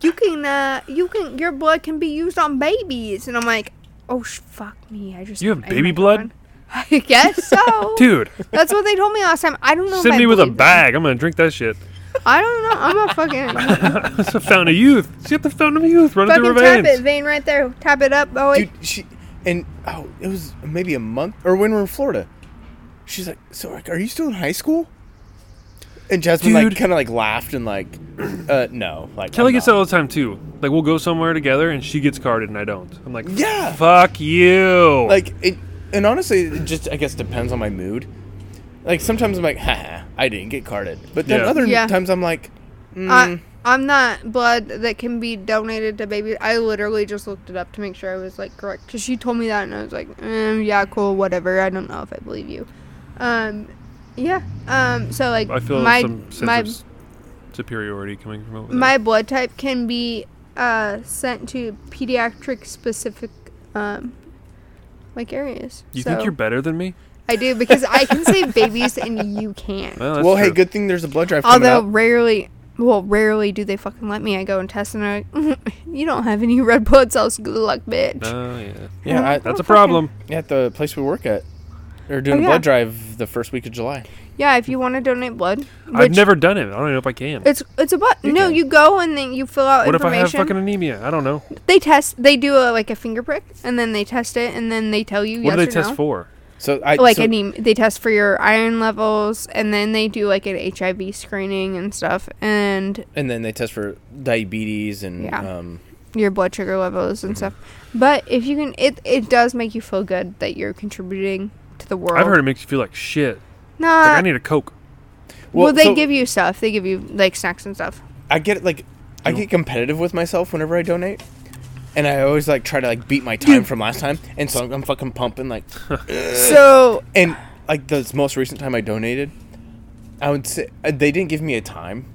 [SPEAKER 2] you can uh, you can your blood can be used on babies, and I'm like, oh sh- fuck me, I just
[SPEAKER 3] You have
[SPEAKER 2] I might
[SPEAKER 3] baby
[SPEAKER 2] have
[SPEAKER 3] blood?
[SPEAKER 2] one." I guess so.
[SPEAKER 3] Dude,
[SPEAKER 2] That's what they told me last time. I don't know. if
[SPEAKER 3] send
[SPEAKER 2] I
[SPEAKER 3] me with a
[SPEAKER 2] believe them.
[SPEAKER 3] bag. I'm gonna drink that shit.
[SPEAKER 2] I don't know. I'm a fucking
[SPEAKER 3] That's a fountain of youth. She got the fountain of youth running through
[SPEAKER 2] fucking
[SPEAKER 3] her
[SPEAKER 2] tap it
[SPEAKER 3] veins.
[SPEAKER 2] vein right there. Tap it up, Oh, boy.
[SPEAKER 4] Dude, she and oh, it was maybe a month or when we were in Florida. She's like, "So, like, are you still in high school?" And Jasmine like
[SPEAKER 3] Dude.
[SPEAKER 4] kind of like laughed and like, uh, no, like
[SPEAKER 3] Kelly
[SPEAKER 4] I'm
[SPEAKER 3] gets
[SPEAKER 4] not.
[SPEAKER 3] that all the time too. Like we'll go somewhere together and she gets carded and I don't. I'm like,
[SPEAKER 4] Yeah.
[SPEAKER 3] fuck you.
[SPEAKER 4] like it and honestly it just i guess depends on my mood like sometimes i'm like haha i didn't get carded but then
[SPEAKER 3] Yeah.
[SPEAKER 4] other
[SPEAKER 2] Yeah.
[SPEAKER 4] times i'm like
[SPEAKER 2] I, I'm not blood that can be donated to babies. I literally just looked it up to make sure I was like correct because she told me that and I was like, mm, yeah, cool, whatever. I don't know if I believe you. Um, yeah. Um, so like
[SPEAKER 3] I feel
[SPEAKER 2] my
[SPEAKER 3] some sense
[SPEAKER 2] my
[SPEAKER 3] of s- superiority coming from over there.
[SPEAKER 2] my blood type can be uh, sent to pediatric specific um, like areas.
[SPEAKER 3] You
[SPEAKER 2] so
[SPEAKER 3] think you're better than me?
[SPEAKER 2] I do because I can save babies and you can't.
[SPEAKER 3] Well, that's
[SPEAKER 4] well hey
[SPEAKER 3] true.
[SPEAKER 4] good thing there's a blood drive coming
[SPEAKER 2] Although
[SPEAKER 4] up.
[SPEAKER 2] rarely, well, rarely do they fucking let me. I go and test, and they're like, "You don't have any red blood cells. Good luck, bitch."
[SPEAKER 3] Oh yeah,
[SPEAKER 4] yeah I,
[SPEAKER 3] that's a problem.
[SPEAKER 4] at the place we work at they're doing
[SPEAKER 2] Oh,
[SPEAKER 4] a
[SPEAKER 2] yeah.
[SPEAKER 4] blood drive the first week of july
[SPEAKER 2] yeah, if you want to donate blood,
[SPEAKER 3] I've
[SPEAKER 2] which
[SPEAKER 3] never done it. I don't even know if I can.
[SPEAKER 2] It's it's a blood. no,
[SPEAKER 4] can.
[SPEAKER 2] you go and then you fill out
[SPEAKER 3] What if I
[SPEAKER 2] information.
[SPEAKER 3] have fucking anemia? I don't know.
[SPEAKER 2] they test. They do a, like a finger prick, and then they test it, and then they tell you
[SPEAKER 3] What
[SPEAKER 2] yes
[SPEAKER 3] do
[SPEAKER 2] or
[SPEAKER 3] they test
[SPEAKER 2] no.
[SPEAKER 3] for?
[SPEAKER 4] so i
[SPEAKER 2] Like
[SPEAKER 4] so,
[SPEAKER 2] anem- they test for your iron levels, and then they do like an HIV screening and stuff, and
[SPEAKER 4] and then they test for diabetes and
[SPEAKER 2] Yeah.
[SPEAKER 4] um
[SPEAKER 2] your blood sugar levels
[SPEAKER 3] Mm-hmm.
[SPEAKER 2] and stuff. But if you can, it it does make you feel good that you're contributing to the world.
[SPEAKER 3] I've heard it makes you feel like shit.
[SPEAKER 2] Nah.
[SPEAKER 3] Like I need a coke.
[SPEAKER 2] well, they
[SPEAKER 4] so
[SPEAKER 2] give you stuff. They give you like snacks and stuff.
[SPEAKER 4] i get like i get competitive with myself whenever i donate and I always like try to like beat my time from last time, and so I'm fucking pumping like,
[SPEAKER 2] So
[SPEAKER 4] and like this most recent time I donated, I would say uh, they didn't give me a time,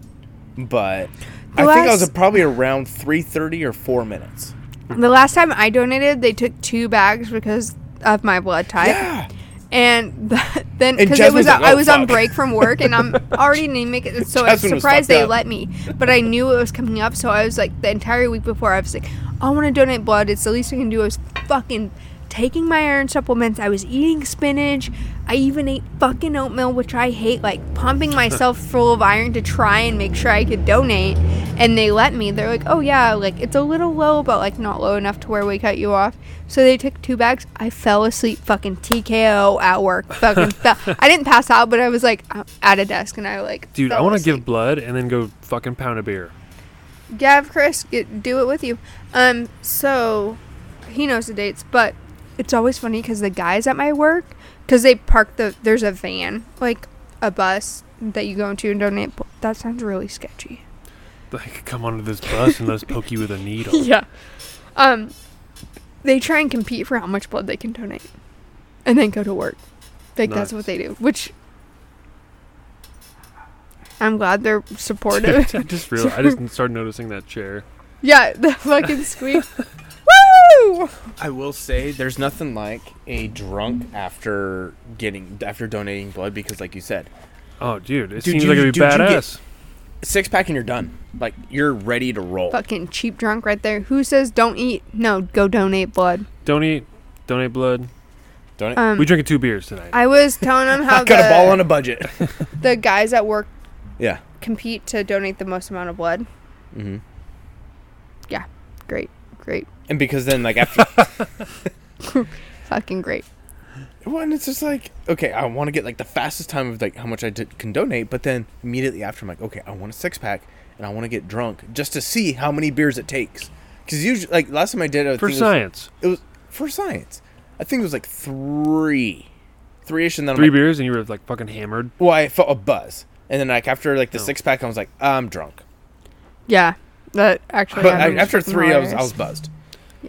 [SPEAKER 4] but I think I was
[SPEAKER 2] last-
[SPEAKER 4] probably around three thirty or four minutes.
[SPEAKER 2] the last time I donated, they took two bags because of my blood type.
[SPEAKER 4] Yeah,
[SPEAKER 2] And th- then
[SPEAKER 4] And
[SPEAKER 2] because it was
[SPEAKER 4] Jasmine's like,
[SPEAKER 2] I
[SPEAKER 4] "Oh,
[SPEAKER 2] was on
[SPEAKER 4] fuck."
[SPEAKER 2] break from work and I'm already anemic, and so I was
[SPEAKER 4] Jasmine was
[SPEAKER 2] surprised
[SPEAKER 4] fucked
[SPEAKER 2] they
[SPEAKER 4] up.
[SPEAKER 2] let me. But I knew it was coming up, so I was like the entire week before I was like, I want to donate blood. It's the least I can do. I was fucking taking my iron supplements. I was eating spinach. I even ate fucking oatmeal, which I hate. Like pumping myself full of iron to try and make sure I could donate. And they let me. They're like, oh yeah, like it's a little low, but like not low enough to where we cut you off. So they took two bags. I fell asleep, fucking TKO at work. Fucking fell. I didn't pass out, but I was like uh, at a desk and I like.
[SPEAKER 3] Dude, I
[SPEAKER 2] fell
[SPEAKER 3] want to
[SPEAKER 2] asleep.
[SPEAKER 3] give blood and then go fucking pound a beer.
[SPEAKER 2] Gav Chris get, do it with you. Um, so he knows the dates, but it's always funny because the guys at my work, because they park the there's a van like a bus that you go into and donate. bl- That sounds really sketchy.
[SPEAKER 3] Like, come onto this bus and let's poke you with a needle.
[SPEAKER 2] Yeah. Um, they try and compete for how much blood they can donate, and then go to work. Like that's what
[SPEAKER 3] Nice.
[SPEAKER 2] they do. Which I'm glad they're supportive.
[SPEAKER 3] I just realized. I just started noticing that chair.
[SPEAKER 2] yeah, the fucking squeak. Woo!
[SPEAKER 4] I will say there's nothing like a drunk after getting after donating blood because, like you said,
[SPEAKER 3] Oh, dude, it
[SPEAKER 4] Dude,
[SPEAKER 3] seems
[SPEAKER 4] you-
[SPEAKER 3] like it'd be
[SPEAKER 4] dude, you get-
[SPEAKER 3] badass.
[SPEAKER 4] six pack and you're done. Like you're ready to roll.
[SPEAKER 2] fucking cheap drunk right there. Who says don't eat? No, go donate blood.
[SPEAKER 3] Don't eat. Donate blood.
[SPEAKER 4] Don't it?
[SPEAKER 2] Um,
[SPEAKER 3] We drinking two beers tonight.
[SPEAKER 2] I was telling them how
[SPEAKER 4] I got
[SPEAKER 2] the,
[SPEAKER 4] a ball on a budget.
[SPEAKER 2] the guys at work
[SPEAKER 4] yeah.
[SPEAKER 2] compete to donate the most amount of blood.
[SPEAKER 4] Mm-hmm.
[SPEAKER 2] Yeah, great, great,
[SPEAKER 4] And because then, like after,
[SPEAKER 2] fucking great.
[SPEAKER 4] well, and it's just like, okay, I want to get like the fastest time of like how much I did, can donate, but then immediately after, I'm like, okay, I want a six pack, and I want to get drunk just to see how many beers it takes. Because usually, like last time I did, I
[SPEAKER 3] For
[SPEAKER 4] think
[SPEAKER 3] science.
[SPEAKER 4] it was, it was for science. I think it was like three, three ish, and then I'm
[SPEAKER 3] Three
[SPEAKER 4] like,
[SPEAKER 3] beers and you were like fucking hammered.
[SPEAKER 4] well, I felt a buzz, and then like after like the
[SPEAKER 3] Oh.
[SPEAKER 4] six pack, I was like, I'm drunk.
[SPEAKER 2] Yeah, that actually.
[SPEAKER 4] But I,
[SPEAKER 2] happened.
[SPEAKER 4] after
[SPEAKER 2] Fucking
[SPEAKER 4] three, I was I
[SPEAKER 2] hilarious.
[SPEAKER 4] was buzzed.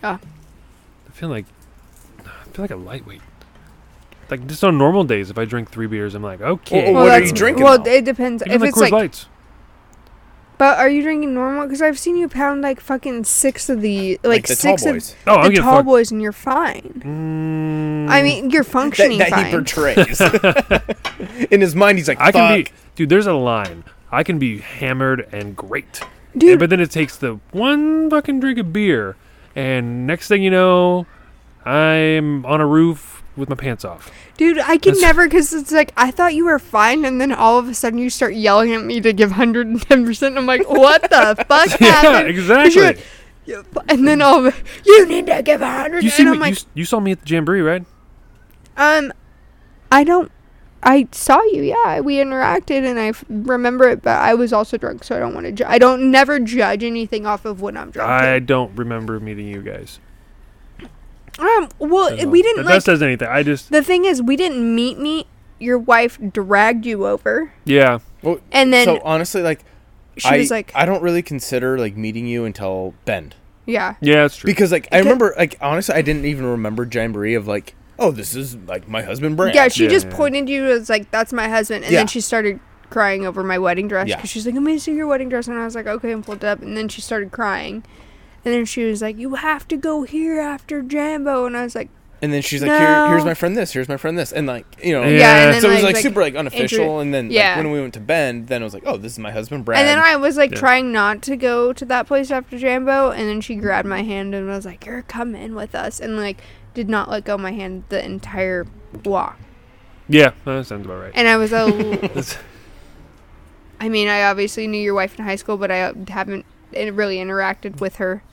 [SPEAKER 2] Yeah,
[SPEAKER 3] I feel like I feel like a lightweight. Like just on normal days, if I drink three beers, I'm like, okay.
[SPEAKER 4] Well, Well, what are that's- you drinking
[SPEAKER 2] Well,
[SPEAKER 4] now?
[SPEAKER 2] it depends.
[SPEAKER 3] Even
[SPEAKER 2] if
[SPEAKER 3] like
[SPEAKER 2] it's
[SPEAKER 3] Coors
[SPEAKER 2] like,
[SPEAKER 3] Lights.
[SPEAKER 2] but are you drinking normal? Because I've seen you pound like fucking six of the like,
[SPEAKER 4] the tall
[SPEAKER 2] six
[SPEAKER 4] boys.
[SPEAKER 2] of
[SPEAKER 3] Oh, I'm
[SPEAKER 2] the
[SPEAKER 3] getting
[SPEAKER 2] tall
[SPEAKER 3] fucked.
[SPEAKER 2] boys, and you're fine.
[SPEAKER 3] Mm,
[SPEAKER 2] I mean, you're
[SPEAKER 4] that,
[SPEAKER 2] functioning
[SPEAKER 4] that
[SPEAKER 2] fine.
[SPEAKER 4] he portrays. In his mind, he's like,
[SPEAKER 3] I can be,
[SPEAKER 4] "Fuck."
[SPEAKER 3] dude. There's a line. I can be hammered and great,
[SPEAKER 2] Dude.
[SPEAKER 3] And- but then it takes the one fucking drink of beer, and next thing you know, I'm on a roof with my pants off.
[SPEAKER 2] Dude, I can
[SPEAKER 3] That's-
[SPEAKER 2] never because it's like I thought you were fine, and then all of a sudden you start yelling at me to give hundred and ten percent. I'm like, what the fuck happened? 'Cause you're
[SPEAKER 3] exactly.
[SPEAKER 2] like, "Yeah, fu-" And then all of it, you need to give hundred.
[SPEAKER 3] You see
[SPEAKER 2] And
[SPEAKER 3] me?
[SPEAKER 2] I'm like,
[SPEAKER 3] you, s- you saw me at the jamboree, right?
[SPEAKER 2] um, I don't. I saw you. Yeah, we interacted, and I f- remember it. But I was also drunk, so I don't want to. Ju- I don't never judge anything off of when I'm
[SPEAKER 3] I
[SPEAKER 2] drunk.
[SPEAKER 3] don't remember meeting you guys.
[SPEAKER 2] um, well,
[SPEAKER 3] So
[SPEAKER 2] we didn't
[SPEAKER 3] That, that
[SPEAKER 2] like.
[SPEAKER 3] says anything. I just
[SPEAKER 2] The thing is, we didn't meet. Me, your wife dragged you over,
[SPEAKER 3] yeah.
[SPEAKER 4] Well,
[SPEAKER 2] and then
[SPEAKER 4] so honestly, like
[SPEAKER 2] she
[SPEAKER 4] I,
[SPEAKER 2] was like,
[SPEAKER 4] I don't really consider like meeting you until Bend
[SPEAKER 2] yeah.
[SPEAKER 3] Yeah, that's true.
[SPEAKER 4] because like I remember like honestly, I didn't even remember Jamboree of like, oh, this is like my husband Brand.
[SPEAKER 2] Yeah, she
[SPEAKER 3] Yeah,
[SPEAKER 2] just
[SPEAKER 3] yeah.
[SPEAKER 2] pointed you as like, "That's my husband," and
[SPEAKER 4] Yeah.
[SPEAKER 2] then she started crying over my wedding dress
[SPEAKER 4] Yeah.
[SPEAKER 2] because she's like, "I'm gonna see your wedding dress," and I was like, "Okay," and pulled it up, and then she started crying, and then she was like, "You have to go here after Jambo," and I was like,
[SPEAKER 4] and then she's like, Here, here's
[SPEAKER 2] No.
[SPEAKER 4] my friend this, here's my friend this, and like you know,
[SPEAKER 3] Yeah.
[SPEAKER 2] "Yeah," and then
[SPEAKER 4] so it
[SPEAKER 2] like,
[SPEAKER 4] was like,
[SPEAKER 2] like,
[SPEAKER 4] super like unofficial,
[SPEAKER 2] intro-
[SPEAKER 4] and then
[SPEAKER 2] yeah.
[SPEAKER 4] like, when we went to Bend, then I was like, oh, this is my husband Brad.
[SPEAKER 2] and then I was like
[SPEAKER 3] Yeah.
[SPEAKER 2] trying not to go to that place after Jambo, and then she grabbed my hand and was like, "You're coming with us," and like did not let go of my hand the entire walk,
[SPEAKER 3] yeah, that sounds about right.
[SPEAKER 2] and I was a
[SPEAKER 3] That's-
[SPEAKER 2] I mean, I obviously knew your wife in high school, but I uh, haven't uh, really interacted with her.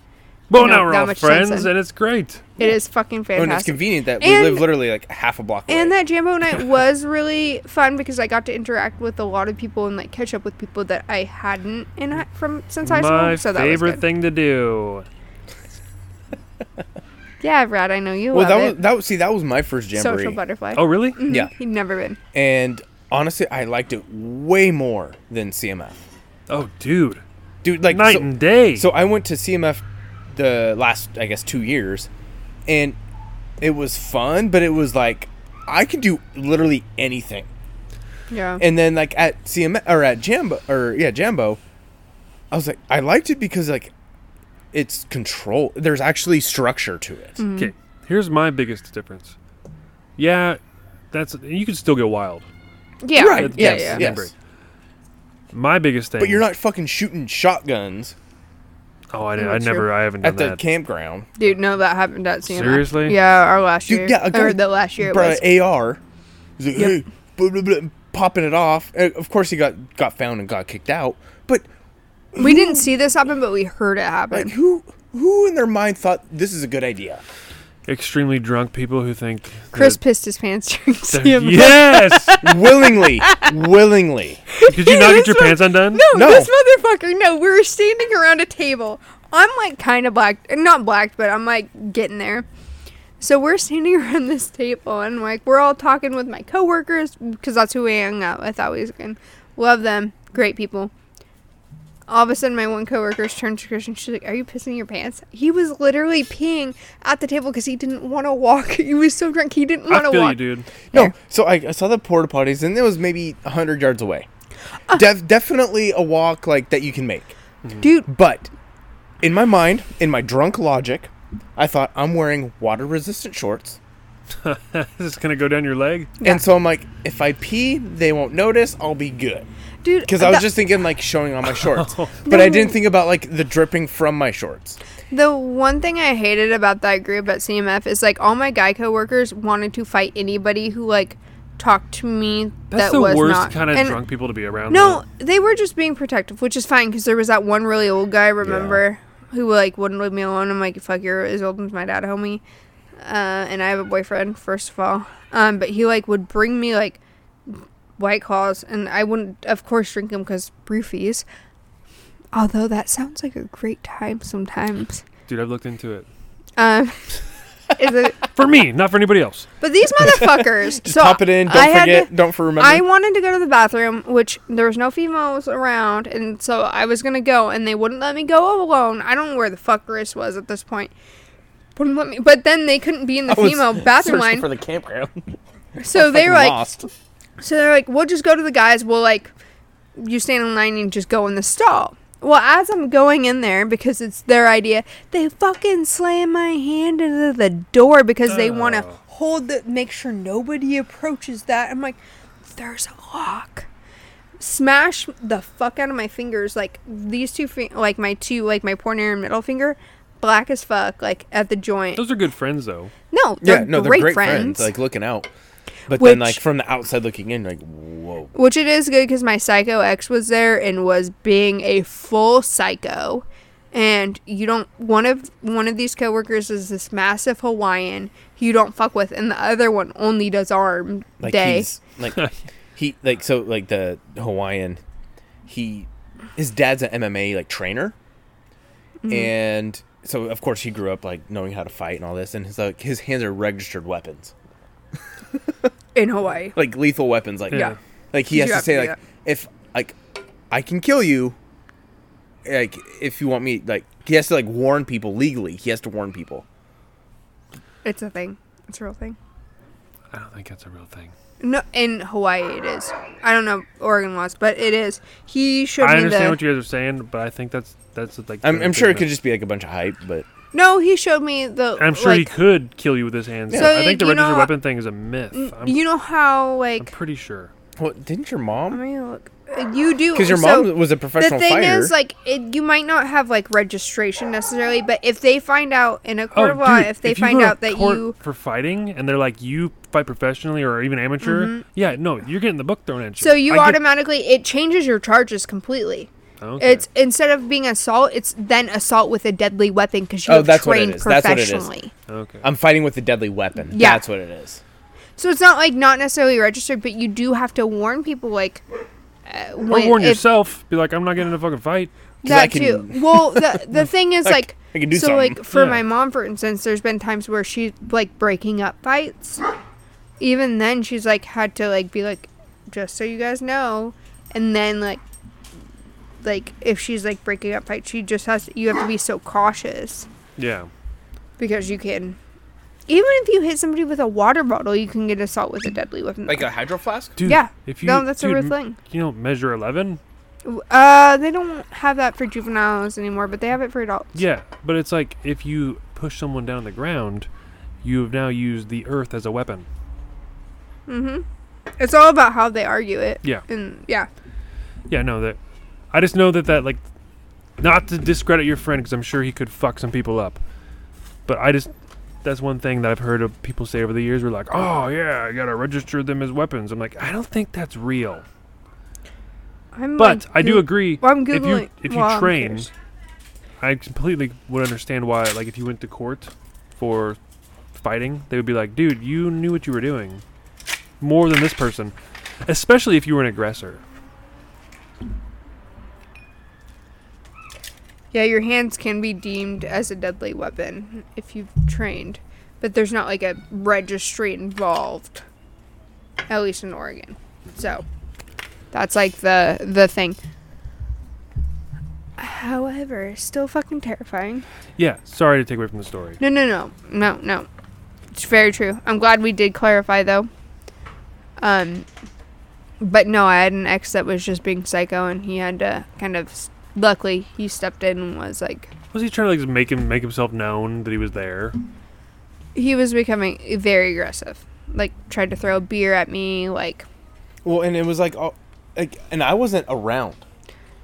[SPEAKER 3] well,
[SPEAKER 2] No,
[SPEAKER 3] now we're
[SPEAKER 2] not
[SPEAKER 3] all
[SPEAKER 2] much sense
[SPEAKER 3] friends,
[SPEAKER 2] then.
[SPEAKER 3] and it's great.
[SPEAKER 2] It is fucking
[SPEAKER 4] Oh, and it's
[SPEAKER 2] fantastic.
[SPEAKER 4] convenient that
[SPEAKER 2] And-
[SPEAKER 4] we live literally like half a block away.
[SPEAKER 2] And that Jambo night was really fun because I got to interact with a lot of people and like catch up with people that I hadn't in hi- from since high
[SPEAKER 3] My
[SPEAKER 2] school. So that was
[SPEAKER 3] favorite
[SPEAKER 2] good.
[SPEAKER 3] thing to do.
[SPEAKER 2] Yeah, Brad, I know you
[SPEAKER 4] well,
[SPEAKER 2] love
[SPEAKER 4] that was
[SPEAKER 2] it.
[SPEAKER 4] that was see that was my first Jamboree.
[SPEAKER 2] Social butterfly.
[SPEAKER 3] Oh, really?
[SPEAKER 2] Mhm,
[SPEAKER 4] yeah.
[SPEAKER 2] he'd never been.
[SPEAKER 4] and honestly, I liked it way more than CMF.
[SPEAKER 3] Oh, dude.
[SPEAKER 4] Dude, like
[SPEAKER 3] Night
[SPEAKER 4] so-
[SPEAKER 3] and day.
[SPEAKER 4] So I went to CMF the last I guess two years, and it was fun, but it was like I could do literally anything.
[SPEAKER 2] Yeah.
[SPEAKER 4] And then like at CM or at Jambo or yeah Jambo, I was like I liked it because like it's control. There's actually structure to it.
[SPEAKER 2] Mm-hmm. Hmm.
[SPEAKER 3] Okay, here's my biggest difference. Yeah, that's you can still go wild.
[SPEAKER 2] yeah.
[SPEAKER 4] Right,
[SPEAKER 2] Yeah.
[SPEAKER 4] yes,
[SPEAKER 2] yeah.
[SPEAKER 4] yeah.
[SPEAKER 3] Remember. My biggest thing.
[SPEAKER 4] But you're not fucking shooting shotguns
[SPEAKER 3] Oh, I, did,
[SPEAKER 2] Oh,
[SPEAKER 3] I
[SPEAKER 2] true.
[SPEAKER 3] never. I haven't done
[SPEAKER 4] at the
[SPEAKER 3] that.
[SPEAKER 4] campground.
[SPEAKER 2] Dude, no, that happened at CMI.
[SPEAKER 3] Seriously?
[SPEAKER 2] Yeah, our last year.
[SPEAKER 4] Dude, yeah, a guy
[SPEAKER 2] or the last year it
[SPEAKER 4] brought
[SPEAKER 2] was.
[SPEAKER 4] an AR. He's like,
[SPEAKER 2] Yep.
[SPEAKER 4] hey, blah, blah, blah, and popping it off. And of course, he got got found and got kicked out. But
[SPEAKER 2] we didn't see this happen, but we heard it happen.
[SPEAKER 4] like, who who in their mind thought this is a good idea?
[SPEAKER 3] Extremely drunk people who think.
[SPEAKER 2] Chris
[SPEAKER 3] that-
[SPEAKER 2] pissed his pants during
[SPEAKER 3] that-
[SPEAKER 2] CMI.
[SPEAKER 3] Yes.
[SPEAKER 4] willingly, willingly.
[SPEAKER 3] Did you not
[SPEAKER 2] This
[SPEAKER 3] get your
[SPEAKER 2] one-
[SPEAKER 3] pants undone?
[SPEAKER 2] No,
[SPEAKER 4] No.
[SPEAKER 2] this motherfucker. No, we were standing around a table. I'm like kind of blacked, not blacked, but I'm like getting there. So we're standing around this table, and like we're all talking with my coworkers because that's who we hang out with always. And love them, great people. All of a sudden, my one coworker turns to Christian. She's like, "Are you pissing your pants?" He was literally peeing at the table because he didn't want to walk. He was so drunk he didn't want
[SPEAKER 3] I
[SPEAKER 2] to
[SPEAKER 3] feel
[SPEAKER 2] walk.
[SPEAKER 3] you, dude.
[SPEAKER 4] No, so I, I saw the porta potties, and it was maybe hundred yards away.
[SPEAKER 2] Uh.
[SPEAKER 4] Def, definitely a walk like that you can make.
[SPEAKER 2] Dude,
[SPEAKER 4] But in my mind, in my drunk logic, I thought I'm wearing water resistant shorts.
[SPEAKER 3] This is gonna go down your leg.
[SPEAKER 2] Yeah.
[SPEAKER 4] And so I'm like, if I pee, they won't notice. I'll be good.
[SPEAKER 2] dude,
[SPEAKER 4] Because I was
[SPEAKER 2] the-
[SPEAKER 4] just thinking like showing on my shorts,
[SPEAKER 2] Oh.
[SPEAKER 4] but I didn't think about like the dripping from my shorts.
[SPEAKER 2] The one thing I hated about that group at CMF is like all my guy coworkers wanted to fight anybody who like talked to me
[SPEAKER 3] That's
[SPEAKER 2] that
[SPEAKER 3] the
[SPEAKER 2] was
[SPEAKER 3] worst
[SPEAKER 2] not
[SPEAKER 3] kind of
[SPEAKER 2] and
[SPEAKER 3] drunk people to be around.
[SPEAKER 2] No, they were just being protective, which is fine because there was that one really old guy. Remember who like wouldn't leave me alone? I'm like, fuck, you're as old as my dad, homie. Uh, and I have a boyfriend, first of all. Um, but he like would bring me like white claws, and I wouldn't, of course, drink them because roofies. Although that sounds like a great time sometimes.
[SPEAKER 3] though. dude, I've looked into it.
[SPEAKER 2] Um, is it?
[SPEAKER 3] For me, not for anybody else.
[SPEAKER 2] But these motherfuckers.
[SPEAKER 4] Just
[SPEAKER 2] so
[SPEAKER 4] pop it in. Don't
[SPEAKER 2] I had
[SPEAKER 4] forget.
[SPEAKER 2] to-
[SPEAKER 4] don't for remember.
[SPEAKER 2] I wanted to go to the bathroom, which there was no females around, and so I was gonna go, and they wouldn't let me go alone. I don't know where the fuck Chris was at this point. Wouldn't let me. But then they couldn't be in the
[SPEAKER 4] I was
[SPEAKER 2] female bathroom
[SPEAKER 4] searching
[SPEAKER 2] line,
[SPEAKER 4] for the campground.
[SPEAKER 2] so they were like,
[SPEAKER 4] lost.
[SPEAKER 2] so they're like, we'll just go to the guys. We'll like, you stand in line and just go in the stall. Well, as I'm going in there because it's their idea, they fucking slam my hand into the door because they want to
[SPEAKER 3] Oh.
[SPEAKER 2] hold the, make sure nobody approaches that. I'm like, there's a lock. Smash the fuck out of my fingers, like these two, fi- like my two, like my pointer and middle finger, black as fuck, like at the joint.
[SPEAKER 3] Those are good friends, though.
[SPEAKER 2] No, they're,
[SPEAKER 4] Yeah, no, they're
[SPEAKER 2] great,
[SPEAKER 4] great
[SPEAKER 2] friends.
[SPEAKER 4] friends. Like looking out, but
[SPEAKER 2] Which-
[SPEAKER 4] then like from the outside looking in, like whoa.
[SPEAKER 2] Which it is good because my psycho ex was there and was being a full psycho. And you don't one of one of these coworkers is this massive Hawaiian you don't fuck with, and the other one only does arm
[SPEAKER 4] Like
[SPEAKER 2] day.
[SPEAKER 4] he's like he like so like the Hawaiian. He his dad's an MMA like trainer,
[SPEAKER 2] Mm-hmm.
[SPEAKER 4] and so of course he grew up like knowing how to fight and all this, and his like his hands are registered weapons.
[SPEAKER 2] in Hawaii.
[SPEAKER 4] like lethal weapons like
[SPEAKER 3] Yeah.
[SPEAKER 4] like he has
[SPEAKER 2] You
[SPEAKER 4] to
[SPEAKER 2] have
[SPEAKER 4] say
[SPEAKER 2] to
[SPEAKER 4] like
[SPEAKER 2] do
[SPEAKER 4] if like i can kill you like if you want me like he has to like warn people legally he has to warn people
[SPEAKER 2] It's a thing. It's a real thing.
[SPEAKER 3] I don't think that's a real thing.
[SPEAKER 2] No, in Hawaii it is. I don't know Oregon laws, but it is. He showed me
[SPEAKER 3] I
[SPEAKER 2] the.
[SPEAKER 3] understand what you guys are saying, but I think that's that's like.
[SPEAKER 4] i'm,
[SPEAKER 3] the
[SPEAKER 4] I'm sure it
[SPEAKER 3] thing
[SPEAKER 4] could
[SPEAKER 3] that-
[SPEAKER 4] just be like a bunch of hype but
[SPEAKER 2] no, he showed me the.
[SPEAKER 3] I'm sure he
[SPEAKER 2] like,
[SPEAKER 3] could kill you with his hands.
[SPEAKER 2] So,
[SPEAKER 3] I think the
[SPEAKER 2] you
[SPEAKER 3] registered
[SPEAKER 2] know, Mm,
[SPEAKER 3] weapon thing is a myth. I'm,
[SPEAKER 2] You know how
[SPEAKER 3] I'm
[SPEAKER 2] like.
[SPEAKER 3] pretty sure.
[SPEAKER 4] well didn't your
[SPEAKER 2] Let
[SPEAKER 4] mom
[SPEAKER 2] me look. You do
[SPEAKER 4] because your
[SPEAKER 2] so-
[SPEAKER 4] mom was a professional
[SPEAKER 2] the thing
[SPEAKER 4] fighter
[SPEAKER 2] is like it, you might not have like registration necessarily but if they find out in a court of law
[SPEAKER 3] Oh, dude,
[SPEAKER 2] if they
[SPEAKER 3] you
[SPEAKER 2] find
[SPEAKER 3] go to
[SPEAKER 2] out that
[SPEAKER 3] court
[SPEAKER 2] you
[SPEAKER 3] for fighting and they're like you fight professionally or even amateur, yeah, no, you're getting the book thrown at you.
[SPEAKER 2] Mm-hmm. so you
[SPEAKER 3] I get-
[SPEAKER 2] automatically it changes your charges completely
[SPEAKER 3] Okay.
[SPEAKER 2] it's instead of being assault it's then assault with a deadly weapon because you
[SPEAKER 4] Oh,
[SPEAKER 2] have
[SPEAKER 4] that's what it
[SPEAKER 2] trained
[SPEAKER 4] is. That's what it is.
[SPEAKER 2] professionally
[SPEAKER 3] okay.
[SPEAKER 4] i'm fighting with a deadly weapon
[SPEAKER 2] Yeah.
[SPEAKER 4] that's what it is
[SPEAKER 2] so it's not like not necessarily registered but you do have to warn people like uh,
[SPEAKER 3] or
[SPEAKER 2] when,
[SPEAKER 3] warn
[SPEAKER 2] if-
[SPEAKER 3] yourself. Be like, I'm not getting in a fucking fight.
[SPEAKER 4] I
[SPEAKER 2] That
[SPEAKER 4] can-
[SPEAKER 2] too. Well, the the thing is like
[SPEAKER 4] I can do
[SPEAKER 2] so
[SPEAKER 4] something.
[SPEAKER 2] like for
[SPEAKER 3] Yeah.
[SPEAKER 2] my mom, for instance, there's been times where she like breaking up fights. Even then, she's like had to like be like, just so you guys know, and then like like if she's like breaking up fights, she just has you have to be so cautious
[SPEAKER 3] Yeah.
[SPEAKER 2] because you can. Even if you hit somebody with a water bottle, you can get assault with a deadly weapon.
[SPEAKER 4] Like a hydro flask?
[SPEAKER 3] Dude,
[SPEAKER 2] Yeah.
[SPEAKER 3] If you,
[SPEAKER 2] No, that's a
[SPEAKER 3] dude,
[SPEAKER 2] real
[SPEAKER 3] m-
[SPEAKER 2] thing.
[SPEAKER 3] You know, Measure 11?
[SPEAKER 2] uh, they don't have that for juveniles anymore, but they have it for adults.
[SPEAKER 3] Yeah, but it's like if you push someone down to the ground, you have now used the earth as a weapon.
[SPEAKER 2] It's all about how they argue it.
[SPEAKER 3] Yeah.
[SPEAKER 2] And yeah,
[SPEAKER 3] Yeah, no, that. I just know that that like, not to discredit your friend because I'm sure he could fuck some people up, but I just that's one thing that I've heard of people say over the years. We're like, oh yeah, I gotta register them as weapons. I'm like, I don't think that's real.
[SPEAKER 2] I'm.
[SPEAKER 3] But
[SPEAKER 2] like,
[SPEAKER 3] I do
[SPEAKER 2] Goo-
[SPEAKER 3] agree.
[SPEAKER 2] Well, I'm
[SPEAKER 3] If you
[SPEAKER 2] Googling-
[SPEAKER 3] if you
[SPEAKER 2] well, I'm
[SPEAKER 3] train,
[SPEAKER 2] curious.
[SPEAKER 3] I completely would understand why. Like if you went to court for fighting, they would be like, dude, you knew what you were doing more than this person, especially if you were an aggressor.
[SPEAKER 2] Yeah, your hands can be deemed as a deadly weapon if you've trained, but there's not like a registry involved, at least in Oregon. So that's like the the thing. However, it's still fucking terrifying.
[SPEAKER 3] Yeah, sorry to take away from the story.
[SPEAKER 2] No, no, no, no, no. It's very true. I'm glad we did clarify though. Um, but no, I had an ex that was just being psycho, and he had to kind of. Luckily, he stepped in and was like,
[SPEAKER 3] Was he trying to like just make him make himself known that he was there?
[SPEAKER 2] he was becoming very aggressive. Like tried to throw a beer at me. Like
[SPEAKER 4] Well, and it was like, all, like, and I wasn't around.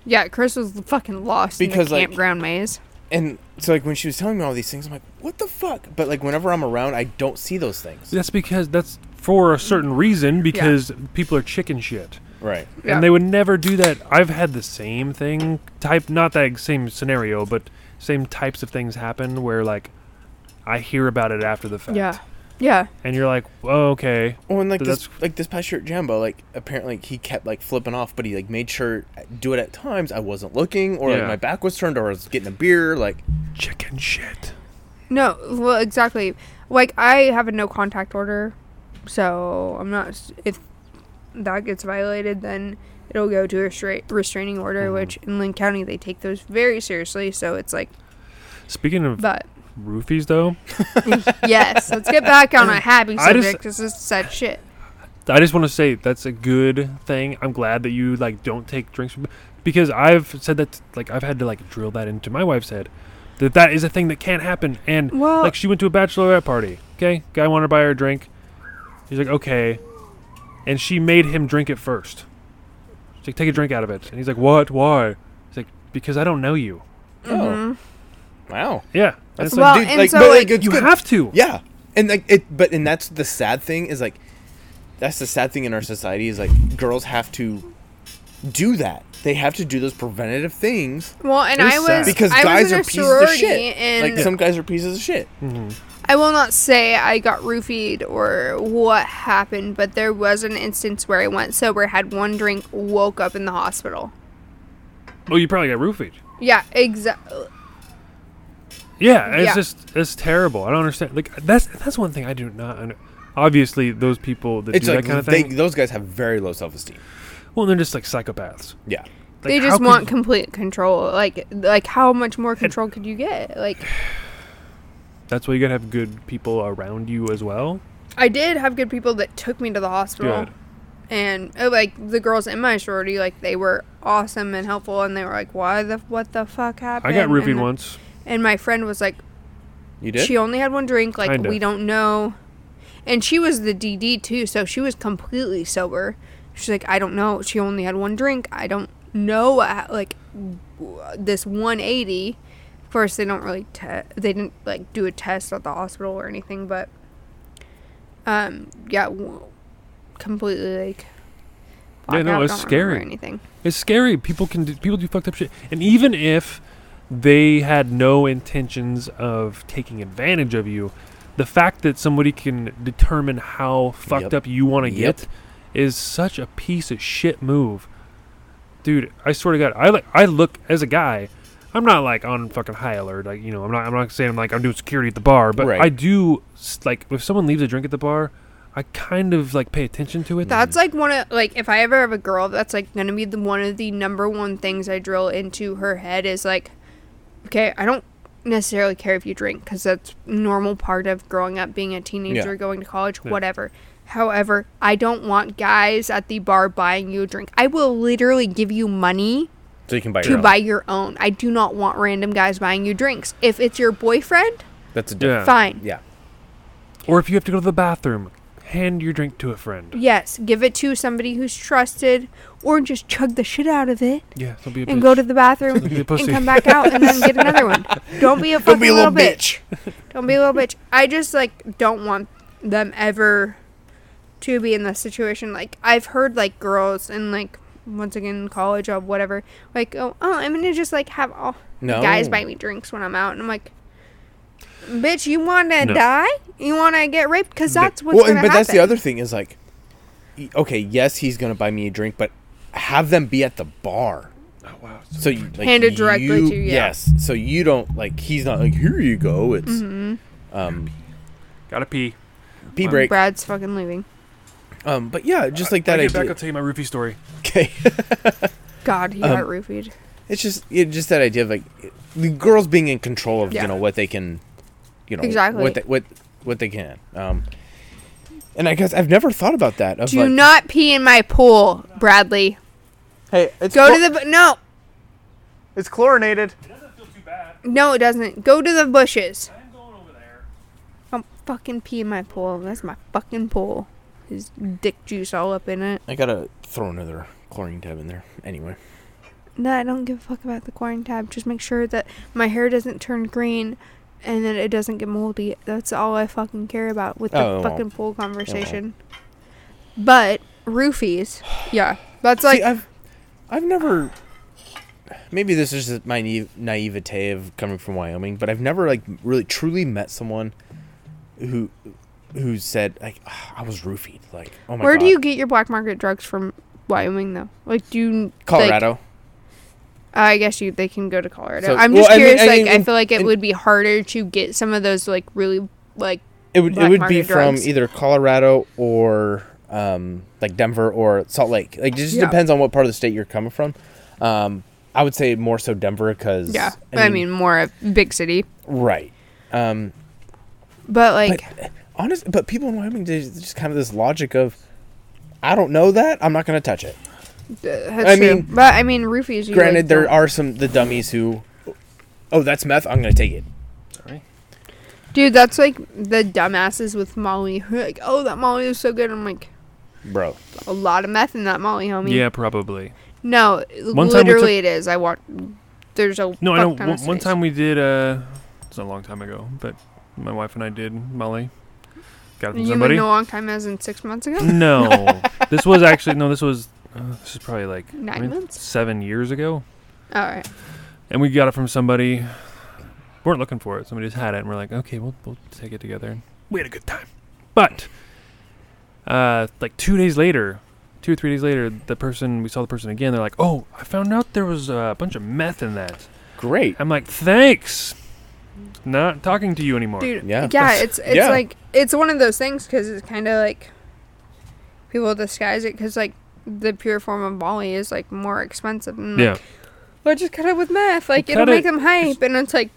[SPEAKER 2] yeah, Chris was fucking lost in
[SPEAKER 4] Because,
[SPEAKER 2] the
[SPEAKER 4] like-
[SPEAKER 2] campground maze.
[SPEAKER 4] And so, like, when she was telling me all these things, I'm like, what the fuck? But, like, whenever I'm around, I don't see those things.
[SPEAKER 3] That's because that's for a certain reason because people are chicken shit.
[SPEAKER 4] Right.
[SPEAKER 2] Yeah.
[SPEAKER 3] And they would never do that. I've had the same thing type not that same scenario, but same types of things happen where like I hear about it after the fact.
[SPEAKER 2] Yeah, yeah,
[SPEAKER 3] And you're like, oh, okay.
[SPEAKER 4] Well, and like
[SPEAKER 3] But
[SPEAKER 4] this,
[SPEAKER 3] that's-
[SPEAKER 4] like this past year at Jambo, like apparently he kept like flipping off, but he like made sure I do it at times I wasn't looking, or
[SPEAKER 3] Yeah.
[SPEAKER 4] like my back was turned, or I was getting a beer. Like,
[SPEAKER 3] Chicken shit.
[SPEAKER 2] no, well, exactly. Like I have a no contact order, so I'm not. If that gets violated, then it'll go to a stra- restraining order,
[SPEAKER 4] Mm-hmm.
[SPEAKER 2] which in Lynn County they take those very seriously. So it's like,
[SPEAKER 3] Speaking of
[SPEAKER 2] but
[SPEAKER 3] roofies though,
[SPEAKER 2] yes, let's get back on a happy
[SPEAKER 3] I just-
[SPEAKER 2] subject because this is sad shit.
[SPEAKER 3] I just want to say that's a good thing. I'm glad that you like don't take drinks from because I've said that like I've had to like drill that into my wife's head that that is a thing that can't happen. And
[SPEAKER 2] Well-
[SPEAKER 3] like she went to a bachelorette party. Okay, guy wanted to buy her a drink. He's like, okay, and she made him drink it first. She's like, take a drink out of it, and he's like, what? Why? He's like, because I don't know you.
[SPEAKER 4] oh, wow,
[SPEAKER 3] Yeah, that's
[SPEAKER 2] Well,
[SPEAKER 4] dude,
[SPEAKER 2] Mm-hmm. Oh, and
[SPEAKER 4] like,
[SPEAKER 2] so,
[SPEAKER 4] but,
[SPEAKER 2] like,
[SPEAKER 4] like, it's
[SPEAKER 3] you
[SPEAKER 4] good.
[SPEAKER 3] have to.
[SPEAKER 4] yeah, and like it, but and that's the sad thing is like, that's the sad thing in our society is like girls have to do that. They have to do those preventative things
[SPEAKER 2] Well, and
[SPEAKER 3] It is
[SPEAKER 2] I
[SPEAKER 3] sad.
[SPEAKER 2] was
[SPEAKER 4] because
[SPEAKER 2] I was
[SPEAKER 4] guys
[SPEAKER 2] in
[SPEAKER 4] are
[SPEAKER 2] a
[SPEAKER 4] pieces of
[SPEAKER 2] sorority
[SPEAKER 4] shit.
[SPEAKER 2] and
[SPEAKER 4] Like some guys are pieces of shit.
[SPEAKER 2] I will not say I got roofied or what happened, but there was an instance where I went sober, had one drink, woke up in the hospital.
[SPEAKER 3] Oh, you probably got roofied.
[SPEAKER 2] Yeah, exactly.
[SPEAKER 3] Yeah, it's
[SPEAKER 2] Yeah.
[SPEAKER 3] just it's terrible. I don't understand. Like that's that's one thing I do not. Under- Obviously, those people that
[SPEAKER 4] It's
[SPEAKER 3] do
[SPEAKER 4] like
[SPEAKER 3] that kind of
[SPEAKER 4] they,
[SPEAKER 3] thing,
[SPEAKER 4] those guys have very low self esteem.
[SPEAKER 3] well, they're just like psychopaths.
[SPEAKER 4] Yeah.
[SPEAKER 3] Like,
[SPEAKER 2] they
[SPEAKER 3] how
[SPEAKER 2] just
[SPEAKER 3] could
[SPEAKER 2] want
[SPEAKER 3] you-
[SPEAKER 2] complete control. Like, like how much more control could you get? Like,
[SPEAKER 3] that's why you gotta have good people around you as well.
[SPEAKER 2] I did have good people that took me to the hospital,
[SPEAKER 3] Good.
[SPEAKER 2] and uh, like the girls in my sorority, like they were awesome and helpful, and they were like, "Why the what the fuck
[SPEAKER 3] I
[SPEAKER 2] happened?"
[SPEAKER 3] got roofied
[SPEAKER 2] and,
[SPEAKER 3] once.
[SPEAKER 2] and my friend was like,
[SPEAKER 4] You did?
[SPEAKER 2] She only had one drink. Like
[SPEAKER 3] Kinda.
[SPEAKER 2] we don't know. And she was the DD too, so she was completely sober. She's like, I don't know. She only had one drink. I don't know. what ha- Like w- this 180. Of course, they don't really. Te- they didn't like do a test at the hospital or anything, but um, yeah, w- completely like.
[SPEAKER 3] Yeah, no,
[SPEAKER 2] blacked out,
[SPEAKER 3] it's
[SPEAKER 2] don't remember
[SPEAKER 3] scary.
[SPEAKER 2] Anything.
[SPEAKER 3] It's scary. People can do, people do fucked up shit, and even if they had no intentions of taking advantage of you, the fact that somebody can determine how fucked
[SPEAKER 4] Yep.
[SPEAKER 3] up you want to
[SPEAKER 4] Yep.
[SPEAKER 3] get is such a piece of shit move, dude. I swear to God, I like I look as a guy. I'm not like on fucking high alert, like you know. I'm not. I'm not saying I'm like I'm doing security at the bar, but
[SPEAKER 4] Right.
[SPEAKER 3] I do s- like if someone leaves a drink at the bar, I kind of like pay attention to it.
[SPEAKER 2] That's like one of like if I ever have a girl, that's like gonna be the one of the number one things I drill into her head is like, okay, I don't necessarily care if you drink because that's normal part of growing up, being a teenager, going to college, whatever. However, I don't want guys at the bar buying you a drink. I will literally give you money
[SPEAKER 4] So you can buy
[SPEAKER 2] to
[SPEAKER 4] your own.
[SPEAKER 2] buy your own. I do not want random guys buying you drinks. If it's your boyfriend,
[SPEAKER 4] That's a
[SPEAKER 3] Yeah.
[SPEAKER 4] different.
[SPEAKER 2] fine.
[SPEAKER 4] Yeah.
[SPEAKER 3] Or if you have to go to the bathroom, hand your drink to a friend.
[SPEAKER 2] Yes, give it to somebody who's trusted, or just chug the shit out of it
[SPEAKER 3] Yeah, don't be a
[SPEAKER 2] and
[SPEAKER 3] bitch.
[SPEAKER 2] go to the bathroom
[SPEAKER 3] Be a
[SPEAKER 2] and
[SPEAKER 3] pussy.
[SPEAKER 2] come back out and then get another one. Don't be a fucking
[SPEAKER 4] Don't be a little bitch.
[SPEAKER 2] Don't be a little bitch. I just like don't want them ever to be in this situation. Like I've heard like girls in like once again college or whatever, like oh, oh I'm gonna just like have all the
[SPEAKER 4] No.
[SPEAKER 2] guys buy me drinks when I'm out, and I'm like, bitch, you want to
[SPEAKER 3] No.
[SPEAKER 2] die? You want to get raped? Because that's what's
[SPEAKER 4] Well,
[SPEAKER 2] gonna
[SPEAKER 4] and, but
[SPEAKER 2] happen.
[SPEAKER 4] that's the other thing is like, y- okay, yes, he's gonna buy me a drink, but have them be at the bar.
[SPEAKER 3] Oh, wow.
[SPEAKER 4] So you like,
[SPEAKER 2] Handed directly
[SPEAKER 4] you-
[SPEAKER 2] to you, yeah.
[SPEAKER 4] Yes. So you don't like. He's not like. Here you go. It's
[SPEAKER 2] Mm-hmm.
[SPEAKER 4] um
[SPEAKER 3] Gotta pee.
[SPEAKER 4] pee break.
[SPEAKER 2] Brad's fucking leaving.
[SPEAKER 4] Um, but yeah, just like that
[SPEAKER 3] I get back,
[SPEAKER 4] idea.
[SPEAKER 3] I'll tell you my roofie story.
[SPEAKER 4] Okay.
[SPEAKER 2] God,
[SPEAKER 4] Um,
[SPEAKER 2] he got roofied.
[SPEAKER 4] it's just it, just that idea of like the girls being in control of
[SPEAKER 2] Yeah.
[SPEAKER 4] you know what they can, you know
[SPEAKER 2] Exactly.
[SPEAKER 4] what they, what what they can. Um, and I guess I've never thought about that. Of
[SPEAKER 2] Do
[SPEAKER 4] like,
[SPEAKER 2] not pee in my pool, Bradley.
[SPEAKER 4] hey, it's
[SPEAKER 2] Go
[SPEAKER 4] chlor-
[SPEAKER 2] to the bu- no,
[SPEAKER 4] it's chlorinated.
[SPEAKER 2] no, it doesn't. Go to the bushes.
[SPEAKER 3] I'm going over there.
[SPEAKER 2] Don't fucking pee in my pool. That's my fucking pool. His dick juice all up in it.
[SPEAKER 4] I gotta throw another chlorine tab in there. Anyway,
[SPEAKER 2] No, I don't give a fuck about the quarantine tab. Just make sure that my hair doesn't turn green and that it doesn't get moldy. That's all I fucking care about with the
[SPEAKER 4] Oh, it
[SPEAKER 2] fucking
[SPEAKER 4] won't.
[SPEAKER 2] pool conversation. But roofies, yeah, that's like
[SPEAKER 4] See, I've I've never. Maybe this is just my naive, naivete of coming from Wyoming, but I've never like really truly met someone who who said like "Ah, I was roofied. Like oh my
[SPEAKER 2] where
[SPEAKER 4] god,
[SPEAKER 2] do you get your black market drugs from? Wyoming though, like do you like-
[SPEAKER 4] Colorado?
[SPEAKER 2] I guess you they can go to Colorado.
[SPEAKER 4] So-
[SPEAKER 2] I'm
[SPEAKER 4] well,
[SPEAKER 2] just
[SPEAKER 4] I mean-
[SPEAKER 2] curious.
[SPEAKER 4] I
[SPEAKER 2] like
[SPEAKER 4] mean,
[SPEAKER 2] I feel like it
[SPEAKER 4] in-
[SPEAKER 2] would be harder to get some of those like really like
[SPEAKER 4] it would
[SPEAKER 2] black
[SPEAKER 4] it would be
[SPEAKER 2] market
[SPEAKER 4] from
[SPEAKER 2] drugs.
[SPEAKER 4] either Colorado or um, like Denver or Salt Lake. Like it just
[SPEAKER 2] Yeah.
[SPEAKER 4] depends on what part of the state you're coming from. Um, I would say more so Denver because
[SPEAKER 2] yeah. I mean, more of big city,
[SPEAKER 4] right. Um,
[SPEAKER 2] but like
[SPEAKER 4] honest but people in wyoming there's there's just kind of this logic of i don't know that i'm not going to touch it
[SPEAKER 2] that's
[SPEAKER 4] I
[SPEAKER 2] true.
[SPEAKER 4] mean,
[SPEAKER 2] but I mean roofies. You,
[SPEAKER 4] granted
[SPEAKER 2] like,
[SPEAKER 4] there
[SPEAKER 2] don't-
[SPEAKER 4] are some the dummies who oh that's meth i'm going to take it
[SPEAKER 2] dude. That's like the dumbasses with Molly. who are like, oh, that Molly is so good. I'm like,
[SPEAKER 4] bro
[SPEAKER 2] a lot of meth in that Molly, homie.
[SPEAKER 3] yeah, probably.
[SPEAKER 2] No,
[SPEAKER 3] we
[SPEAKER 2] literally, it is. I want. There's a
[SPEAKER 3] No, I
[SPEAKER 2] fuck
[SPEAKER 3] know.
[SPEAKER 2] ton of
[SPEAKER 3] One, one
[SPEAKER 2] studies.
[SPEAKER 3] time we did. Uh, it's a long time ago, but my wife and I did Molly. Got it from
[SPEAKER 2] You
[SPEAKER 3] somebody.
[SPEAKER 2] mean a long time as in six months ago?
[SPEAKER 3] No, this was actually no. This was uh, this is probably like I
[SPEAKER 2] Nine
[SPEAKER 3] mean,
[SPEAKER 2] months?
[SPEAKER 3] seven years ago,
[SPEAKER 2] All right.
[SPEAKER 3] and we got it from somebody. weren't looking for it. Somebody just had it, and we're like, okay, we'll we'll take it together. And we had a good time, but uh, like two days later, two or three days later, the person we saw the person again. They're like, oh, I found out there was uh, a bunch of meth in that.
[SPEAKER 4] great
[SPEAKER 3] I'm like, thanks. Not talking to you anymore.
[SPEAKER 2] Dude,
[SPEAKER 4] Yeah.
[SPEAKER 2] yeah,
[SPEAKER 4] That's-
[SPEAKER 2] it's it's
[SPEAKER 4] yeah.
[SPEAKER 2] like it's one of those things because it's kind of like people disguise it because like the pure form of Molly is like more expensive. And,
[SPEAKER 3] Yeah.
[SPEAKER 2] like, well, just cut it with meth. Like
[SPEAKER 3] Well,
[SPEAKER 2] it'll
[SPEAKER 3] cut
[SPEAKER 2] make
[SPEAKER 3] it.
[SPEAKER 2] them hype, and it's like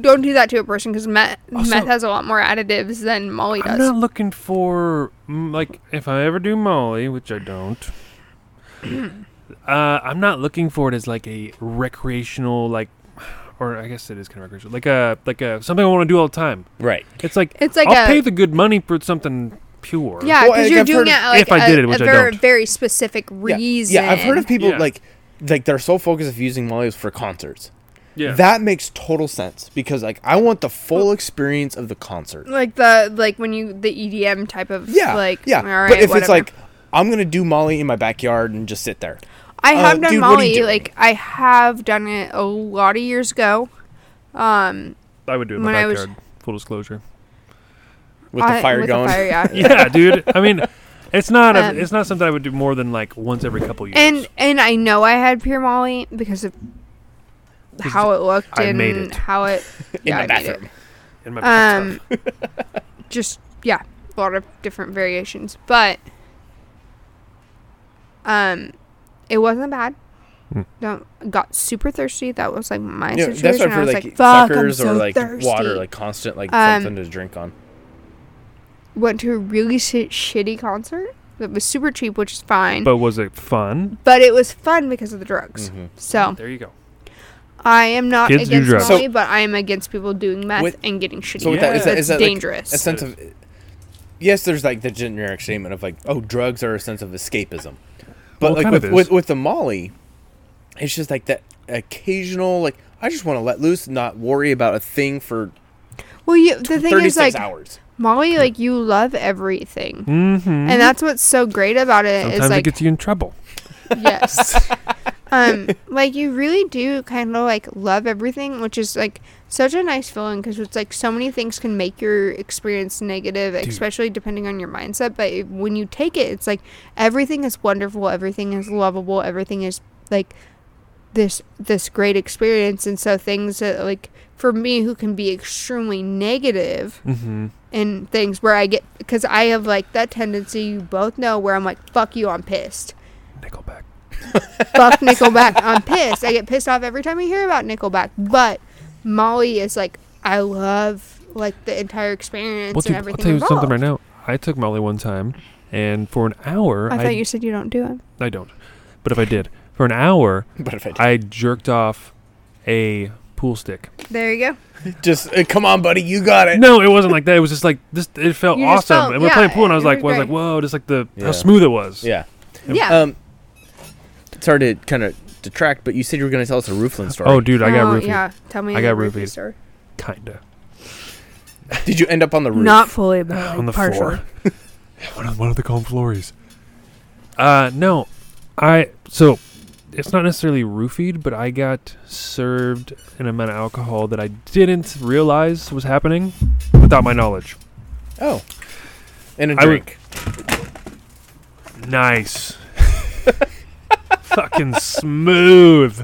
[SPEAKER 2] don't do that to a person because meth
[SPEAKER 3] Also-
[SPEAKER 2] meth has a lot more additives than Molly
[SPEAKER 3] I'm
[SPEAKER 2] does.
[SPEAKER 3] not looking for mm, like if I ever do Molly, which I don't. uh, I'm not looking for it as like a recreational like, or I guess it is kind of recreational, like a like a something I want to do all the time.
[SPEAKER 4] right
[SPEAKER 3] It's like
[SPEAKER 2] It's like
[SPEAKER 3] I'll
[SPEAKER 2] a-
[SPEAKER 3] pay the good money for something pure.
[SPEAKER 2] yeah,
[SPEAKER 4] Well,
[SPEAKER 2] because
[SPEAKER 4] like,
[SPEAKER 2] you're
[SPEAKER 4] I've
[SPEAKER 2] doing
[SPEAKER 4] heard
[SPEAKER 2] it
[SPEAKER 4] of-
[SPEAKER 2] like
[SPEAKER 3] if I did
[SPEAKER 2] a-
[SPEAKER 3] it, which
[SPEAKER 2] a
[SPEAKER 3] I
[SPEAKER 2] very,
[SPEAKER 3] don't.
[SPEAKER 2] very specific
[SPEAKER 4] yeah.
[SPEAKER 2] reason.
[SPEAKER 4] yeah i've heard of people
[SPEAKER 3] Yeah.
[SPEAKER 4] like like they're so focused of using molly's for concerts
[SPEAKER 3] yeah.
[SPEAKER 4] that makes total sense because like i want the full experience of the concert
[SPEAKER 2] like the like when you the EDM type of
[SPEAKER 4] yeah
[SPEAKER 2] like
[SPEAKER 4] yeah
[SPEAKER 2] all right,
[SPEAKER 4] but if it's
[SPEAKER 2] whatever.
[SPEAKER 4] like i'm going to do molly in my backyard and just sit there
[SPEAKER 2] I
[SPEAKER 4] Uh,
[SPEAKER 2] have done
[SPEAKER 4] dude, what are you
[SPEAKER 2] Molly.
[SPEAKER 4] doing?
[SPEAKER 2] Like I have done it a lot of years ago. Um,
[SPEAKER 3] I would do it in my
[SPEAKER 2] when I was-
[SPEAKER 3] backyard. Full disclosure.
[SPEAKER 4] with
[SPEAKER 2] I-
[SPEAKER 4] the fire
[SPEAKER 2] with
[SPEAKER 4] going
[SPEAKER 2] fire, yeah.
[SPEAKER 3] yeah, dude. I mean, it's not
[SPEAKER 2] Um,
[SPEAKER 3] a, it's not something I would do more than like once every couple years.
[SPEAKER 2] and and I know I had pure Molly because of how it looked
[SPEAKER 3] I
[SPEAKER 2] and
[SPEAKER 3] made it.
[SPEAKER 2] how it
[SPEAKER 4] in
[SPEAKER 2] yeah,
[SPEAKER 4] the
[SPEAKER 2] I made it.
[SPEAKER 4] bathroom
[SPEAKER 3] in my
[SPEAKER 2] Um, just yeah, a lot of different variations, but um, it wasn't bad. Don't got super thirsty. That was like my
[SPEAKER 4] Yeah,
[SPEAKER 2] situation.
[SPEAKER 4] Hmm. that's what
[SPEAKER 2] I
[SPEAKER 4] for
[SPEAKER 2] was
[SPEAKER 4] like,
[SPEAKER 2] like, fuck, I'm
[SPEAKER 4] suckers
[SPEAKER 2] so
[SPEAKER 4] or like
[SPEAKER 2] thirsty.
[SPEAKER 4] water, like constant, like
[SPEAKER 2] Um,
[SPEAKER 4] something to drink on.
[SPEAKER 2] went to a really shi shitty concert that was super cheap, which is fine. But,
[SPEAKER 3] But was it fun?
[SPEAKER 2] it was fun because of the drugs.
[SPEAKER 4] Mm-hmm. Um,
[SPEAKER 2] So
[SPEAKER 3] There you go.
[SPEAKER 2] I am not
[SPEAKER 3] Kids do
[SPEAKER 2] against
[SPEAKER 3] drugs.
[SPEAKER 2] Molly,
[SPEAKER 4] So-
[SPEAKER 2] but I am against people doing meth
[SPEAKER 4] With-
[SPEAKER 2] and getting shitty.
[SPEAKER 4] So with that,
[SPEAKER 2] drugs.
[SPEAKER 4] is that,
[SPEAKER 2] That's
[SPEAKER 4] is that like,
[SPEAKER 2] dangerous.
[SPEAKER 4] a sense of yes, there's like the generic statement of like, oh, drugs are a sense of escapism,
[SPEAKER 3] Well,
[SPEAKER 4] but
[SPEAKER 3] it
[SPEAKER 4] like
[SPEAKER 3] kind of
[SPEAKER 4] with, with
[SPEAKER 3] is.
[SPEAKER 4] with the Molly, it's just like that occasional like I just want to let loose, not worry about a thing for
[SPEAKER 2] well, you, the thing
[SPEAKER 4] thirty
[SPEAKER 2] is,
[SPEAKER 4] six
[SPEAKER 2] like
[SPEAKER 4] hours.
[SPEAKER 2] Molly, like you love everything,
[SPEAKER 3] Mm-hmm.
[SPEAKER 2] and that's what's so great about it. Is
[SPEAKER 3] Sometimes it
[SPEAKER 2] like
[SPEAKER 3] gets you in trouble.
[SPEAKER 2] yes um like you really do kind of like love everything which is like such a nice feeling because it's like so many things can make your experience negative especially depending on your mindset but it- when you take it it's like everything is wonderful everything is lovable everything is like this this great experience and so things that like for me who can be extremely negative
[SPEAKER 3] Mm-hmm.
[SPEAKER 2] and things where i get because i have like that tendency you both know where i'm like fuck you i'm pissed
[SPEAKER 3] Nickelback.
[SPEAKER 2] fuck Nickelback. I'm pissed. I get pissed off every time I hear about Nickelback. But Molly is like, I love like the entire experience
[SPEAKER 3] Well, dude,
[SPEAKER 2] and
[SPEAKER 3] I'll
[SPEAKER 2] everything.
[SPEAKER 3] tell you something right
[SPEAKER 2] involved.
[SPEAKER 3] now. I took Molly one time, and for an hour,
[SPEAKER 2] I thought you said you don't do it.
[SPEAKER 3] I don't. But if I did, for an hour,
[SPEAKER 4] But if I,
[SPEAKER 3] I jerked off a pool stick.
[SPEAKER 2] There you go.
[SPEAKER 4] just uh, come on, buddy, you got it.
[SPEAKER 3] No, it wasn't like that. It was just like this. It felt
[SPEAKER 2] You just
[SPEAKER 3] awesome.
[SPEAKER 2] felt-
[SPEAKER 3] and we're
[SPEAKER 2] yeah,
[SPEAKER 3] playing pool, and I
[SPEAKER 2] it-
[SPEAKER 3] was
[SPEAKER 2] it
[SPEAKER 3] like,
[SPEAKER 2] was
[SPEAKER 3] I was like,
[SPEAKER 2] great.
[SPEAKER 3] whoa, just like the
[SPEAKER 4] Yeah.
[SPEAKER 3] how smooth it was.
[SPEAKER 4] Yeah.
[SPEAKER 2] Yeah.
[SPEAKER 4] Um, sorry to kind of detract, but you said you were going to tell us a Roofland story.
[SPEAKER 3] Oh, dude, I got
[SPEAKER 2] Oh,
[SPEAKER 3] roofied.
[SPEAKER 2] Yeah. Tell me.
[SPEAKER 3] I got
[SPEAKER 2] the roofie
[SPEAKER 3] roofied.
[SPEAKER 2] story.
[SPEAKER 3] Kinda
[SPEAKER 4] did you end up on the roof?
[SPEAKER 2] Not fully, but like,
[SPEAKER 3] on the
[SPEAKER 2] partially.
[SPEAKER 3] floor. one of one of the calm floors. Uh, no, I so it's not necessarily roofied, but I got served an amount of alcohol that I didn't realize was happening without my knowledge.
[SPEAKER 4] Oh, and a
[SPEAKER 3] I would-
[SPEAKER 4] drink.
[SPEAKER 3] Nice. Fucking smooth.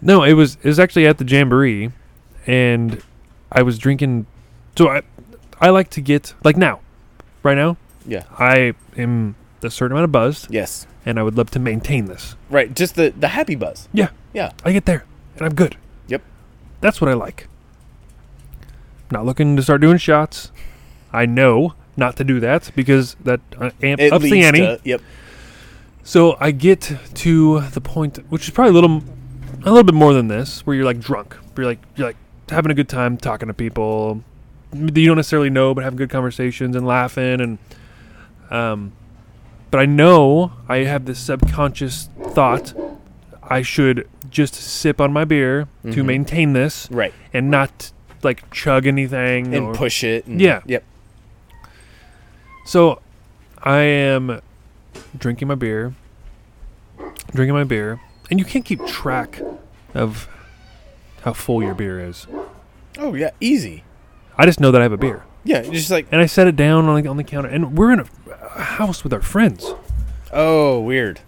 [SPEAKER 3] no, it was it was actually at the jamboree and I was drinking so I I like to get like now. Right now,
[SPEAKER 4] yeah.
[SPEAKER 3] I am a certain amount of buzzed
[SPEAKER 4] Yes.
[SPEAKER 3] and I would love to maintain this.
[SPEAKER 4] Right. Just the the happy buzz.
[SPEAKER 3] Yeah.
[SPEAKER 4] Yeah.
[SPEAKER 3] I get there and I'm good.
[SPEAKER 4] Yep.
[SPEAKER 3] That's what I like. Not looking to start doing shots. I know not to do that because that uh, amp
[SPEAKER 4] It
[SPEAKER 3] ups the
[SPEAKER 4] leads
[SPEAKER 3] ante.
[SPEAKER 4] to- uh, yep.
[SPEAKER 3] So I get to the point, which is probably a little, a little bit more than this, where you're like drunk. You're like you're like having a good time talking to people that you don't necessarily know, but having good conversations and laughing and, um, but I know I have this subconscious thought I should just sip on my beer to maintain this
[SPEAKER 4] Right.
[SPEAKER 3] and not like chug anything
[SPEAKER 4] and
[SPEAKER 3] or-
[SPEAKER 4] push it. And,
[SPEAKER 3] Yeah.
[SPEAKER 4] Yep.
[SPEAKER 3] So I am drinking my beer, drinking my beer, and you can't keep track of how full your beer is.
[SPEAKER 4] Oh yeah, easy.
[SPEAKER 3] I just know that I have a beer,
[SPEAKER 4] Yeah, just like
[SPEAKER 3] and I set it down on the, on the counter, and we're in a, a house with our friends.
[SPEAKER 4] oh weird.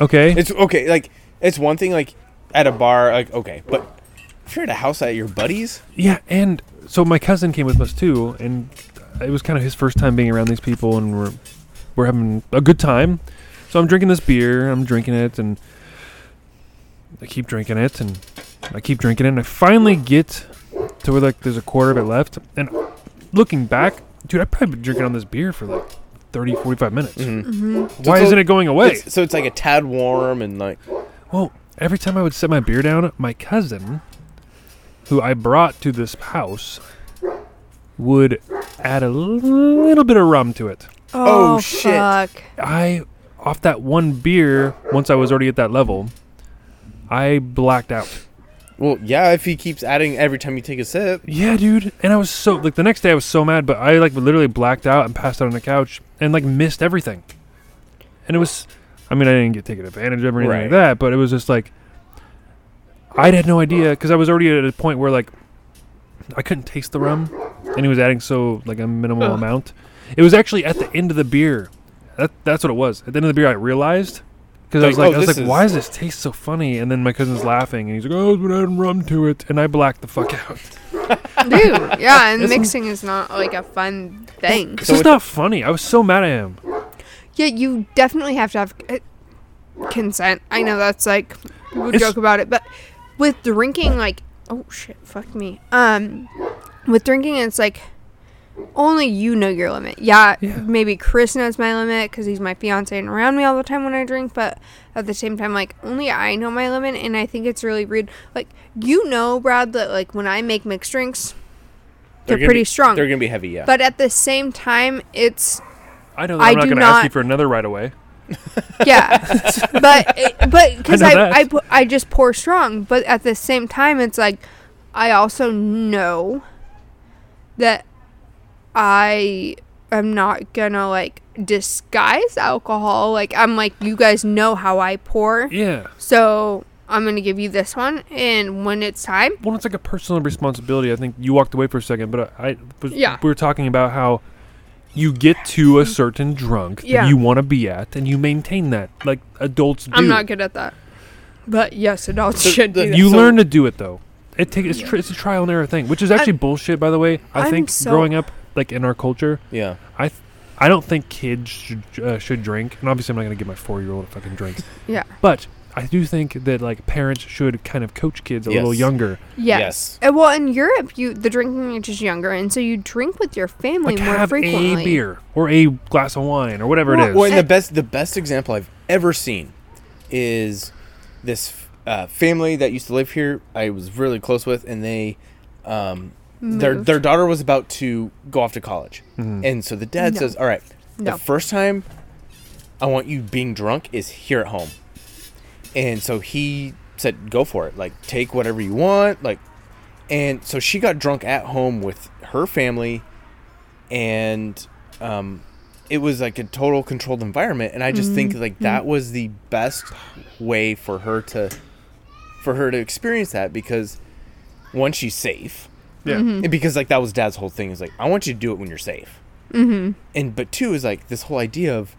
[SPEAKER 3] Okay,
[SPEAKER 4] It's okay. Like it's one thing like at a bar. Like okay, but if you're at a house at your buddies,
[SPEAKER 3] yeah, and so my cousin came with us too, and it was kind of his first time being around these people, and we're we're having a good time. So I'm drinking this beer, I'm drinking it, and I keep drinking it, and I keep drinking it, and I finally get to where like there's a quarter of it left, and looking back, dude, I've probably been drinking on this beer for like 30, 45 minutes. Why
[SPEAKER 4] it's a-
[SPEAKER 3] isn't it going away?
[SPEAKER 4] it's, Mm-hmm. so it's like a tad warm and like
[SPEAKER 3] Well, every time I would set my beer down, my cousin, who I brought to this house, would add a little bit of rum to it.
[SPEAKER 4] Oh, shit.
[SPEAKER 2] Fuck.
[SPEAKER 3] I, off that one beer, once I was already at that level, I blacked out.
[SPEAKER 4] well yeah. If he keeps adding every time you take a sip,
[SPEAKER 3] Yeah, dude. And I was so, like, the next day I was so mad, but I, like, literally blacked out and passed out on the couch and, like, missed everything. And it was, I mean, I didn't get taken advantage of or anything
[SPEAKER 4] Right.
[SPEAKER 3] like that, but it was just like, I had no idea because I was already at a point where, like, I couldn't taste the rum and he was adding so, like, a minimal amount. It was actually at the end of the beer. That, that's what it was. At the end of the beer, I realized. Because I
[SPEAKER 4] Like,
[SPEAKER 3] was like,
[SPEAKER 4] oh,
[SPEAKER 3] I was
[SPEAKER 4] this
[SPEAKER 3] like,
[SPEAKER 4] is-
[SPEAKER 3] why does this taste so funny? And then my cousin's laughing, and he's like, "Oh, it's been adding rum to it," and I blacked the fuck out.
[SPEAKER 2] Dude, yeah, and mixing is not like a fun thing.
[SPEAKER 3] This
[SPEAKER 4] So
[SPEAKER 3] is
[SPEAKER 4] it's-
[SPEAKER 3] not funny. I was so mad at him.
[SPEAKER 2] Yeah, you definitely have to have uh, consent. I know that's like we
[SPEAKER 3] It's-
[SPEAKER 2] joke about it, but with drinking, like oh shit, fuck me. Um, with drinking, it's like only you know your limit. Yeah,
[SPEAKER 3] Yeah.
[SPEAKER 2] maybe Chris knows my limit because he's my fiance and around me all the time when I drink. But at the same time, like only I know my limit, and I think it's really rude. Like you know, Brad, that like when I make mixed drinks, they're,
[SPEAKER 4] gonna
[SPEAKER 2] pretty
[SPEAKER 4] be-
[SPEAKER 2] strong.
[SPEAKER 4] They're gonna be heavy, yeah.
[SPEAKER 2] but at the same time, it's
[SPEAKER 3] I know that
[SPEAKER 2] I
[SPEAKER 3] I am not
[SPEAKER 2] do
[SPEAKER 3] going to ask
[SPEAKER 2] not-
[SPEAKER 3] you for another right away.
[SPEAKER 2] yeah but it- but because
[SPEAKER 3] know
[SPEAKER 2] I,
[SPEAKER 3] that.
[SPEAKER 2] I, pu- I just pour strong but at the same time it's like i also know that i am not gonna like disguise alcohol like i'm like you guys know how i pour
[SPEAKER 3] Yeah.
[SPEAKER 2] so i'm gonna give you this one and when it's time
[SPEAKER 3] Well, it's like a personal responsibility. I think you walked away for a second, but I, I was,
[SPEAKER 2] Yeah.
[SPEAKER 3] we were talking about how you get to a certain drunk that
[SPEAKER 2] Yeah.
[SPEAKER 3] you want to be at, and you maintain that, like adults do.
[SPEAKER 2] i'm not good at that but yes adults
[SPEAKER 4] So
[SPEAKER 2] should
[SPEAKER 4] the-
[SPEAKER 2] do that.
[SPEAKER 3] you
[SPEAKER 4] So-
[SPEAKER 3] learn to do it though. It take it's, tr- it's a trial and error thing, which is actually bullshit, by the way. I
[SPEAKER 2] I'm
[SPEAKER 3] think
[SPEAKER 2] so-
[SPEAKER 3] growing up, like in our culture,
[SPEAKER 4] yeah.
[SPEAKER 3] I th- I don't think kids should uh, should drink, and obviously I'm not gonna give my four year old a fucking drink.
[SPEAKER 2] Yeah.
[SPEAKER 3] But I do think that like parents should kind of coach kids a little
[SPEAKER 4] Yes.
[SPEAKER 3] younger.
[SPEAKER 2] yes, Uh, well in europe you the drinking age is younger and so you drink with your family
[SPEAKER 3] Like
[SPEAKER 2] more
[SPEAKER 3] have
[SPEAKER 2] frequently
[SPEAKER 3] a beer or a glass of wine or whatever it is.
[SPEAKER 4] Well, and the best the best example I've ever seen is this uh, family that used to live here. I was really close with, and they um, their
[SPEAKER 2] Moved.
[SPEAKER 4] their daughter was about to go off to college,
[SPEAKER 3] Mm-hmm.
[SPEAKER 4] and so the dad
[SPEAKER 2] No.
[SPEAKER 4] says, "All right,
[SPEAKER 2] No.
[SPEAKER 4] the first time I want you being drunk is here at home," and so he said, "Go for it! Like take whatever you want, like." And so she got drunk at home with her family and um, it was like a total controlled environment and i just think like that was the best way for her to for her to experience that because one she's safe
[SPEAKER 3] yeah.
[SPEAKER 4] and because like that was dad's whole thing is like i want you to do it when you're safe mm-hmm. and but two is like this whole idea of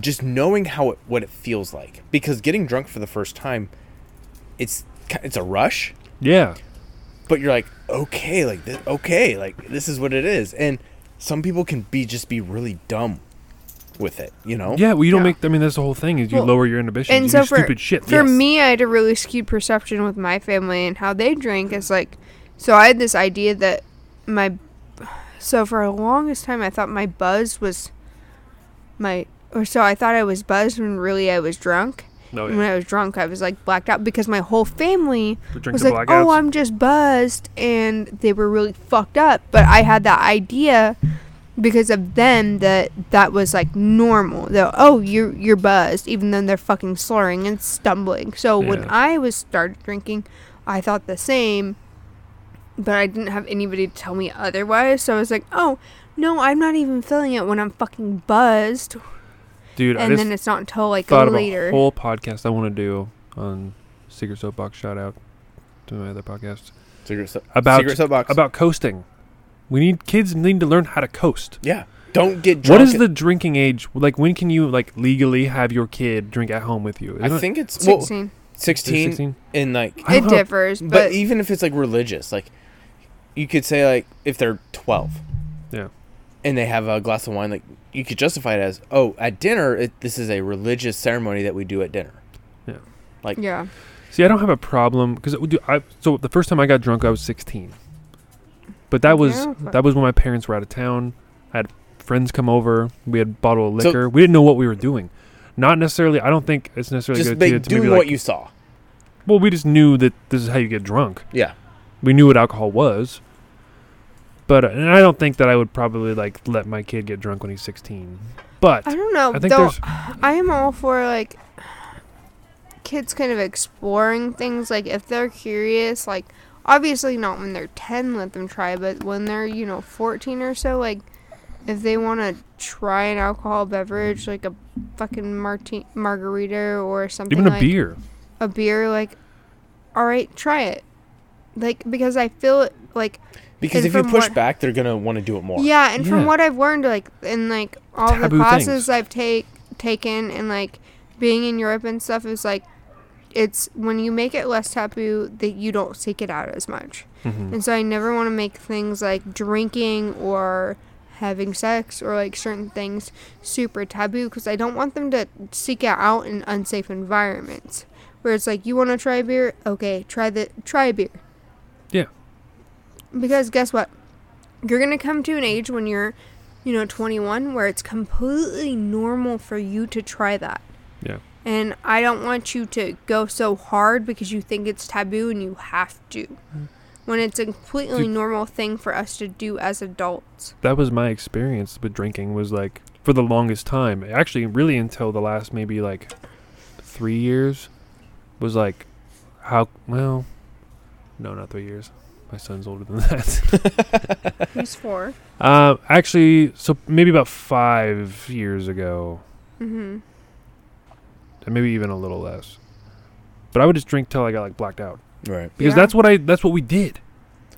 [SPEAKER 4] just knowing how it what it feels like because getting drunk for the first time it's ki- it's a rush
[SPEAKER 3] Yeah.
[SPEAKER 4] but you're like okay like this, okay like this is what it is and some people can be just be really dumb with it you know
[SPEAKER 3] Yeah, well, you don't
[SPEAKER 2] Yeah.
[SPEAKER 3] make. I mean, that's the whole thing is you
[SPEAKER 2] Well,
[SPEAKER 3] lower your inhibitions.
[SPEAKER 2] and
[SPEAKER 3] you
[SPEAKER 2] so
[SPEAKER 3] do
[SPEAKER 2] for
[SPEAKER 3] stupid shit.
[SPEAKER 2] for
[SPEAKER 4] Yes.
[SPEAKER 2] me, I had a really skewed perception with my family and how they drink. Is like, so I had this idea that my, so for the longest time I thought my buzz was, my or so I thought I was buzzed when really I was drunk.
[SPEAKER 3] No,
[SPEAKER 2] And when I was drunk, I was like blacked out because my whole family
[SPEAKER 3] Were drinking
[SPEAKER 2] was like,
[SPEAKER 3] blackouts?
[SPEAKER 2] "Oh, I'm just buzzed," and they were really fucked up. But I had that idea because of them that that was like normal. That oh, you're you're buzzed, even though they're fucking slurring and stumbling. So when
[SPEAKER 3] Yeah.
[SPEAKER 2] I was started drinking, I thought the same, but I didn't have anybody to tell me otherwise. So I was like, "Oh, no, I'm not even feeling it when I'm fucking buzzed."
[SPEAKER 3] dude. I
[SPEAKER 2] And
[SPEAKER 3] just
[SPEAKER 2] then it's not until like
[SPEAKER 3] thought of
[SPEAKER 2] later.
[SPEAKER 3] a whole podcast I want to do on Secret Soapbox. Shout out to my other podcast
[SPEAKER 4] Secret so-
[SPEAKER 3] about
[SPEAKER 4] secret soapbox
[SPEAKER 3] about coasting. We need kids need to learn how to coast.
[SPEAKER 4] yeah don't get
[SPEAKER 3] What
[SPEAKER 4] drunk
[SPEAKER 3] is the drinking age? Like, when can you like legally have your kid drink at home with you?
[SPEAKER 4] i
[SPEAKER 3] Isn't it-
[SPEAKER 4] think it's well, 16,
[SPEAKER 2] 16.
[SPEAKER 3] 16?
[SPEAKER 4] and like
[SPEAKER 3] I
[SPEAKER 2] it
[SPEAKER 3] don't know. e
[SPEAKER 2] differs,
[SPEAKER 4] but,
[SPEAKER 2] but,
[SPEAKER 4] even if it's like religious like you could say like if they're 12
[SPEAKER 3] Yeah.
[SPEAKER 4] and they have a glass of wine like you could justify it as oh at dinner it, this is a religious ceremony that we do at dinner
[SPEAKER 2] yeah,
[SPEAKER 3] See, I don't have a problem because I so the first time I got drunk, I was 16. But that was
[SPEAKER 2] Yeah, but-
[SPEAKER 3] that was when my parents were out of town. I had friends come over. We had a bottle of
[SPEAKER 4] So-
[SPEAKER 3] liquor. we didn't know what we were doing. Not necessarily. I don't think it's necessarily
[SPEAKER 4] just
[SPEAKER 3] good idea
[SPEAKER 4] like
[SPEAKER 3] to
[SPEAKER 4] doing
[SPEAKER 3] maybe
[SPEAKER 4] what
[SPEAKER 3] like.
[SPEAKER 4] you saw
[SPEAKER 3] well, we just knew that this is how you get drunk.
[SPEAKER 4] yeah
[SPEAKER 3] We knew what alcohol was. But uh, and I don't think that I would probably like let my kid get drunk when he's 16. But
[SPEAKER 2] I don't know.
[SPEAKER 3] I think
[SPEAKER 2] though
[SPEAKER 3] there's
[SPEAKER 2] I am all for like kids kind of exploring things. Like if they're curious, like obviously not when they're ten, let them try. But when they're you know fourteen or so, like if they want to try an alcohol beverage, like a fucking marti- margarita or something,
[SPEAKER 3] even a
[SPEAKER 2] like,
[SPEAKER 3] beer.
[SPEAKER 2] a beer, like all right, try it. Like because I feel like
[SPEAKER 4] because
[SPEAKER 2] And
[SPEAKER 4] if you
[SPEAKER 2] from
[SPEAKER 4] push
[SPEAKER 2] what-
[SPEAKER 4] back they're gonna want to do it more
[SPEAKER 2] Yeah, and
[SPEAKER 3] Yeah.
[SPEAKER 2] from what I've learned, like in like all the
[SPEAKER 3] Taboo
[SPEAKER 2] classes
[SPEAKER 3] things.
[SPEAKER 2] I've take taken and like being in Europe and stuff, is like it's when you make it less taboo that you don't seek it out as much. And so I never want to make things like drinking or having sex or like certain things super taboo because I don't want them to seek it out in unsafe environments. Where it's like you want to try a beer, okay, try the try a beer.
[SPEAKER 3] Yeah.
[SPEAKER 2] Because guess what? You're going to come to an age when you're, you know, 21 where it's completely normal for you to try that.
[SPEAKER 3] Yeah.
[SPEAKER 2] And I don't want you to go so hard because you think it's taboo and you have to.
[SPEAKER 4] Mm-hmm.
[SPEAKER 2] When it's a completely
[SPEAKER 3] Dude.
[SPEAKER 2] normal thing for us to do as adults.
[SPEAKER 3] that was my experience with drinking was like for the longest time actually really until the last maybe like three years was like how well no not three years my son's older than that
[SPEAKER 2] Who's for?
[SPEAKER 3] uh, actually so maybe about five years ago
[SPEAKER 2] Mm-hmm.
[SPEAKER 3] and maybe even a little less but i would just drink till i got like blacked out
[SPEAKER 4] Right.
[SPEAKER 3] because
[SPEAKER 2] Yeah.
[SPEAKER 3] that's what i that's what we did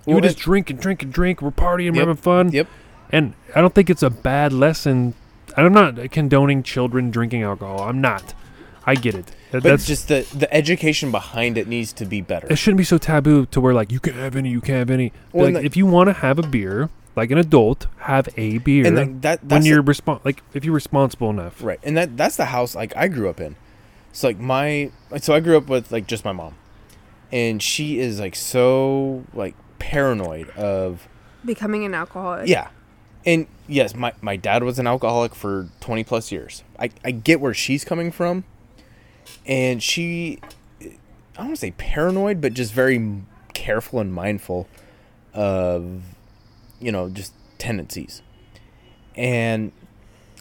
[SPEAKER 3] we
[SPEAKER 4] Well,
[SPEAKER 3] would just
[SPEAKER 4] it-
[SPEAKER 3] drink and drink and drink we're partying we're
[SPEAKER 4] Yep,
[SPEAKER 3] having fun
[SPEAKER 4] yep.
[SPEAKER 3] and I don't think it's a bad lesson. I'm not condoning children drinking alcohol. I'm not. I get it. That-
[SPEAKER 4] But
[SPEAKER 3] that's just
[SPEAKER 4] just the the education behind it needs to be better.
[SPEAKER 3] it shouldn't be so taboo to where like you can't have any, you can't have any. Be
[SPEAKER 4] Well, and
[SPEAKER 3] like,
[SPEAKER 4] the-
[SPEAKER 3] if you want to have a beer, like an adult, have a beer.
[SPEAKER 4] And like that
[SPEAKER 3] when
[SPEAKER 4] that's
[SPEAKER 3] you're respon like if you're responsible enough.
[SPEAKER 4] Right, and that that's the house like I grew up in. So like my so I grew up with like just my mom, and she is like so like paranoid of
[SPEAKER 2] Becoming an alcoholic.
[SPEAKER 4] yeah, and yes, my my dad was an alcoholic for twenty plus years. I I get where she's coming from, and she I don't want to say paranoid, but just very m- careful and mindful of you know just tendencies, and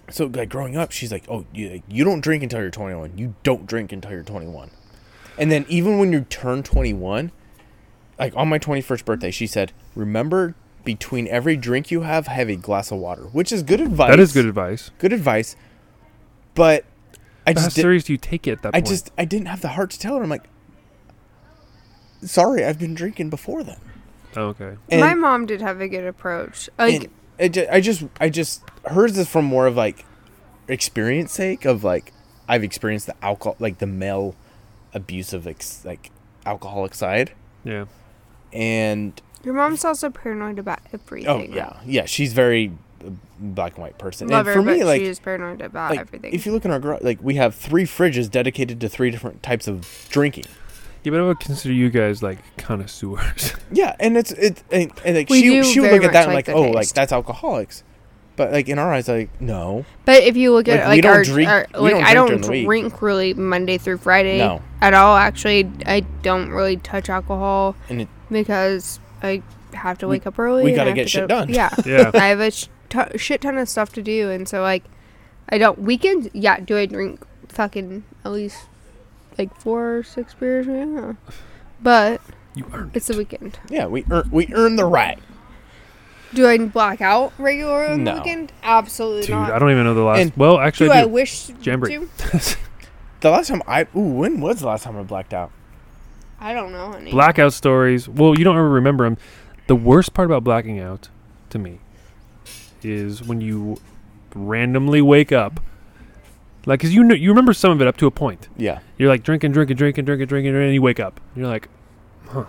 [SPEAKER 4] so like growing up, she's like, "Oh, you, you don't drink until you're 21. You don't drink until you're 21." And then even when you turn 21, like on my 21st birthday, she said, "Remember between every drink you have, have a glass of water," which is good advice.
[SPEAKER 3] That is good advice.
[SPEAKER 4] Good advice. But I
[SPEAKER 3] How
[SPEAKER 4] just did,
[SPEAKER 3] serious do you take it at that
[SPEAKER 4] I
[SPEAKER 3] point?
[SPEAKER 4] just I didn't have the heart to tell her. I'm like, "Sorry, I've been drinking before then."
[SPEAKER 3] Oh, okay.
[SPEAKER 4] And-
[SPEAKER 2] My mom did have a good approach. Like,
[SPEAKER 4] and it ju- I just, I just, hers is from more of like experience sake of like I've experienced the alcohol, like the male abusive, ex- like alcoholic side,
[SPEAKER 3] Yeah.
[SPEAKER 4] and
[SPEAKER 2] your mom's also paranoid about everything.
[SPEAKER 4] oh yeah, yeah, she's very uh, black and white person.
[SPEAKER 2] Love
[SPEAKER 4] and
[SPEAKER 2] her,
[SPEAKER 4] for me,
[SPEAKER 2] but
[SPEAKER 4] like,
[SPEAKER 2] she is paranoid about
[SPEAKER 4] like,
[SPEAKER 2] everything.
[SPEAKER 4] if you look in our garage, like we have three fridges dedicated to three different types of drinking.
[SPEAKER 3] Yeah, but I would consider you guys like connoisseurs.
[SPEAKER 4] Yeah, and it's it and, and like
[SPEAKER 2] We
[SPEAKER 4] she
[SPEAKER 2] do
[SPEAKER 4] she would
[SPEAKER 2] very
[SPEAKER 4] look at
[SPEAKER 2] much
[SPEAKER 4] that and
[SPEAKER 2] like
[SPEAKER 4] like
[SPEAKER 2] the
[SPEAKER 4] oh like
[SPEAKER 2] taste.
[SPEAKER 4] that's alcoholics, but like in our eyes like no
[SPEAKER 2] But if you look at
[SPEAKER 4] Like, we
[SPEAKER 2] like,
[SPEAKER 4] don't
[SPEAKER 2] our,
[SPEAKER 4] drink-
[SPEAKER 2] our-
[SPEAKER 4] we
[SPEAKER 2] like
[SPEAKER 4] don't
[SPEAKER 2] I
[SPEAKER 4] drink
[SPEAKER 2] don't
[SPEAKER 4] during the week.
[SPEAKER 2] drink really Monday through Friday
[SPEAKER 4] No.
[SPEAKER 2] at all. Actually, I don't really touch alcohol
[SPEAKER 4] and it,
[SPEAKER 2] because I have to wake up early.
[SPEAKER 4] we
[SPEAKER 2] and
[SPEAKER 4] gotta
[SPEAKER 2] I have
[SPEAKER 4] get
[SPEAKER 2] to
[SPEAKER 4] shit done.
[SPEAKER 2] Yeah,
[SPEAKER 3] Yeah.
[SPEAKER 2] I have a sh- t- shit ton of stuff to do, and so like I don't weekends. Yeah, do I drink fucking at least like four or six beers? Yeah, but
[SPEAKER 3] you aren't.
[SPEAKER 2] it's the weekend.
[SPEAKER 4] yeah we earn we earn the right.
[SPEAKER 2] Do I black out regularly on
[SPEAKER 4] No.
[SPEAKER 2] the weekend? Absolutely
[SPEAKER 3] Dude,
[SPEAKER 2] not.
[SPEAKER 3] I don't even know the last.
[SPEAKER 4] And-
[SPEAKER 3] well, actually,
[SPEAKER 2] do I
[SPEAKER 3] do.
[SPEAKER 2] wish
[SPEAKER 3] Jamboree.
[SPEAKER 2] to?
[SPEAKER 4] The last time I ooh, when was the last time I blacked out?
[SPEAKER 2] I don't know, honey.
[SPEAKER 3] blackout stories. Well, you don't ever remember them. The worst part about blacking out, to me, is when you randomly wake up. Like, cause you know, you remember some of it up to a point.
[SPEAKER 4] Yeah.
[SPEAKER 3] You're like drinking, drinking, drinking, drinking, drinking, and you wake up. You're like,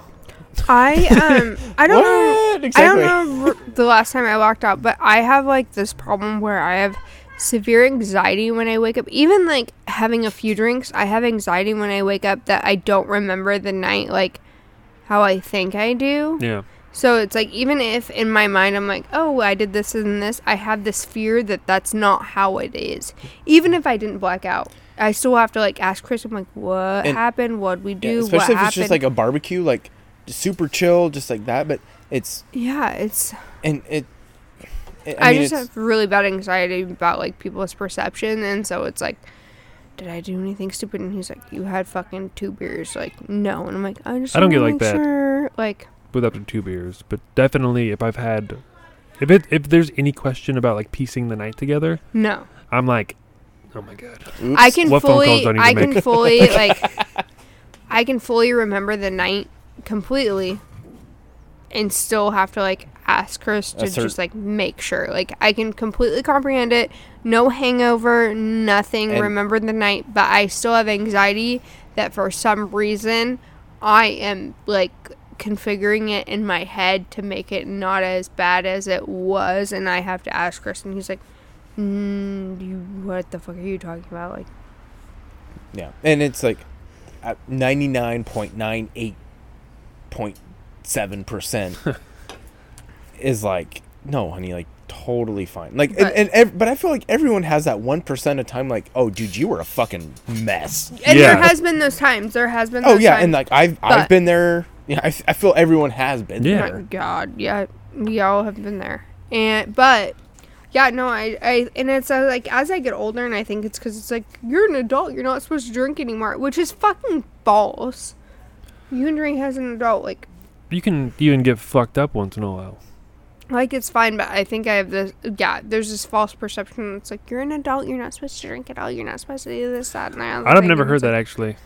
[SPEAKER 2] I um I don't
[SPEAKER 4] What?
[SPEAKER 2] know
[SPEAKER 4] Exactly.
[SPEAKER 2] I don't know r- the last time I locked out, but I have like this problem where I have severe anxiety when I wake up. Even like having a few drinks, I have anxiety when I wake up that I don't remember the night like how I think I do.
[SPEAKER 3] yeah,
[SPEAKER 2] So it's like even if in my mind I'm like, "Oh, I did this and this," I have this fear that that's not how it is. Even if I didn't black out, I still have to like ask Chris. I'm like, "What
[SPEAKER 4] And-
[SPEAKER 2] happened? What we do?
[SPEAKER 4] yeah
[SPEAKER 2] what
[SPEAKER 4] especially if
[SPEAKER 2] happened?"
[SPEAKER 4] it's just like a barbecue, like just super chill, just like that. But it's
[SPEAKER 2] yeah, it's
[SPEAKER 4] and it. it
[SPEAKER 2] I,
[SPEAKER 4] I, mean,
[SPEAKER 2] just
[SPEAKER 4] it's,
[SPEAKER 2] have really bad anxiety about like people's perception, and so it's like, did I do anything stupid? And he's like, you had fucking two beers, like no, and I'm like, I just
[SPEAKER 3] I don't get
[SPEAKER 2] wanna
[SPEAKER 3] like
[SPEAKER 2] make
[SPEAKER 3] that.
[SPEAKER 2] Sure. Like
[SPEAKER 3] with up to two beers. But definitely, if I've had, if it, if there's any question about like piecing the night together,
[SPEAKER 2] no,
[SPEAKER 3] I'm like, oh my god,
[SPEAKER 4] oops.
[SPEAKER 2] I can
[SPEAKER 3] What phone calls
[SPEAKER 2] fully,
[SPEAKER 3] do I need to
[SPEAKER 2] I can
[SPEAKER 3] make?
[SPEAKER 2] fully like, I can fully remember the night completely, and still have to like ask Chris to
[SPEAKER 4] That's her-
[SPEAKER 2] just like make sure. Like I can completely comprehend it. No hangover, nothing.
[SPEAKER 4] And-
[SPEAKER 2] Remember the night, but I still have anxiety that for some reason I am like configuring it in my head to make it not as bad as it was, and I have to ask Chris, and he's like, mm, you, "What the fuck are you talking about?" Like.
[SPEAKER 4] Yeah, and it's like ninety nine point nine eight point seven percent is like no, honey, like totally fine. Like,
[SPEAKER 2] But-
[SPEAKER 4] and, and ev- but I feel like everyone has that one percent of time. Like, oh, dude, you were a fucking mess.
[SPEAKER 2] And there
[SPEAKER 3] Yeah.
[SPEAKER 2] has been those times. There has been.
[SPEAKER 4] Oh
[SPEAKER 2] those
[SPEAKER 4] yeah,
[SPEAKER 2] times.
[SPEAKER 4] and like I've
[SPEAKER 2] but-
[SPEAKER 4] I've been there. Yeah, I, f- I feel everyone has been
[SPEAKER 3] Yeah.
[SPEAKER 2] My
[SPEAKER 4] there.
[SPEAKER 2] God, yeah, we all have been there, and but yeah, no, I, I, and it's uh, like as I get older, and I think it's because it's like you're an adult, you're not supposed to drink anymore, which is fucking false. You can drink as an adult, like,
[SPEAKER 3] You can even get fucked up once in a while.
[SPEAKER 2] like it's fine, but I think I have this, yeah, there's this false perception. It's like you're an adult, you're not supposed to drink at all, you're not supposed to do this, that, and that.
[SPEAKER 3] I've
[SPEAKER 2] like,
[SPEAKER 3] never
[SPEAKER 2] and
[SPEAKER 3] heard
[SPEAKER 2] it's like-
[SPEAKER 3] that actually.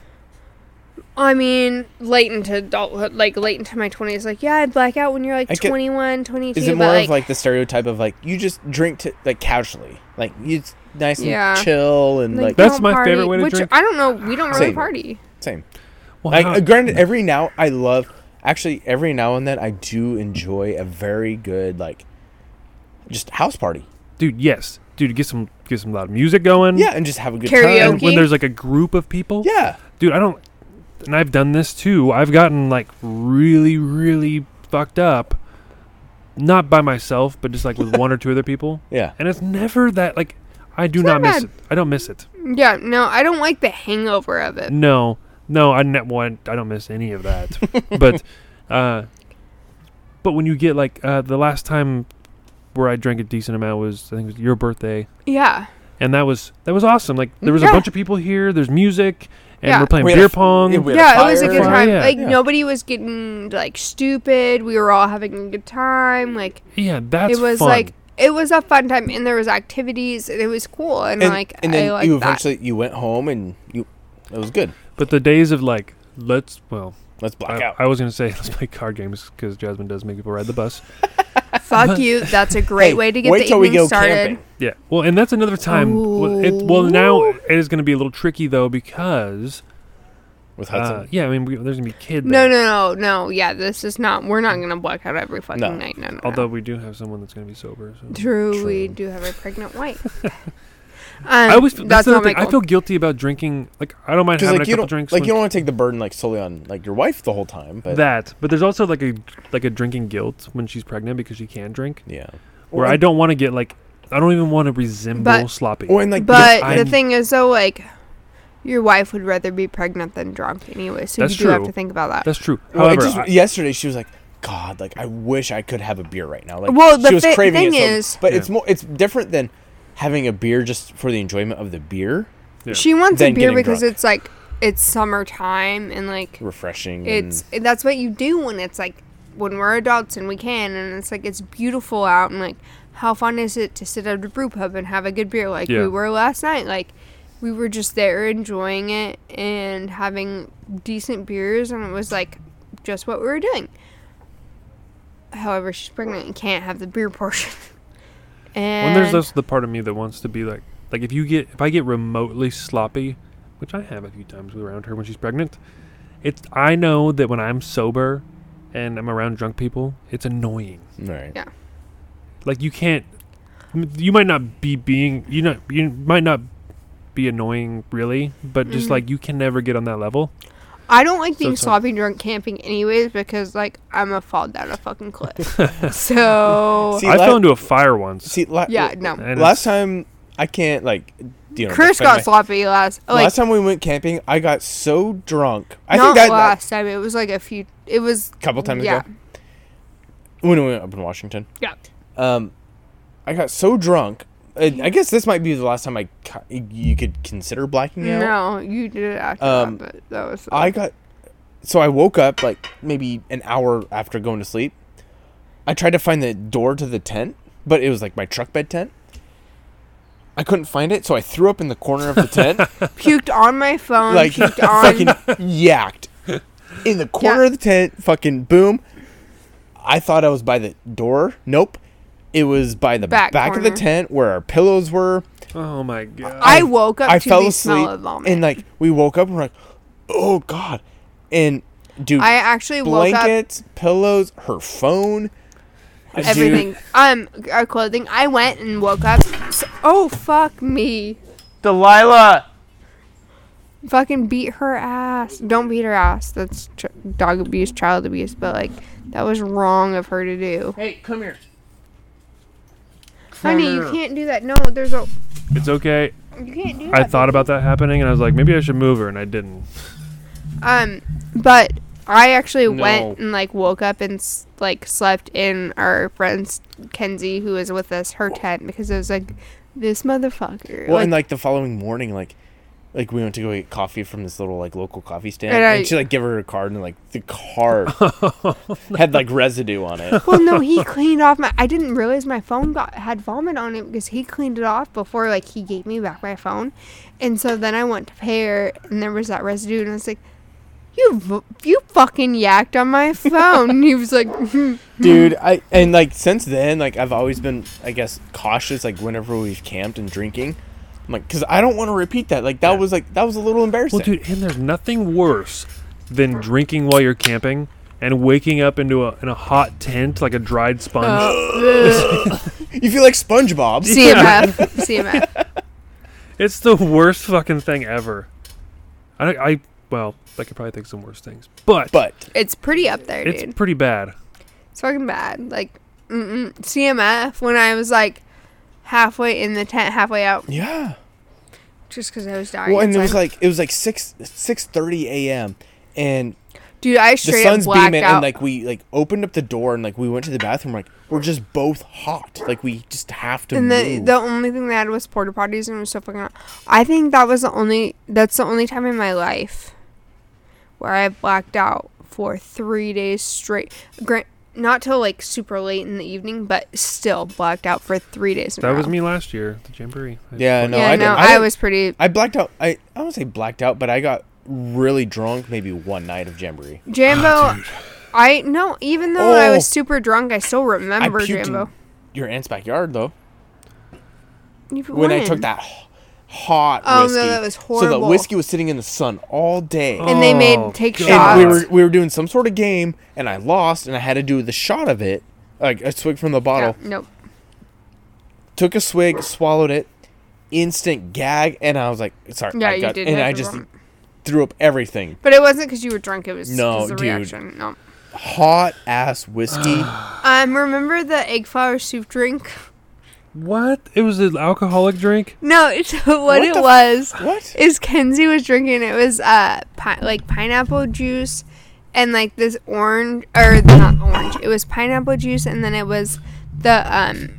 [SPEAKER 2] I mean, late into adulthood, like late into my 20s, like, yeah, I'd black out when you're like
[SPEAKER 4] I get-
[SPEAKER 2] 21, 22.
[SPEAKER 4] Is it
[SPEAKER 2] but,
[SPEAKER 4] more
[SPEAKER 2] like,
[SPEAKER 4] of like the stereotype of like you just drink to like casually, like you it's nice and
[SPEAKER 2] Yeah.
[SPEAKER 4] chill and like,
[SPEAKER 2] we
[SPEAKER 3] That's
[SPEAKER 2] don't
[SPEAKER 3] my favorite way to
[SPEAKER 2] which
[SPEAKER 3] drink.
[SPEAKER 2] I don't know. We don't really
[SPEAKER 4] Same.
[SPEAKER 2] party.
[SPEAKER 4] same.
[SPEAKER 3] Well,
[SPEAKER 4] Like,
[SPEAKER 3] how-
[SPEAKER 4] uh, granted, every now I love. Actually, every now and then I do enjoy a very good like, just house party.
[SPEAKER 3] dude, yes, dude, get some get some loud music going.
[SPEAKER 4] Yeah, and just have a good
[SPEAKER 2] Karaoke.
[SPEAKER 4] time.
[SPEAKER 3] When there's like a group of people.
[SPEAKER 4] Yeah,
[SPEAKER 3] dude i don't and i've done this too i've gotten like really really fucked up not by myself but just like with one or two other people
[SPEAKER 4] yeah.
[SPEAKER 3] and it's never that like i do
[SPEAKER 2] not
[SPEAKER 3] not,
[SPEAKER 2] bad.
[SPEAKER 3] miss it i don't miss it
[SPEAKER 2] Yeah, no, I don't like the hangover of it.
[SPEAKER 3] no no i ne- well, I- i don't miss any of that but uh but when you get like uh the last time where i drank a decent amount was i think it was your birthday
[SPEAKER 2] Yeah,
[SPEAKER 3] and that was that was awesome like there was
[SPEAKER 2] Yeah.
[SPEAKER 3] a bunch of people here there's music and
[SPEAKER 2] Yeah.
[SPEAKER 3] we're playing
[SPEAKER 4] We had a
[SPEAKER 3] beer
[SPEAKER 4] f-
[SPEAKER 3] pong
[SPEAKER 4] yeah, we had
[SPEAKER 2] yeah, it was a
[SPEAKER 4] fire.
[SPEAKER 2] good time.
[SPEAKER 3] Yeah.
[SPEAKER 2] Like
[SPEAKER 4] Yeah.
[SPEAKER 2] nobody was getting like stupid. We were all having a good time. Like
[SPEAKER 3] yeah that's
[SPEAKER 2] it was
[SPEAKER 3] fun.
[SPEAKER 2] like it was a fun time, and there was activities, and it was cool, and,
[SPEAKER 4] And,
[SPEAKER 2] like
[SPEAKER 4] and
[SPEAKER 2] I
[SPEAKER 4] then
[SPEAKER 2] like
[SPEAKER 4] you
[SPEAKER 2] that.
[SPEAKER 4] eventually you went home and you, it was good.
[SPEAKER 3] But the days of like, let's well,
[SPEAKER 4] Let's black
[SPEAKER 3] I,
[SPEAKER 4] out.
[SPEAKER 3] I was gonna say let's play card games because Jasmine does make people ride the bus.
[SPEAKER 2] Fuck you. That's a great
[SPEAKER 4] Hey,
[SPEAKER 2] way to get
[SPEAKER 4] wait
[SPEAKER 2] the
[SPEAKER 4] till we
[SPEAKER 2] evening
[SPEAKER 4] go
[SPEAKER 2] started.
[SPEAKER 4] camping.
[SPEAKER 3] Yeah. Well, and that's another time. Well, it, well now it is gonna be a little tricky though because
[SPEAKER 4] with
[SPEAKER 3] uh,
[SPEAKER 4] Hudson.
[SPEAKER 3] yeah, I mean we, there's gonna be kids.
[SPEAKER 2] No, no, no, no. Yeah, this is not. We're not gonna black out every fucking
[SPEAKER 4] No.
[SPEAKER 2] night. No, no. no.
[SPEAKER 3] Although we do have someone that's gonna be sober. So.
[SPEAKER 2] True, we
[SPEAKER 4] True.
[SPEAKER 2] do have a pregnant wife. Um,
[SPEAKER 3] I always feel,
[SPEAKER 2] that's
[SPEAKER 3] that's, another
[SPEAKER 2] not
[SPEAKER 3] thing.
[SPEAKER 2] my
[SPEAKER 3] I feel guilty about drinking. Like I don't mind
[SPEAKER 4] Because
[SPEAKER 3] having
[SPEAKER 4] like
[SPEAKER 3] a
[SPEAKER 4] you
[SPEAKER 3] couple
[SPEAKER 4] don't
[SPEAKER 3] drinks.
[SPEAKER 4] like
[SPEAKER 3] when-
[SPEAKER 4] you don't want to take the burden like solely on like your wife the whole time, but
[SPEAKER 3] that, but there's also like a like a drinking guilt when she's pregnant because she can drink.
[SPEAKER 4] yeah.
[SPEAKER 3] Where
[SPEAKER 4] Well,
[SPEAKER 3] I don't want to get like I don't even want to resemble
[SPEAKER 2] But-
[SPEAKER 3] sloppy.
[SPEAKER 4] Or and like
[SPEAKER 2] but
[SPEAKER 3] I-
[SPEAKER 2] the thing is, though, like your wife would rather be pregnant than drunk anyway, so
[SPEAKER 3] That's
[SPEAKER 2] you do have
[SPEAKER 3] true.
[SPEAKER 2] to think about that.
[SPEAKER 3] that's true.
[SPEAKER 4] well, it
[SPEAKER 3] However,
[SPEAKER 4] just-
[SPEAKER 3] I-
[SPEAKER 4] yesterday she was like, "God, like I wish I could have a beer right now." Like,
[SPEAKER 2] Well, the
[SPEAKER 4] she was
[SPEAKER 2] thi-
[SPEAKER 4] craving it
[SPEAKER 2] thing
[SPEAKER 4] so-
[SPEAKER 2] is-
[SPEAKER 4] but
[SPEAKER 3] Yeah.
[SPEAKER 4] it's more it's different than having a beer just for the enjoyment of the beer,
[SPEAKER 3] yeah.
[SPEAKER 2] She wants a
[SPEAKER 4] Than
[SPEAKER 2] beer
[SPEAKER 4] getting
[SPEAKER 2] because
[SPEAKER 4] drunk.
[SPEAKER 2] it's like it's summertime and like
[SPEAKER 4] refreshing.
[SPEAKER 2] it's
[SPEAKER 4] and,
[SPEAKER 2] that's what you do when it's like when we're adults and we can and it's like it's beautiful out and like how fun is it to sit at a brew pub and have a good beer like
[SPEAKER 3] Yeah.
[SPEAKER 2] we were last night like we were just there enjoying it and having decent beers and it was like just what we were doing however she's pregnant and can't have the beer portion
[SPEAKER 3] Well,
[SPEAKER 2] and
[SPEAKER 3] there's also the part of me that wants to be like, like if you get, if I get remotely sloppy, which I have a few times around her when she's pregnant, it's I know that when I'm sober and I'm around drunk people, it's annoying.
[SPEAKER 4] right.
[SPEAKER 2] Yeah.
[SPEAKER 3] Like you can't, m- you might not be being, you not, you might not be annoying really, but
[SPEAKER 2] Mm-hmm.
[SPEAKER 3] just like you can never get on that level.
[SPEAKER 2] I don't like being
[SPEAKER 3] it's not-
[SPEAKER 2] sloppy drunk camping anyways because like I'm gonna fall down a fucking cliff so
[SPEAKER 4] See,
[SPEAKER 3] I
[SPEAKER 4] la-
[SPEAKER 3] fell into a fire once.
[SPEAKER 4] See, la-
[SPEAKER 2] yeah no
[SPEAKER 3] and it's-
[SPEAKER 4] last time I can't like you know.
[SPEAKER 2] Chris
[SPEAKER 4] defend
[SPEAKER 2] got
[SPEAKER 4] my-
[SPEAKER 2] sloppy last. Like,
[SPEAKER 4] last time we went camping, I got so drunk. I
[SPEAKER 2] not
[SPEAKER 4] think that, that
[SPEAKER 2] last time. It was like a few. It was
[SPEAKER 4] couple times
[SPEAKER 2] yeah,
[SPEAKER 4] ago when we went up in Washington.
[SPEAKER 2] Yeah.
[SPEAKER 4] Um, I got so drunk. and I guess this might be the last time I ca- you could consider blacking out.
[SPEAKER 2] No, you did it after
[SPEAKER 4] Um,
[SPEAKER 2] that, but that was.
[SPEAKER 4] I got so I woke up like maybe an hour after going to sleep. I tried to find the door to the tent, but it was like my truck bed tent. I couldn't find it, so I threw up in the corner of the tent,
[SPEAKER 2] puked on my phone.
[SPEAKER 4] like
[SPEAKER 2] puked on.
[SPEAKER 4] fucking yacked in the corner
[SPEAKER 2] Yeah.
[SPEAKER 4] of the tent. Fucking boom! I thought I was by the door. Nope. It was by the
[SPEAKER 2] Back
[SPEAKER 4] back, of the
[SPEAKER 2] corner.
[SPEAKER 4] tent where our pillows were.
[SPEAKER 3] Oh my god.
[SPEAKER 2] I woke up
[SPEAKER 4] I
[SPEAKER 2] to
[SPEAKER 4] fell
[SPEAKER 2] the
[SPEAKER 4] asleep.
[SPEAKER 2] smell of vomit.
[SPEAKER 4] And like we woke up and we're like, oh god. And dude,
[SPEAKER 2] I actually woke up
[SPEAKER 4] blankets, pillows, her phone.
[SPEAKER 2] everything. Um, our clothing. I went and woke up. s- oh fuck me!
[SPEAKER 6] Delilah.
[SPEAKER 2] Fucking beat her ass. Don't beat her ass. That's ch- dog abuse, child abuse. But like, that was wrong of her to do.
[SPEAKER 6] Hey, come here.
[SPEAKER 2] Honey, you can't do that. No, there's a.
[SPEAKER 3] It's okay.
[SPEAKER 2] You can't do that.
[SPEAKER 3] I thought about that happening and I was like, maybe I should move her and I didn't.
[SPEAKER 2] Um, but I actually went
[SPEAKER 4] No.
[SPEAKER 2] and like woke up and s- like slept in our friend's Kenzie, who was with us, her tent because it was like this motherfucker.
[SPEAKER 4] Well,
[SPEAKER 2] like,
[SPEAKER 4] and like the following morning, like like we went to go get coffee from this little like local coffee stand,
[SPEAKER 2] And
[SPEAKER 4] and,
[SPEAKER 2] I-
[SPEAKER 4] she like gave her her card, and like the card had like residue on it.
[SPEAKER 2] well, no, he cleaned off my. I didn't realize my phone got had vomit on it because he cleaned it off before like he gave me back my phone, and so then I went to pay her, and there was that residue, and I was like. You, v- you fucking yacked on my phone. and he was like, hmm.
[SPEAKER 4] dude i and like since then like i've always been i guess cautious like whenever we've camped and drinking i'm like because i don't want to repeat that like that was like that was a little embarrassing
[SPEAKER 3] Well, dude, and there's nothing worse than drinking while you're camping and waking up into a in a hot tent like a dried sponge.
[SPEAKER 4] you feel like spongebob
[SPEAKER 2] CMF, CMF.
[SPEAKER 3] It's the worst fucking thing ever. I don't- I well, I could probably think of some worse things, but
[SPEAKER 4] but
[SPEAKER 2] It's pretty up there,
[SPEAKER 3] it's
[SPEAKER 2] dude.
[SPEAKER 3] pretty bad.
[SPEAKER 2] It's fucking bad. Like, mm-mm. CMF, when I was like halfway in the tent, halfway out,
[SPEAKER 4] yeah
[SPEAKER 2] just because I was dying.
[SPEAKER 4] well and it was
[SPEAKER 2] inside.
[SPEAKER 4] like it was like 6 six thirty a.m and
[SPEAKER 2] dude, I
[SPEAKER 4] the
[SPEAKER 2] straight up
[SPEAKER 4] sun's
[SPEAKER 2] blacked
[SPEAKER 4] beaming
[SPEAKER 2] out.
[SPEAKER 4] and like we like opened up the door and like we went to the bathroom like we're just both hot like we just have to
[SPEAKER 2] and the,
[SPEAKER 4] move.
[SPEAKER 2] the only thing they had was porta potties and it was so fucking hot. I think that was the only, that's the only time in my life where I blacked out for three days straight. Grant, not till like super late in the evening, but still blacked out for three days. in a
[SPEAKER 3] That was
[SPEAKER 2] row.
[SPEAKER 3] me last year, the jamboree. I-
[SPEAKER 4] yeah no
[SPEAKER 2] yeah,
[SPEAKER 4] i,
[SPEAKER 2] no,
[SPEAKER 4] didn't.
[SPEAKER 2] I,
[SPEAKER 4] didn't-
[SPEAKER 2] was pretty.
[SPEAKER 4] i blacked out i i don't say blacked out but i got really drunk maybe one night of jamboree
[SPEAKER 2] Jambo, I no. Even though I was
[SPEAKER 4] Ah, Oh.
[SPEAKER 2] super drunk, I still remember
[SPEAKER 4] puked in
[SPEAKER 2] Jambo.
[SPEAKER 4] your aunt's backyard though.
[SPEAKER 2] You-
[SPEAKER 4] When, I took that h- hot
[SPEAKER 2] Oh, no,
[SPEAKER 4] whiskey.
[SPEAKER 2] that was
[SPEAKER 4] So the
[SPEAKER 2] horrible.
[SPEAKER 4] whiskey was sitting in the sun all day.
[SPEAKER 2] and they
[SPEAKER 3] Oh,
[SPEAKER 2] made take
[SPEAKER 3] God.
[SPEAKER 2] shots.
[SPEAKER 4] And we were we were doing some sort of game and I lost and I had to do the shot of it. Like a swig from the
[SPEAKER 2] Yeah,
[SPEAKER 4] bottle.
[SPEAKER 2] nope.
[SPEAKER 4] Took a swig, swallowed it, instant gag, and I was like, sorry,
[SPEAKER 2] Yeah,
[SPEAKER 4] I
[SPEAKER 2] you
[SPEAKER 4] got
[SPEAKER 2] did.
[SPEAKER 4] and
[SPEAKER 2] have
[SPEAKER 4] I
[SPEAKER 2] the
[SPEAKER 4] just
[SPEAKER 2] wrong-
[SPEAKER 4] threw up everything.
[SPEAKER 2] But it wasn't because you were drunk. It was
[SPEAKER 4] No,
[SPEAKER 2] 'cause the
[SPEAKER 4] dude.
[SPEAKER 2] reaction. No.
[SPEAKER 4] Hot ass whiskey.
[SPEAKER 2] Um, remember the egg flour soup drink?
[SPEAKER 3] What? It was an alcoholic drink.
[SPEAKER 2] No, it's what, it
[SPEAKER 4] the f-
[SPEAKER 2] was
[SPEAKER 4] what?
[SPEAKER 2] is Kenzie was drinking. It was uh pi- like pineapple juice and like this orange or not orange. It was pineapple juice and then it was the um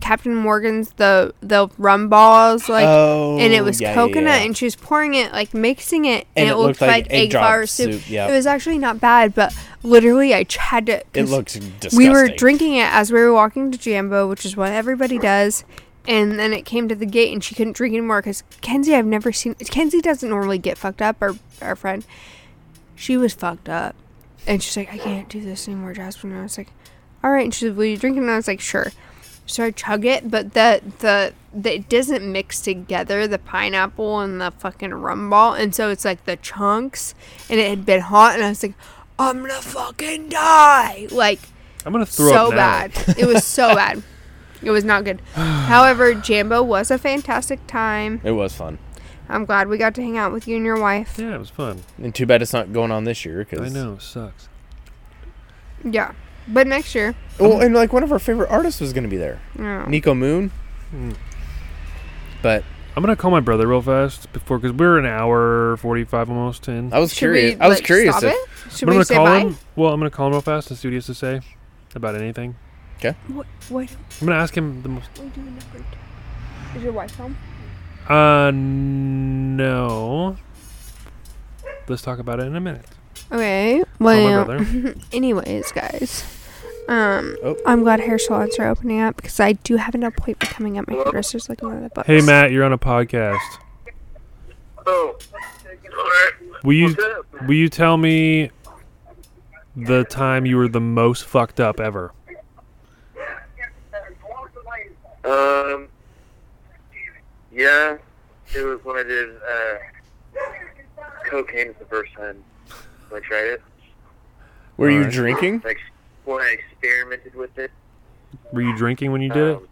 [SPEAKER 2] Captain Morgan's the the rum balls like
[SPEAKER 4] Oh,
[SPEAKER 2] and it was
[SPEAKER 4] yeah, yeah,
[SPEAKER 2] coconut
[SPEAKER 4] yeah.
[SPEAKER 2] and she was pouring it like mixing it and,
[SPEAKER 4] And
[SPEAKER 2] it,
[SPEAKER 4] it
[SPEAKER 2] looked, like, egg, flour
[SPEAKER 4] drop
[SPEAKER 2] soup.
[SPEAKER 4] soup, yep.
[SPEAKER 2] It was actually not bad, but literally I ch- had to
[SPEAKER 4] It
[SPEAKER 2] cons-
[SPEAKER 4] looks disgusting.
[SPEAKER 2] we were drinking it as we were walking to Jambo, which is what everybody does. And then it came to the gate, and she couldn't drink anymore because Kenzie, I've never seen. Kenzie doesn't normally get fucked up. Our our friend, she was fucked up, and she's like, I can't do this anymore, Jasmine. And I was like, All right. And she said, Will you drink it? And I was like, Sure. So I chug it, but the the, the it doesn't mix together the pineapple and the fucking rum ball, and so it's like the chunks, and it had been hot, and I was like, I'm gonna fucking die, like
[SPEAKER 3] I'm gonna throw
[SPEAKER 2] so
[SPEAKER 3] up now.
[SPEAKER 2] bad. It was so bad. It was not good. However, Jambo was a fantastic time.
[SPEAKER 4] It was fun.
[SPEAKER 2] I'm glad we got to hang out with you and your wife.
[SPEAKER 3] Yeah, it was fun.
[SPEAKER 4] And too bad it's not going on this year
[SPEAKER 3] I
[SPEAKER 4] because
[SPEAKER 3] know, sucks.
[SPEAKER 2] Yeah. But next year,
[SPEAKER 4] Well, and like one of our favorite artists was going to be there,
[SPEAKER 2] no.
[SPEAKER 4] Nico Moon. But
[SPEAKER 3] I'm gonna call my brother real fast before, cause we're an hour forty-five, almost ten.
[SPEAKER 4] I was
[SPEAKER 2] Should
[SPEAKER 4] curious.
[SPEAKER 2] we
[SPEAKER 4] I was
[SPEAKER 2] like,
[SPEAKER 4] curious.
[SPEAKER 2] stop
[SPEAKER 4] If,
[SPEAKER 2] it? Oh, Should
[SPEAKER 3] I'm
[SPEAKER 2] we
[SPEAKER 3] gonna
[SPEAKER 2] say
[SPEAKER 3] call
[SPEAKER 2] bye?
[SPEAKER 3] him. Well, I'm gonna call him real fast and see what he has to say about anything.
[SPEAKER 2] What, what
[SPEAKER 3] I'm gonna ask him the most.
[SPEAKER 2] are we doing number two? Is your wife home?
[SPEAKER 3] Uh, no. Let's talk about it in a minute.
[SPEAKER 2] Okay.
[SPEAKER 3] Call
[SPEAKER 2] Well,
[SPEAKER 3] my brother.
[SPEAKER 2] anyways, guys. Um,
[SPEAKER 4] Oh.
[SPEAKER 2] I'm glad hair salons are opening up because I do have an appointment coming up. My hairdresser's looking out of the books.
[SPEAKER 3] Hey, Matt, you're on a podcast.
[SPEAKER 7] Oh. Alright.
[SPEAKER 3] Will you
[SPEAKER 7] What's up?
[SPEAKER 3] will you tell me the time you were the most fucked up ever?
[SPEAKER 6] Um, yeah, it was when I did uh, cocaine for the first time. When I tried it,
[SPEAKER 4] Were you
[SPEAKER 3] Alright.
[SPEAKER 4] drinking?
[SPEAKER 6] like when I experimented with it.
[SPEAKER 3] Were you drinking when you did it?
[SPEAKER 6] um,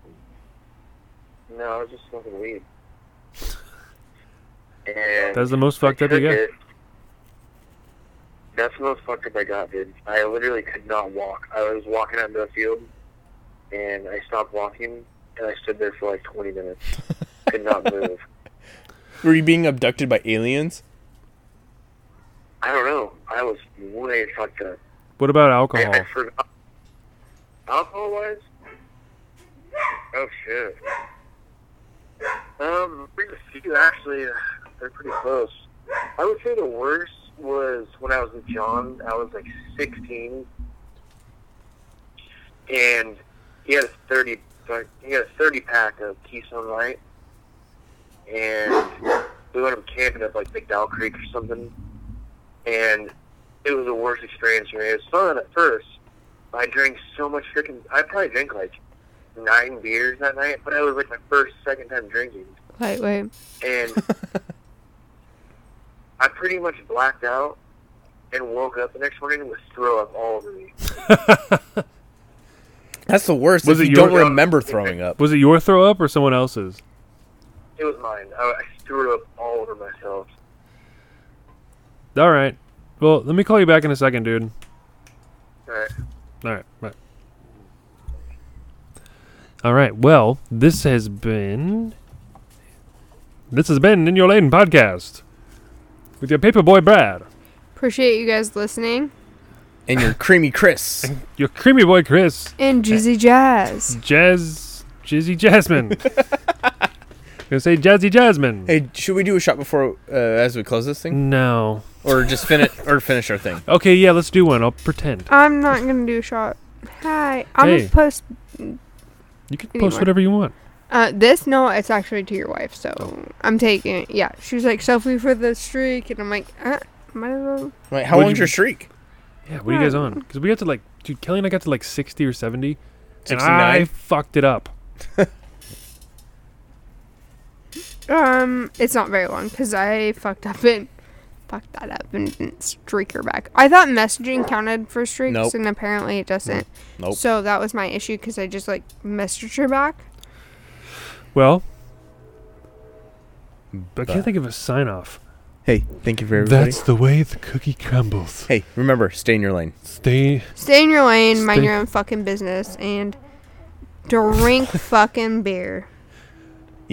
[SPEAKER 6] No, I was just smoking weed. And
[SPEAKER 3] That's the most fucked
[SPEAKER 6] I
[SPEAKER 3] up you
[SPEAKER 6] took
[SPEAKER 3] got.
[SPEAKER 6] it. That's the most fucked up I got, dude. I literally could not walk. I was walking out into the field, and I stopped walking, and I stood there for like 20 minutes. could not move.
[SPEAKER 4] Were you being abducted by aliens?
[SPEAKER 6] I don't know. I was way fucked up.
[SPEAKER 3] What about
[SPEAKER 6] I,
[SPEAKER 3] alcohol?
[SPEAKER 6] I forgot. Alcohol wise? Oh, shit. Um, there's a few actually. uh, They're pretty close. I would say the worst was when I was with John. I was like 16. And he had a 30, like, he had a 30 pack of Keystone Light. And we went up camping up like McDowell Creek or something. And it was the worst experience for me. It was fun at first. I drank so much freaking. I probably drank like nine beers that night, but that was like my first, second time drinking,
[SPEAKER 2] Lightweight.
[SPEAKER 6] and I pretty much blacked out and woke up the next morning with throw up all over me.
[SPEAKER 4] That's the worst.
[SPEAKER 3] Was
[SPEAKER 4] if
[SPEAKER 3] it
[SPEAKER 4] you
[SPEAKER 3] your-
[SPEAKER 4] don't remember throwing up.
[SPEAKER 3] Was it your throw up or someone else's?
[SPEAKER 6] It was mine. I, I threw up all over myself.
[SPEAKER 3] All right. Well, let me call you back in a second, dude.
[SPEAKER 6] All right.
[SPEAKER 3] All right. Right. All right. Well, this has been this has been in your Laden podcast with your paperboy Brad,
[SPEAKER 2] Appreciate you guys listening.
[SPEAKER 4] And you're creamy Chris.
[SPEAKER 3] your creamy boy Chris,
[SPEAKER 2] And Juicy Jazz.
[SPEAKER 3] Jazz Jizzy Jasmine. Gonna say Jazzy Jasmine.
[SPEAKER 4] Hey, should we do a shot before uh, as we close this thing,
[SPEAKER 3] No.
[SPEAKER 4] or just finish or finish our thing?
[SPEAKER 3] Okay. Yeah. Let's do one. I'll pretend.
[SPEAKER 2] I'm not gonna do a shot. Hi. I'm
[SPEAKER 3] Hey.
[SPEAKER 2] gonna post
[SPEAKER 3] You can
[SPEAKER 2] Anyway.
[SPEAKER 3] post whatever you want.
[SPEAKER 2] uh, this. No, it's actually to your wife, so I'm taking it. Yeah, she was like selfie for the streak, and I'm like, uh, might as well.
[SPEAKER 4] Wait, how
[SPEAKER 3] Would
[SPEAKER 4] long's
[SPEAKER 3] you-
[SPEAKER 4] your streak?
[SPEAKER 3] Yeah, what are you guys on? Because we got to like, dude, Kelly and I got to like 60 or 70, and
[SPEAKER 4] 69?
[SPEAKER 3] I fucked it up.
[SPEAKER 2] Um, it's not very long because I fucked up and fucked that up and didn't streak her back. I thought messaging counted for streaks,
[SPEAKER 4] Nope.
[SPEAKER 2] and apparently it doesn't.
[SPEAKER 4] Nope.
[SPEAKER 2] So that was my issue because I just like messaged her back.
[SPEAKER 3] Well, I
[SPEAKER 4] But-
[SPEAKER 3] can't think of a sign off.
[SPEAKER 4] Hey, thank you for everybody.
[SPEAKER 3] the way the cookie crumbles.
[SPEAKER 4] Hey, remember, stay in your lane.
[SPEAKER 3] Stay.
[SPEAKER 2] Stay in your lane, mind
[SPEAKER 3] Stay-
[SPEAKER 2] your own fucking business, and drink fucking beer.